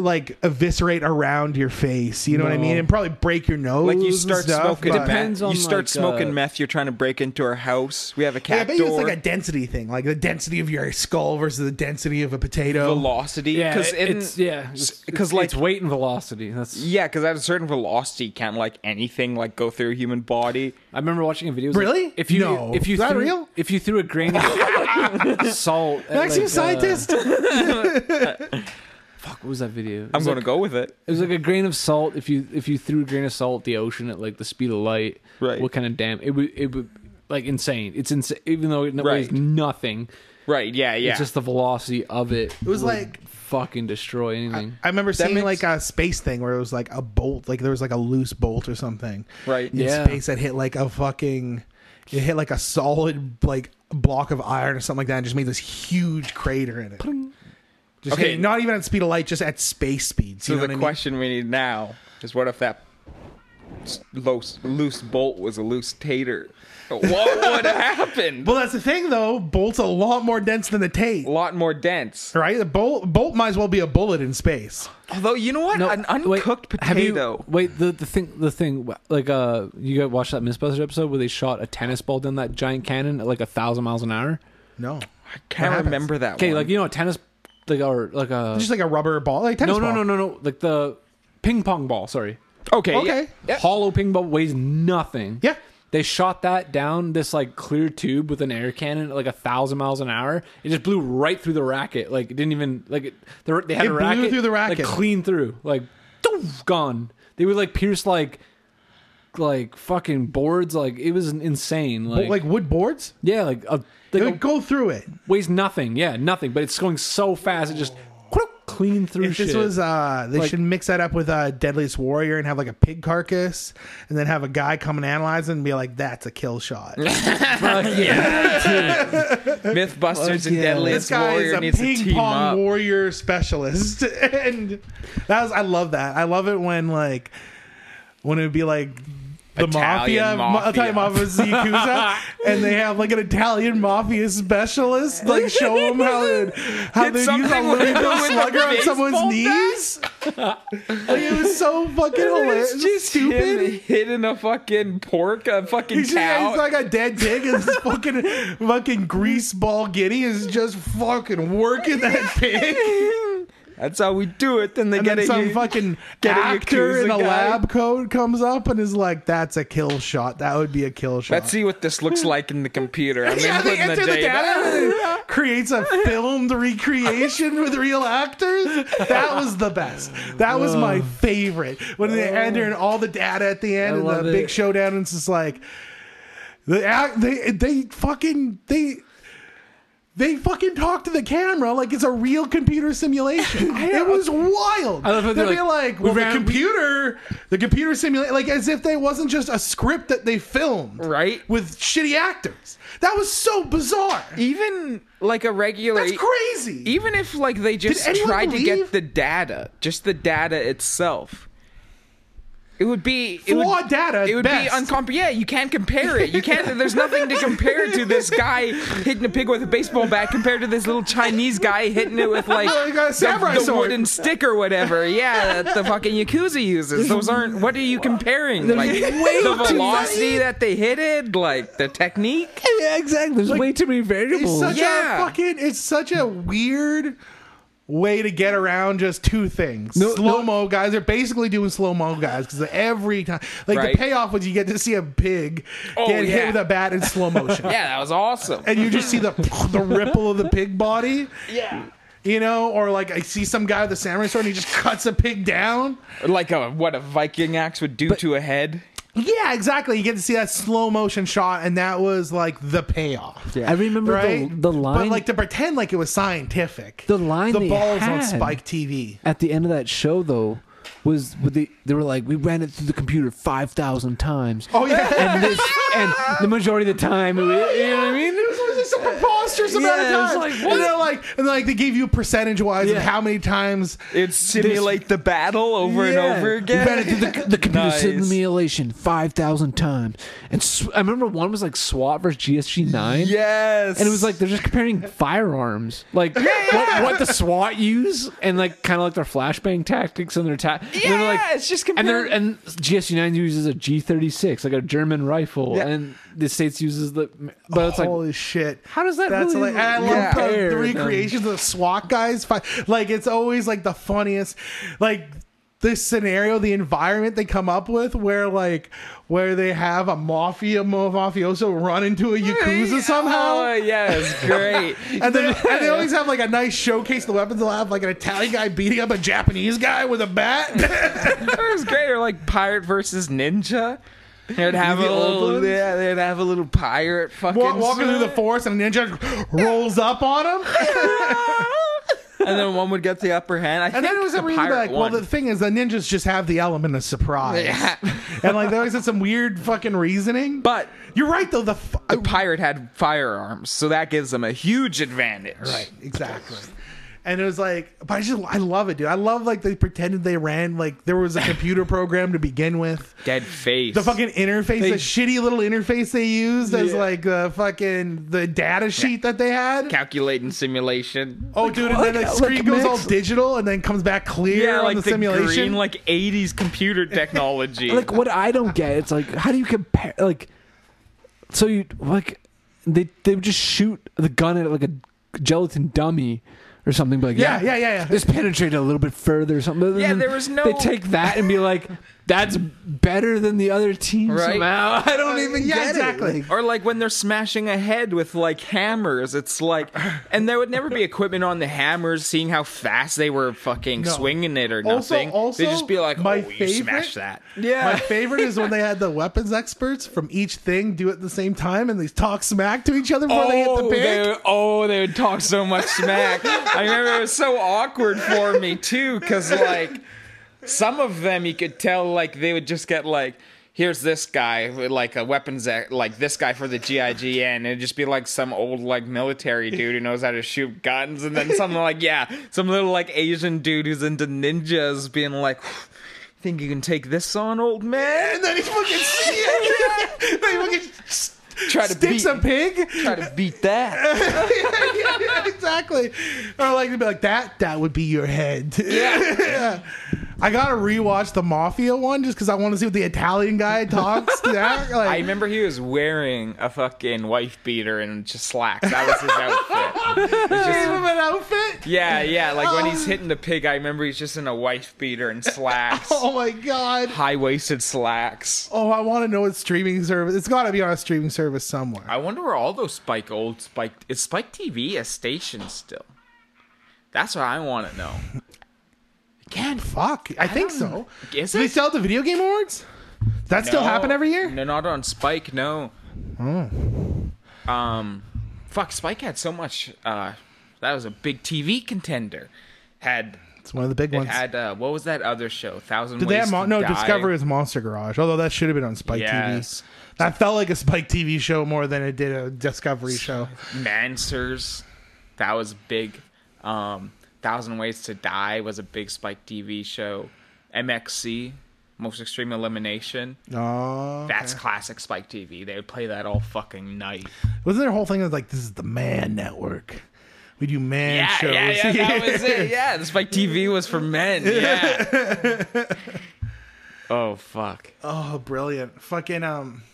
[SPEAKER 1] like eviscerate around your face? You know what I
[SPEAKER 3] No.
[SPEAKER 1] mean? And probably break your nose.
[SPEAKER 2] like you
[SPEAKER 1] and
[SPEAKER 2] start
[SPEAKER 1] stuff,
[SPEAKER 2] smoking
[SPEAKER 1] but-
[SPEAKER 3] Depends
[SPEAKER 2] meth,
[SPEAKER 3] on,
[SPEAKER 2] you start
[SPEAKER 3] like,
[SPEAKER 2] smoking
[SPEAKER 3] uh,
[SPEAKER 2] meth. You're trying to break into our house. We have a
[SPEAKER 1] Yeah, I
[SPEAKER 2] cat
[SPEAKER 1] bet you it's
[SPEAKER 2] door.
[SPEAKER 1] like a density thing, like the density of your skull versus the density of a potato.
[SPEAKER 2] velocity,
[SPEAKER 3] Yeah,
[SPEAKER 2] because
[SPEAKER 3] it- it's yeah,
[SPEAKER 2] because
[SPEAKER 3] because
[SPEAKER 2] like
[SPEAKER 3] it's weight and velocity. That's
[SPEAKER 2] yeah, because at a certain velocity, can like anything like go through a human body?
[SPEAKER 3] I remember watching a video. it was like,
[SPEAKER 1] Really?
[SPEAKER 3] if you
[SPEAKER 1] No.
[SPEAKER 3] if you
[SPEAKER 1] Is that
[SPEAKER 3] threw,
[SPEAKER 1] real?
[SPEAKER 3] if you threw a grain of salt,
[SPEAKER 1] Maximum
[SPEAKER 3] at,
[SPEAKER 2] uh,
[SPEAKER 3] like,
[SPEAKER 1] scientist.
[SPEAKER 3] Uh, fuck, what was that video? It
[SPEAKER 2] I'm
[SPEAKER 3] was
[SPEAKER 2] gonna
[SPEAKER 3] like,
[SPEAKER 2] go with it.
[SPEAKER 3] It was like a grain of salt. If you if you threw a grain of salt at the ocean at like the speed of light,
[SPEAKER 2] Right.
[SPEAKER 3] What kind of damn? It would it would like insane. It's insane, even though it weighs
[SPEAKER 2] Right.
[SPEAKER 3] nothing.
[SPEAKER 2] Right? Yeah, yeah.
[SPEAKER 3] It's just the velocity of it. It
[SPEAKER 1] was
[SPEAKER 3] would
[SPEAKER 1] like-
[SPEAKER 3] fucking destroy anything.
[SPEAKER 1] I remember seeing
[SPEAKER 2] makes-
[SPEAKER 1] like a space thing where it was like a bolt, like there was like a loose bolt or something
[SPEAKER 2] right.
[SPEAKER 1] in
[SPEAKER 3] Yeah.
[SPEAKER 1] space that hit like a fucking, it hit like a solid like block of iron or something like that, and just made this huge crater in it. Just
[SPEAKER 2] Okay.
[SPEAKER 1] hitting- not even at speed of light, just at space speeds.
[SPEAKER 2] So
[SPEAKER 1] you know
[SPEAKER 2] the
[SPEAKER 1] what
[SPEAKER 2] question we need now is, what if that s- loose loose bolt was a loose tater? What would happen?
[SPEAKER 1] I mean? Well, that's the thing though. Bolt's a lot more dense than the tape,
[SPEAKER 2] A lot more dense.
[SPEAKER 1] right? The bolt, bolt might as well be a bullet in space.
[SPEAKER 2] Although you know what, an
[SPEAKER 3] wait,
[SPEAKER 2] uncooked
[SPEAKER 3] have you-
[SPEAKER 2] potato.
[SPEAKER 3] wait, the, the thing, the thing, like, uh, you guys watched that Mythbusters episode where they shot a tennis ball down that giant cannon at like a thousand miles an hour.
[SPEAKER 1] No,
[SPEAKER 2] I can't
[SPEAKER 1] happens?
[SPEAKER 2] remember that.
[SPEAKER 3] Okay,
[SPEAKER 2] one.
[SPEAKER 3] like you know, a tennis, like or like uh, a
[SPEAKER 1] just like a rubber ball, like tennis
[SPEAKER 3] no, no,
[SPEAKER 1] ball.
[SPEAKER 3] no, no, no, like the ping pong ball. Sorry,
[SPEAKER 2] Okay.
[SPEAKER 1] Okay.
[SPEAKER 3] hollow ping ball weighs nothing.
[SPEAKER 1] Yeah.
[SPEAKER 3] They shot that down this like clear tube with an air cannon at like a thousand miles an hour. It just blew right through the racket. Like it didn't even like it, the, they had
[SPEAKER 1] It
[SPEAKER 3] a
[SPEAKER 1] blew
[SPEAKER 3] racket
[SPEAKER 1] through the
[SPEAKER 3] like,
[SPEAKER 1] racket.
[SPEAKER 3] clean through, like doof, gone. They would like pierce like like fucking boards. Like it was insane. Like,
[SPEAKER 1] Like, wood boards?
[SPEAKER 3] yeah, like a,
[SPEAKER 1] They
[SPEAKER 3] like
[SPEAKER 1] would
[SPEAKER 3] a,
[SPEAKER 1] go through it.
[SPEAKER 3] weighs nothing. Yeah, nothing. But it's going so fast, it just clean through
[SPEAKER 1] If
[SPEAKER 3] shit.
[SPEAKER 1] this was uh they
[SPEAKER 3] Like-
[SPEAKER 1] should mix that up with uh Deadliest Warrior and have like a pig carcass and then have a guy come and analyze it and be like, That's a kill shot.
[SPEAKER 3] Fuck yeah.
[SPEAKER 2] MythBusters and
[SPEAKER 3] yeah.
[SPEAKER 1] this
[SPEAKER 2] Deadliest
[SPEAKER 1] guy
[SPEAKER 2] Warrior needs
[SPEAKER 1] is a
[SPEAKER 2] to
[SPEAKER 1] ping
[SPEAKER 2] team
[SPEAKER 1] pong
[SPEAKER 2] up.
[SPEAKER 1] warrior specialist, and that was I love that. I love it when like when it would be like. The
[SPEAKER 2] Italian
[SPEAKER 1] mafia, ma-
[SPEAKER 2] mafia.
[SPEAKER 1] Italian mafia is the yakuza, and they have like an Italian mafia specialist, like show them how they how
[SPEAKER 2] Did
[SPEAKER 1] they use a
[SPEAKER 2] something with-
[SPEAKER 1] lethal
[SPEAKER 2] with the
[SPEAKER 1] slugger on
[SPEAKER 2] baseball
[SPEAKER 1] someone's
[SPEAKER 2] bat?
[SPEAKER 1] knees. like it was so fucking hilarious,
[SPEAKER 2] It's just
[SPEAKER 1] stupid.
[SPEAKER 2] him hitting a fucking pork, a fucking
[SPEAKER 1] He's,
[SPEAKER 2] cow.
[SPEAKER 1] just, he's like a dead pig and this fucking fucking grease ball giddy is just fucking working that pig.
[SPEAKER 2] That's how we do it. Then they
[SPEAKER 1] And
[SPEAKER 2] get
[SPEAKER 1] then
[SPEAKER 2] a
[SPEAKER 1] some
[SPEAKER 2] huge-
[SPEAKER 1] fucking
[SPEAKER 2] get a
[SPEAKER 1] actor in a
[SPEAKER 2] Yakuza guy.
[SPEAKER 1] lab coat comes up and is like, "That's a kill shot. That would be a kill shot."
[SPEAKER 2] Let's see what this looks like in the computer. I'm
[SPEAKER 1] yeah, they
[SPEAKER 2] inputting
[SPEAKER 1] enter
[SPEAKER 2] the data.
[SPEAKER 1] the, data. and creates a filmed recreation with real actors. That was the best. That was my favorite. When they enter and all the data at the end
[SPEAKER 3] I
[SPEAKER 1] and
[SPEAKER 3] love
[SPEAKER 1] the
[SPEAKER 3] it.
[SPEAKER 1] big showdown, and it's just like the act. They they fucking they. They fucking talk to the camera like it's a real computer simulation. it was wild.
[SPEAKER 3] I love
[SPEAKER 1] They'd
[SPEAKER 3] how they're
[SPEAKER 1] be like,
[SPEAKER 3] like,
[SPEAKER 1] "Well,
[SPEAKER 3] we
[SPEAKER 1] the
[SPEAKER 3] ran-
[SPEAKER 1] computer, the computer simulate like as if they wasn't just a script that they filmed,
[SPEAKER 2] Right.
[SPEAKER 1] With shitty actors. That was so bizarre.
[SPEAKER 2] Even like a regular. e-
[SPEAKER 1] That's crazy.
[SPEAKER 2] Even if like they just
[SPEAKER 1] Did anyone
[SPEAKER 2] tried to
[SPEAKER 1] believe-
[SPEAKER 2] get the data, just the data itself, it would be it
[SPEAKER 1] Flawed
[SPEAKER 2] would,
[SPEAKER 1] data at
[SPEAKER 2] It would
[SPEAKER 1] best.
[SPEAKER 2] be uncomp. Yeah, you can't compare it. You can't. there's nothing to compare it to this guy hitting a pig with a baseball bat compared to this little Chinese guy hitting it with like,
[SPEAKER 1] Like a samurai
[SPEAKER 2] the, the
[SPEAKER 1] sword.
[SPEAKER 2] wooden stick or whatever. Yeah, that the fucking yakuza uses. Those aren't. What are you comparing? Like the
[SPEAKER 3] too
[SPEAKER 2] velocity that they hit it, like the technique.
[SPEAKER 3] yeah, exactly. There's way too many
[SPEAKER 1] It's
[SPEAKER 3] variables.
[SPEAKER 1] such
[SPEAKER 2] Yeah.
[SPEAKER 1] a fucking. It's such a weird way to get around just two things.
[SPEAKER 3] No,
[SPEAKER 1] slow mo guys are basically doing slow mo guys because every time, like
[SPEAKER 2] Right.
[SPEAKER 1] the payoff was you get to see a pig
[SPEAKER 2] Oh,
[SPEAKER 1] get hit
[SPEAKER 2] yeah.
[SPEAKER 1] with a bat in slow motion.
[SPEAKER 2] Yeah, that was awesome.
[SPEAKER 1] and you just see the the ripple of the pig body.
[SPEAKER 2] Yeah.
[SPEAKER 1] You know, or like I see some guy with a samurai sword and he just cuts a pig down.
[SPEAKER 2] like a what a Viking axe would do to a head.
[SPEAKER 1] Yeah, exactly. You get to see that slow motion shot, and that was like the payoff.
[SPEAKER 3] I remember
[SPEAKER 1] Right?
[SPEAKER 3] the, the
[SPEAKER 1] But
[SPEAKER 3] line
[SPEAKER 1] like to pretend like it was scientific.
[SPEAKER 3] The line
[SPEAKER 1] The
[SPEAKER 3] they
[SPEAKER 1] balls on
[SPEAKER 3] had.
[SPEAKER 1] Spike TV.
[SPEAKER 3] at the end of that show though was with the they were like we ran it through the computer 5000 times
[SPEAKER 1] Oh, yeah.
[SPEAKER 3] and this and the majority of the time it, you know what i mean
[SPEAKER 1] It was just a preposterous amount of
[SPEAKER 3] Yeah, it was
[SPEAKER 1] times.
[SPEAKER 3] like, what?
[SPEAKER 1] and they're like, and like they gave you percentage wise
[SPEAKER 3] Yeah.
[SPEAKER 1] of how many times.
[SPEAKER 2] It'd simulate the battle over
[SPEAKER 3] Yeah.
[SPEAKER 2] and over again.
[SPEAKER 3] We ran it through the, the computer
[SPEAKER 2] Nice.
[SPEAKER 3] simulation 5000 times and sw- i remember one was like swat versus gsg9
[SPEAKER 2] yes,
[SPEAKER 3] and it was like they're just comparing firearms, like what, what the SWAT use, and like kind of like their flashbang tactics and their ta- and they're
[SPEAKER 2] Yeah,
[SPEAKER 3] like,
[SPEAKER 2] it's just
[SPEAKER 3] and they're
[SPEAKER 2] comparing-
[SPEAKER 3] and GSU nine uses a G thirty six, like a German rifle,
[SPEAKER 2] Yeah.
[SPEAKER 3] and the states uses the, but it's like
[SPEAKER 1] Holy shit!
[SPEAKER 3] How does that
[SPEAKER 1] That's
[SPEAKER 3] really
[SPEAKER 1] like, and I love
[SPEAKER 2] Yeah.
[SPEAKER 1] how the
[SPEAKER 3] compare them?
[SPEAKER 1] recreations of the SWAT guys. fi- Like it's always like the funniest. Like this scenario, the environment they come up with, where like where they have a mafia mo- mafioso run into a
[SPEAKER 3] uh,
[SPEAKER 1] yakuza
[SPEAKER 2] Oh,
[SPEAKER 1] somehow.
[SPEAKER 2] yes, great.
[SPEAKER 1] And they, and they always have like a nice showcase of the weapons. They'll have like an Italian guy beating up a Japanese guy with a bat.
[SPEAKER 2] it was great. Or like pirate versus ninja. They'd have
[SPEAKER 1] The
[SPEAKER 2] a
[SPEAKER 1] old
[SPEAKER 2] little,
[SPEAKER 1] ones?
[SPEAKER 2] yeah, they'd have a little pirate fucking
[SPEAKER 1] Walk, walking through the
[SPEAKER 2] suit.
[SPEAKER 1] forest and a ninja rolls up on him.
[SPEAKER 2] and then one would get the upper hand. I
[SPEAKER 1] And
[SPEAKER 2] think
[SPEAKER 1] then it was
[SPEAKER 2] the
[SPEAKER 1] really
[SPEAKER 2] pirate
[SPEAKER 1] like,
[SPEAKER 2] won.
[SPEAKER 1] well, the thing is, the ninjas just have the element of surprise,
[SPEAKER 2] Yeah.
[SPEAKER 1] and like they always had some weird fucking reasoning.
[SPEAKER 2] but
[SPEAKER 1] you're right, though. The f-
[SPEAKER 2] the pirate had firearms, so that gives them a huge advantage.
[SPEAKER 1] right, exactly. And it was like, but I just, I love it, dude. I love like they pretended they ran like there was a computer program to begin with.
[SPEAKER 2] Dead face.
[SPEAKER 1] The fucking interface, the shitty little interface they used as
[SPEAKER 3] Yeah.
[SPEAKER 1] like the fucking the data sheet that they had.
[SPEAKER 2] calculating simulation.
[SPEAKER 1] Oh, dude, and then the
[SPEAKER 3] like-
[SPEAKER 1] screen
[SPEAKER 3] like
[SPEAKER 1] goes all
[SPEAKER 3] mix-
[SPEAKER 1] digital and then comes back clear on the, simulation.
[SPEAKER 2] green, like '80s computer technology.
[SPEAKER 3] like what I don't get, it's like how do you compare like so you like they they would just shoot the gun at like a gelatin dummy or something. But like,
[SPEAKER 1] Yeah, yeah, yeah, yeah.
[SPEAKER 3] Just penetrate a little bit further or something.
[SPEAKER 2] Yeah,
[SPEAKER 3] Then
[SPEAKER 2] there was no-
[SPEAKER 3] They take that and be like, that's better than the other team
[SPEAKER 2] Right.
[SPEAKER 3] somehow. I don't even
[SPEAKER 1] yeah,
[SPEAKER 3] get it.
[SPEAKER 1] exactly.
[SPEAKER 3] Like,
[SPEAKER 2] Or like when they're smashing a head with like hammers, it's like, and there would never be equipment on the hammers, seeing how fast they were fucking
[SPEAKER 1] No.
[SPEAKER 2] swinging it or
[SPEAKER 1] Also-
[SPEAKER 2] nothing.
[SPEAKER 1] also,
[SPEAKER 2] They'd just be like,
[SPEAKER 1] my
[SPEAKER 2] "Oh, you smashed
[SPEAKER 1] favorite-
[SPEAKER 2] that."
[SPEAKER 1] My
[SPEAKER 2] Yeah,
[SPEAKER 1] favorite is when they had the weapons experts from each thing do it at the same time and they talk smack to each other before they hit the
[SPEAKER 2] they
[SPEAKER 1] pig.
[SPEAKER 2] would, oh, they would talk so much smack. I remember it was so awkward for me too, because like some of them you could tell like they would just get like. Here's this guy, with, like a weapons, ex- like this guy for the GIGN. and It'd just be like some old, like military dude who knows how to shoot guns, and then some like, yeah, some little like Asian dude who's into ninjas, being like, "Think you can take this on, old man?"
[SPEAKER 1] And then he fucking, they fucking
[SPEAKER 2] Try to beat,
[SPEAKER 1] sticks a pig.
[SPEAKER 2] try to beat that.
[SPEAKER 1] exactly. Or like they'd be like that. That would be your head.
[SPEAKER 2] Yeah.
[SPEAKER 1] I gotta rewatch the mafia one just because I want to see what the Italian guy talks. to that.
[SPEAKER 2] I
[SPEAKER 1] Like,
[SPEAKER 2] remember he was wearing a fucking wife beater and just slacks. That was his outfit. It's
[SPEAKER 1] gave
[SPEAKER 2] just-
[SPEAKER 1] him an outfit.
[SPEAKER 2] yeah, yeah. Like when he's hitting the pig, I remember he's just in a wife beater and slacks,
[SPEAKER 1] Oh my god.
[SPEAKER 2] high waisted slacks.
[SPEAKER 1] Oh, I want to know what streaming service. It's gotta be on a streaming service somewhere.
[SPEAKER 2] I wonder where all those Spike old Spike is Spike TV a station still? That's what I want to know. Again,
[SPEAKER 1] Fuck, I, think so.
[SPEAKER 2] don't- Is
[SPEAKER 1] Do they
[SPEAKER 2] it?
[SPEAKER 1] still have the video game awards? That still
[SPEAKER 2] No.
[SPEAKER 1] happen every year? Hmm.
[SPEAKER 2] No, not on Spike. No. Um, fuck. Spike had so much. Uh, that was a big TV contender. Had
[SPEAKER 1] It's one of the big
[SPEAKER 2] it
[SPEAKER 1] ones.
[SPEAKER 2] had uh, what was that other show? Thousand.
[SPEAKER 1] Did
[SPEAKER 2] Ways
[SPEAKER 1] they have Mon-
[SPEAKER 2] to
[SPEAKER 1] no
[SPEAKER 2] Die.
[SPEAKER 1] Discovery was Monster Garage? Although that should have been on Spike
[SPEAKER 2] Yes.
[SPEAKER 1] TV. That felt like a Spike TV show more than it did a Discovery show.
[SPEAKER 2] Mansers. That was big. Um, Thousand Ways to Die was a big Spike TV show. MXC, Most Extreme Elimination.
[SPEAKER 1] Oh,
[SPEAKER 2] That's classic Spike TV. They would play that all fucking night.
[SPEAKER 1] wasn't their whole thing was like this is the Man Network. We do man
[SPEAKER 2] Yeah,
[SPEAKER 1] shows.
[SPEAKER 2] yeah, yeah, that was it. Yeah, the Spike TV was for men. Yeah. oh fuck.
[SPEAKER 1] Oh, brilliant! Fucking um.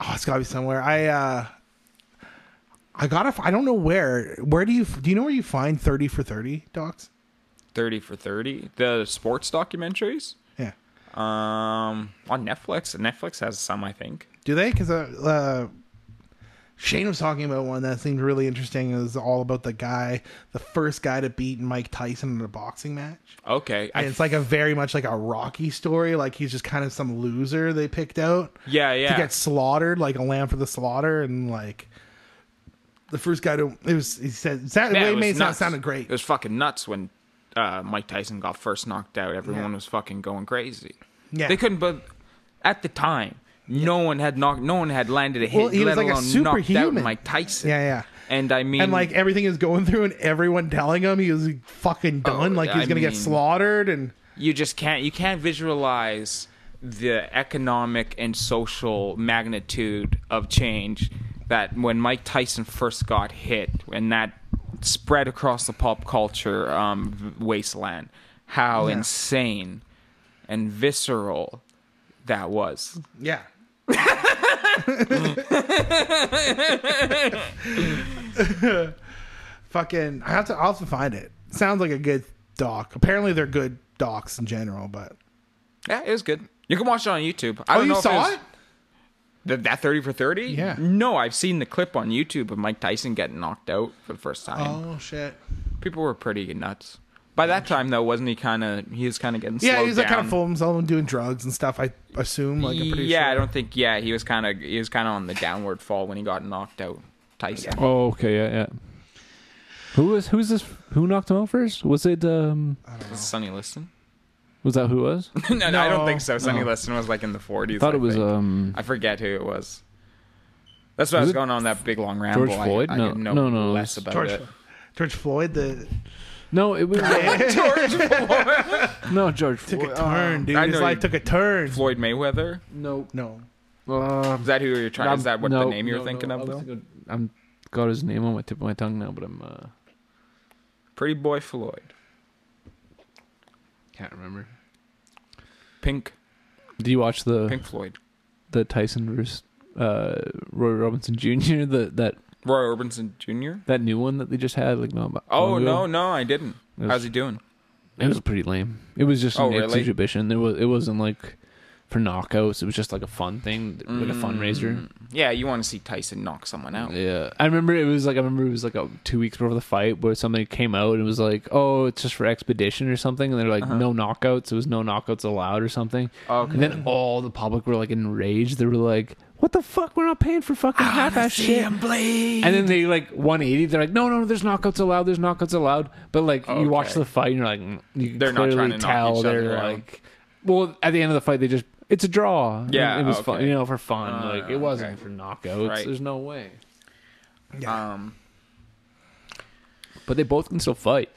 [SPEAKER 1] Oh, it's gotta be somewhere. I uh. I gotta. f- I don't know where. Where do you do you know where you find thirty for thirty docs?
[SPEAKER 2] Thirty for thirty. The sports documentaries.
[SPEAKER 1] Yeah.
[SPEAKER 2] Um, on Netflix. Netflix has some, I think.
[SPEAKER 1] Do they? Because uh, uh, Shane was talking about one that seemed really interesting. It was all about the guy, the first guy to beat Mike Tyson in a boxing match.
[SPEAKER 2] Okay.
[SPEAKER 1] And
[SPEAKER 2] I,
[SPEAKER 1] it's like a very much like a Rocky story. Like he's just kind of some loser they picked out
[SPEAKER 2] yeah,
[SPEAKER 1] to
[SPEAKER 2] yeah.
[SPEAKER 1] get slaughtered, like a lamb for the slaughter, and like the first guy to it was he said that
[SPEAKER 2] Yeah,
[SPEAKER 1] way
[SPEAKER 2] it was
[SPEAKER 1] may sound
[SPEAKER 2] nuts.
[SPEAKER 1] sounded great.
[SPEAKER 2] It was fucking nuts when uh, Mike Tyson got first knocked out. Everyone
[SPEAKER 1] Yeah.
[SPEAKER 2] was fucking going crazy.
[SPEAKER 1] Yeah.
[SPEAKER 2] They couldn't, but at the time, no one had knocked, no one had landed a hit,
[SPEAKER 1] Well, he was
[SPEAKER 2] let
[SPEAKER 1] like a
[SPEAKER 2] alone knocked out
[SPEAKER 1] superhuman.
[SPEAKER 2] Mike Tyson.
[SPEAKER 1] yeah, yeah.
[SPEAKER 2] And I mean,
[SPEAKER 1] And like everything is going through, and everyone telling him he was fucking done,
[SPEAKER 2] Oh,
[SPEAKER 1] like he was
[SPEAKER 2] I
[SPEAKER 1] gonna get
[SPEAKER 2] mean-
[SPEAKER 1] slaughtered, and
[SPEAKER 2] you just can't you can't visualize the economic and social magnitude of change that when Mike Tyson first got hit and that spread across the pop culture um, wasteland, how insane and visceral that was.
[SPEAKER 1] yeah. fucking, I have to. I'll have to find it. Sounds like a good doc. Apparently, they're good docs in general, but
[SPEAKER 2] Yeah, it was good. You can watch it on YouTube. I
[SPEAKER 1] oh,
[SPEAKER 2] don't
[SPEAKER 1] you
[SPEAKER 2] know if
[SPEAKER 1] saw
[SPEAKER 2] was-
[SPEAKER 1] it?
[SPEAKER 2] Th- that thirty for thirty?
[SPEAKER 1] Yeah.
[SPEAKER 2] No, I've seen the clip on YouTube of Mike Tyson getting knocked out for the first time.
[SPEAKER 1] Oh shit!
[SPEAKER 2] people were pretty nuts. By that time, though, wasn't he kind of? He was kind of getting.
[SPEAKER 1] Yeah,
[SPEAKER 2] slowed
[SPEAKER 1] he was like kind of
[SPEAKER 2] down.
[SPEAKER 1] full of himself and doing drugs and stuff. I assume, like, I'm pretty
[SPEAKER 2] yeah,
[SPEAKER 1] sure.
[SPEAKER 2] I don't think. Yeah, he was kind of. He was kind of on the downward fall when he got knocked out. Tyson.
[SPEAKER 3] oh, okay, yeah, yeah. Who was who's this? Who knocked him out first? Was it? um
[SPEAKER 2] Was Sonny Liston?
[SPEAKER 3] Was that who it was? I
[SPEAKER 2] no, no, I don't
[SPEAKER 1] No.
[SPEAKER 2] think so. Sonny Liston was like in the forties.
[SPEAKER 3] thought it was um
[SPEAKER 2] I forget who it was. That's why I
[SPEAKER 3] Was
[SPEAKER 2] was
[SPEAKER 3] it
[SPEAKER 2] going on that big long ramble. I-
[SPEAKER 3] Floyd?
[SPEAKER 2] I,
[SPEAKER 3] No,
[SPEAKER 2] know
[SPEAKER 3] no, no, it
[SPEAKER 2] less
[SPEAKER 3] was
[SPEAKER 2] about
[SPEAKER 1] George,
[SPEAKER 2] it.
[SPEAKER 1] George Floyd, the
[SPEAKER 3] no, it was
[SPEAKER 2] George Floyd.
[SPEAKER 3] no George. Floyd.
[SPEAKER 1] took a
[SPEAKER 2] uh,
[SPEAKER 1] turn, dude.
[SPEAKER 2] I
[SPEAKER 1] His
[SPEAKER 2] know
[SPEAKER 1] life
[SPEAKER 2] you-
[SPEAKER 1] took a turn.
[SPEAKER 2] Floyd Mayweather.
[SPEAKER 3] no,
[SPEAKER 1] No,
[SPEAKER 3] um,
[SPEAKER 2] Is that who you're trying? Is
[SPEAKER 3] Um,
[SPEAKER 2] that what
[SPEAKER 3] no,
[SPEAKER 2] the name you're
[SPEAKER 3] no,
[SPEAKER 2] thinking
[SPEAKER 3] no, I
[SPEAKER 2] of?
[SPEAKER 3] was
[SPEAKER 2] Though?
[SPEAKER 3] thinking of- I'm got his name on my tip of my tongue now, but I'm uh
[SPEAKER 2] Pretty boy Floyd.
[SPEAKER 3] can't remember.
[SPEAKER 2] Pink.
[SPEAKER 3] Do you watch the
[SPEAKER 2] Pink Floyd.
[SPEAKER 3] the Tyson versus uh, Roy Robinson Jr. the that
[SPEAKER 2] Roy Orbison Jr.
[SPEAKER 3] That new one that they just had, like no.
[SPEAKER 2] Oh no, no, I didn't.
[SPEAKER 3] Yes.
[SPEAKER 2] How's he doing?
[SPEAKER 3] it was pretty lame. It was just an
[SPEAKER 2] Oh, really?
[SPEAKER 3] exhibition. There was it wasn't like for knockouts. It was just like a fun thing, like
[SPEAKER 2] Mm.
[SPEAKER 3] a fundraiser.
[SPEAKER 2] Yeah, you want to see Tyson knock someone out.
[SPEAKER 3] Yeah, I remember it was like I remember it was like a, two weeks before the fight where something came out and it was like, oh, it's just for expedition or something, and they're
[SPEAKER 2] Uh-huh.
[SPEAKER 3] like, no knockouts. It was no knockouts allowed or something.
[SPEAKER 2] Okay.
[SPEAKER 3] And then all the public were like enraged. They were like, what the fuck? We're not paying for fucking
[SPEAKER 2] Ah,
[SPEAKER 3] half-ass shit.
[SPEAKER 2] bleed.
[SPEAKER 3] And then they like 180. They're like, no, no, there's knockouts allowed. There's knockouts allowed. But like, you watch
[SPEAKER 2] Okay.
[SPEAKER 3] the fight, and you're like, mm, you can
[SPEAKER 2] They're not
[SPEAKER 3] clearly
[SPEAKER 2] trying to knock
[SPEAKER 3] tell
[SPEAKER 2] each
[SPEAKER 3] they're
[SPEAKER 2] other out.
[SPEAKER 3] like, well, at the end of the fight, they just it's a draw. And
[SPEAKER 2] Yeah,
[SPEAKER 3] it was
[SPEAKER 2] okay. Ah,
[SPEAKER 3] fun, you know, for fun. like it wasn't
[SPEAKER 2] okay.
[SPEAKER 3] for knockouts.
[SPEAKER 2] Right.
[SPEAKER 3] There's no way.
[SPEAKER 2] um,
[SPEAKER 3] But they both can still fight.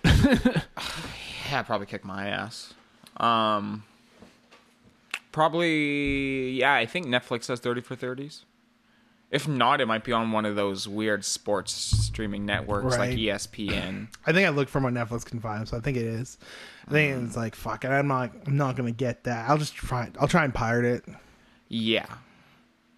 [SPEAKER 2] yeah, probably kick my ass. Um, probably yeah. I think Netflix has thirty for thirties. If not, it might be on one of those weird sports streaming networks like E
[SPEAKER 1] Right.
[SPEAKER 2] ESPN.
[SPEAKER 1] I think I looked for what Netflix can find, so I think it is. I think it's like fuck it. I'm not. I'm not gonna get that. I'll just try. I'll try and pirate it.
[SPEAKER 2] Yeah.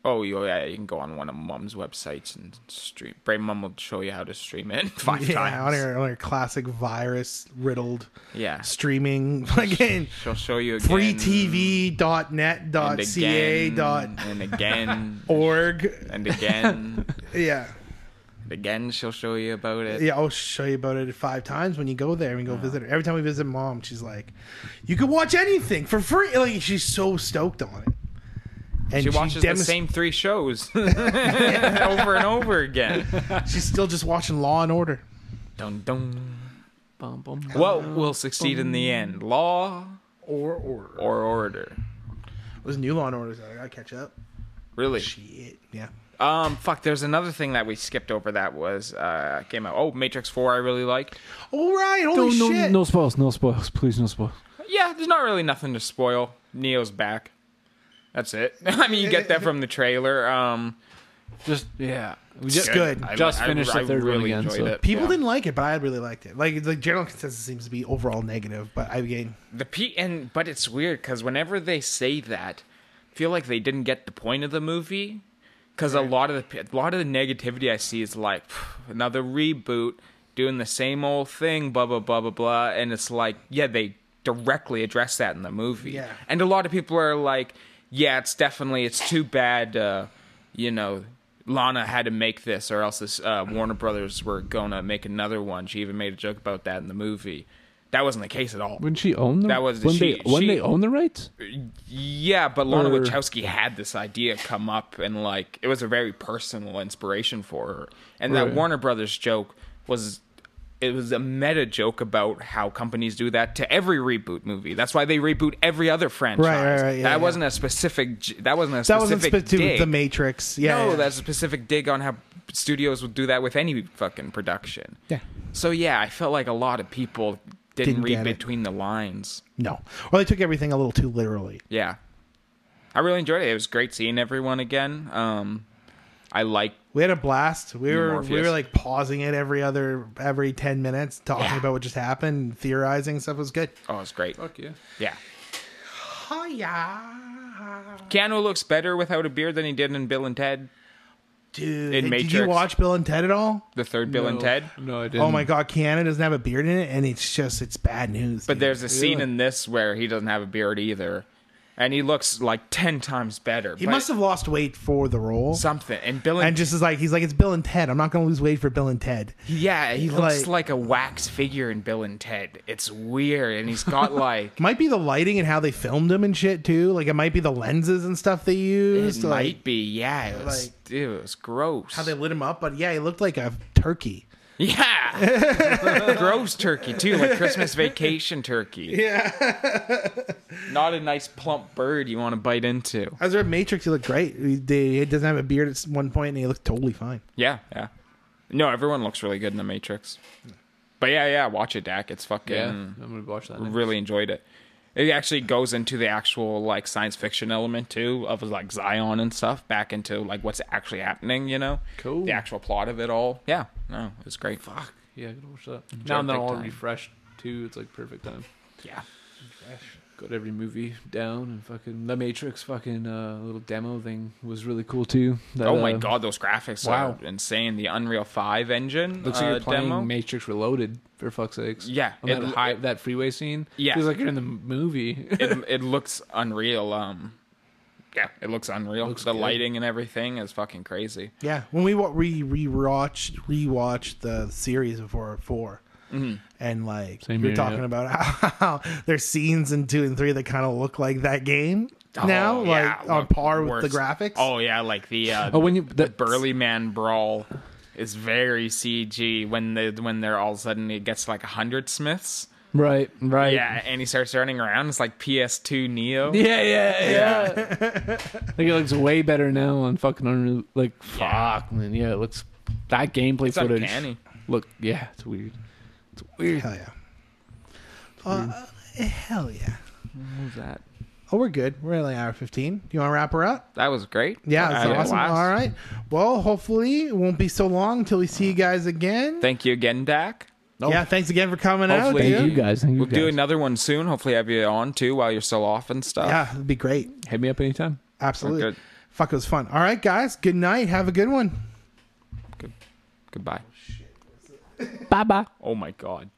[SPEAKER 2] Oh, you- yeah, you can go on one of Mum's websites and stream. Brain Mum will show you how to stream it five
[SPEAKER 1] yeah, on
[SPEAKER 2] times.
[SPEAKER 1] your on your classic virus riddled
[SPEAKER 2] Yeah.
[SPEAKER 1] streaming fucking
[SPEAKER 2] She'll show you again.
[SPEAKER 1] freetv.net.ca
[SPEAKER 2] and again,
[SPEAKER 1] dot
[SPEAKER 2] and again
[SPEAKER 1] org.
[SPEAKER 2] and again
[SPEAKER 1] Oh. Yeah.
[SPEAKER 2] and again. She'll show you about it.
[SPEAKER 1] Yeah, I'll show you about it five times when you go there
[SPEAKER 2] Oh.
[SPEAKER 1] and go visit her. Every time we visit mom, she's like, "You can watch anything for free." Like she's so stoked on it. And
[SPEAKER 2] She watches
[SPEAKER 1] demonst-
[SPEAKER 2] the same three shows over and over again.
[SPEAKER 1] She's still just watching Law and Order.
[SPEAKER 2] Dun dun.
[SPEAKER 3] Bum, bum, bum.
[SPEAKER 2] What will succeed in the end, law
[SPEAKER 1] Or Order.
[SPEAKER 2] or order?
[SPEAKER 1] There's new Law and Orders. out. I gotta catch up.
[SPEAKER 2] Really?
[SPEAKER 1] Shit. Yeah.
[SPEAKER 2] Um, fuck. There's another thing that we skipped over that was uh came out. Oh, Matrix Four. I really liked.
[SPEAKER 1] All right.
[SPEAKER 3] No,
[SPEAKER 1] Holy
[SPEAKER 3] no,
[SPEAKER 1] shit.
[SPEAKER 3] no spoils. No spoils. Please, no spoils.
[SPEAKER 2] Yeah, there's not really nothing to spoil. Neo's back. That's it. I mean, you get that from the trailer. Um,
[SPEAKER 3] Just yeah. We just,
[SPEAKER 1] It's good.
[SPEAKER 2] I-
[SPEAKER 3] Just
[SPEAKER 2] I-
[SPEAKER 3] finished the
[SPEAKER 2] I
[SPEAKER 3] third one
[SPEAKER 2] really
[SPEAKER 3] again,
[SPEAKER 2] enjoyed
[SPEAKER 3] so-
[SPEAKER 2] it.
[SPEAKER 1] People
[SPEAKER 2] Yeah.
[SPEAKER 1] didn't like it, but I really liked it. Like the general consensus seems to be overall negative, but I mean,
[SPEAKER 2] The P and but it's weird because whenever they say that, I feel like they didn't get the point of the movie. Because a lot of the p- a lot of the negativity I see is like "Phew, another reboot, doing the same old thing, blah blah blah blah blah, and it's like yeah they directly address that in the movie.
[SPEAKER 1] Yeah.
[SPEAKER 2] and a lot of people are like, yeah, it's definitely it's too bad, uh, you know. Lana had to make this, or else this uh, Warner Brothers were gonna make another one. She even made a joke about that in the movie. That wasn't the case at all.
[SPEAKER 3] When she owned them,
[SPEAKER 2] That was-
[SPEAKER 3] when
[SPEAKER 2] she-
[SPEAKER 3] they when
[SPEAKER 2] she-
[SPEAKER 3] they own the rights.
[SPEAKER 2] Yeah, but Lana
[SPEAKER 3] Or-
[SPEAKER 2] Wachowski had this idea come up, and like it was a very personal inspiration for her. And that
[SPEAKER 3] Right.
[SPEAKER 2] Warner Brothers joke was it was a meta joke about how companies do that to every reboot movie. That's why they reboot every other franchise.
[SPEAKER 1] right, yeah,
[SPEAKER 2] that
[SPEAKER 1] yeah.
[SPEAKER 2] wasn't a specific. j- That wasn't a
[SPEAKER 1] that
[SPEAKER 2] specific.
[SPEAKER 1] wasn't spit to
[SPEAKER 2] dig.
[SPEAKER 1] the Matrix. Yeah.
[SPEAKER 2] no,
[SPEAKER 1] yeah.
[SPEAKER 2] that's a specific dig on how studios would do that with any fucking production.
[SPEAKER 1] Yeah.
[SPEAKER 2] So yeah, I felt like a lot of people didn't,
[SPEAKER 1] Didn't
[SPEAKER 2] read
[SPEAKER 1] get it.
[SPEAKER 2] between the lines.
[SPEAKER 1] no. Or they took everything a little too literally.
[SPEAKER 2] Yeah. I really enjoyed it. It was great seeing everyone again. Um I like
[SPEAKER 1] We had a blast. We were we
[SPEAKER 2] Morpheus.
[SPEAKER 1] were like pausing it every other every ten minutes, talking
[SPEAKER 2] Yeah.
[SPEAKER 1] about what just happened, theorizing stuff It was good.
[SPEAKER 2] Oh, it's great.
[SPEAKER 3] yeah.
[SPEAKER 2] Yeah.
[SPEAKER 1] Oh yeah,
[SPEAKER 2] Keanu looks better without a beard than he did in Bill and Ted,
[SPEAKER 1] dude.
[SPEAKER 2] In
[SPEAKER 1] did you
[SPEAKER 2] Matrix.
[SPEAKER 1] watch Bill and Ted at all?
[SPEAKER 2] the third Bill and Ted.
[SPEAKER 3] No, I didn't.
[SPEAKER 1] Oh my god, Keanu doesn't have a beard in it, and it's just it's bad news.
[SPEAKER 2] But
[SPEAKER 1] dude.
[SPEAKER 2] there's a scene in this where he doesn't have a beard either. And he looks like 10 times better.
[SPEAKER 1] he
[SPEAKER 2] but
[SPEAKER 1] must have lost weight for the role,
[SPEAKER 2] something. And Bill and,
[SPEAKER 1] and just is like he's like it's Bill and Ted. I'm not gonna lose weight for Bill and Ted.
[SPEAKER 2] Yeah, he looks
[SPEAKER 1] like-
[SPEAKER 2] like a wax figure in Bill and Ted. It's weird and he's got like
[SPEAKER 1] Might be the lighting and how they filmed him and shit too. Like it might be the lenses and stuff they
[SPEAKER 2] it
[SPEAKER 1] used. like,
[SPEAKER 2] might be. Yeah, it was it was gross.
[SPEAKER 1] How they lit him up, but yeah, he looked like a turkey.
[SPEAKER 2] Yeah. Gross turkey too, like Christmas vacation turkey. Yeah. Not a nice plump bird you want to bite into.
[SPEAKER 1] As a Matrix, he looked great. He, they- he doesn't have a beard at one point, and he looked totally fine.
[SPEAKER 2] Yeah, yeah. No, everyone looks really good in the Matrix. But yeah, yeah, watch it, Dak. It's fucking
[SPEAKER 3] Yeah, I'm gonna watch that. Next.
[SPEAKER 2] really enjoyed it. It actually goes into the actual like science fiction element too of like Zion and stuff back into like what's actually happening, you know?
[SPEAKER 3] Cool.
[SPEAKER 2] The actual plot of it all. Yeah. No, it was great. Fuck.
[SPEAKER 3] Yeah, I gotta watch that. Now I'm
[SPEAKER 2] big
[SPEAKER 3] all
[SPEAKER 2] time.
[SPEAKER 3] refreshed too. It's like perfect time.
[SPEAKER 2] Yeah.
[SPEAKER 3] got every movie down and fucking the Matrix fucking uh, little demo thing was really cool too. That,
[SPEAKER 2] oh my
[SPEAKER 3] uh,
[SPEAKER 2] god, those graphics
[SPEAKER 3] wow.
[SPEAKER 2] are insane. The Unreal Five engine
[SPEAKER 3] Looks like
[SPEAKER 2] uh,
[SPEAKER 3] you're playing
[SPEAKER 2] demo.
[SPEAKER 3] Matrix Reloaded for fuck's sakes.
[SPEAKER 2] Yeah,
[SPEAKER 3] On
[SPEAKER 2] it-
[SPEAKER 3] that, high, that freeway scene.
[SPEAKER 2] Yeah.
[SPEAKER 3] feels like you're in the movie.
[SPEAKER 2] it, it looks unreal. Um, yeah, it looks unreal.
[SPEAKER 3] Looks
[SPEAKER 2] the
[SPEAKER 3] good.
[SPEAKER 2] lighting and everything is fucking crazy.
[SPEAKER 1] Yeah, when we wa- we rewatched rewatched the series before 4
[SPEAKER 2] Mm-hmm.
[SPEAKER 1] and like
[SPEAKER 3] Same
[SPEAKER 1] you're
[SPEAKER 3] here,
[SPEAKER 1] talking
[SPEAKER 3] yeah.
[SPEAKER 1] about how, there's scenes in two and three that kind of look like that game
[SPEAKER 2] Oh,
[SPEAKER 1] now,
[SPEAKER 2] yeah,
[SPEAKER 1] like on
[SPEAKER 2] look
[SPEAKER 1] par with
[SPEAKER 2] worse.
[SPEAKER 1] the graphics.
[SPEAKER 2] Oh yeah, like the uh,
[SPEAKER 3] oh, when you
[SPEAKER 2] the
[SPEAKER 3] that
[SPEAKER 2] Burly Man brawl is very CG when they when they're all of a sudden it gets like a hundred Smiths.
[SPEAKER 3] right, right.
[SPEAKER 2] Yeah, and he starts running around. It's like PS2 Neo.
[SPEAKER 3] Yeah, yeah, yeah. I think it looks way better now on fucking Unreal. Like,
[SPEAKER 2] Yeah.
[SPEAKER 3] fuck, man. Yeah, it looks. That gameplay
[SPEAKER 2] It's
[SPEAKER 3] footage.
[SPEAKER 2] uncanny.
[SPEAKER 3] Look, yeah, it's weird. It's weird.
[SPEAKER 1] hell Oh, yeah! Uh, hell yeah!
[SPEAKER 2] What was that?
[SPEAKER 1] Oh, we're good. We're only hour fifteen. Do you want to wrap her up?
[SPEAKER 2] That was great.
[SPEAKER 1] Yeah,
[SPEAKER 2] Uh,
[SPEAKER 1] that's
[SPEAKER 2] it
[SPEAKER 1] awesome.
[SPEAKER 2] lasts.
[SPEAKER 1] All right. Well, hopefully it won't be so long till we see you guys again.
[SPEAKER 2] Thank you again, Dak.
[SPEAKER 1] Yeah, thanks again for coming
[SPEAKER 2] Hopefully,
[SPEAKER 1] out.
[SPEAKER 3] Thank
[SPEAKER 1] dude.
[SPEAKER 3] you guys, thank you
[SPEAKER 2] we'll do
[SPEAKER 3] guys.
[SPEAKER 2] another one soon. Hopefully, have you on too while you're still off and stuff.
[SPEAKER 1] Yeah, it'd be great.
[SPEAKER 3] Hit me up anytime.
[SPEAKER 1] Absolutely.
[SPEAKER 2] Okay.
[SPEAKER 1] Fuck, it was fun. All right, guys. Good night. Have a good one.
[SPEAKER 2] Good. Goodbye.
[SPEAKER 3] Bye bye.
[SPEAKER 2] Oh my God.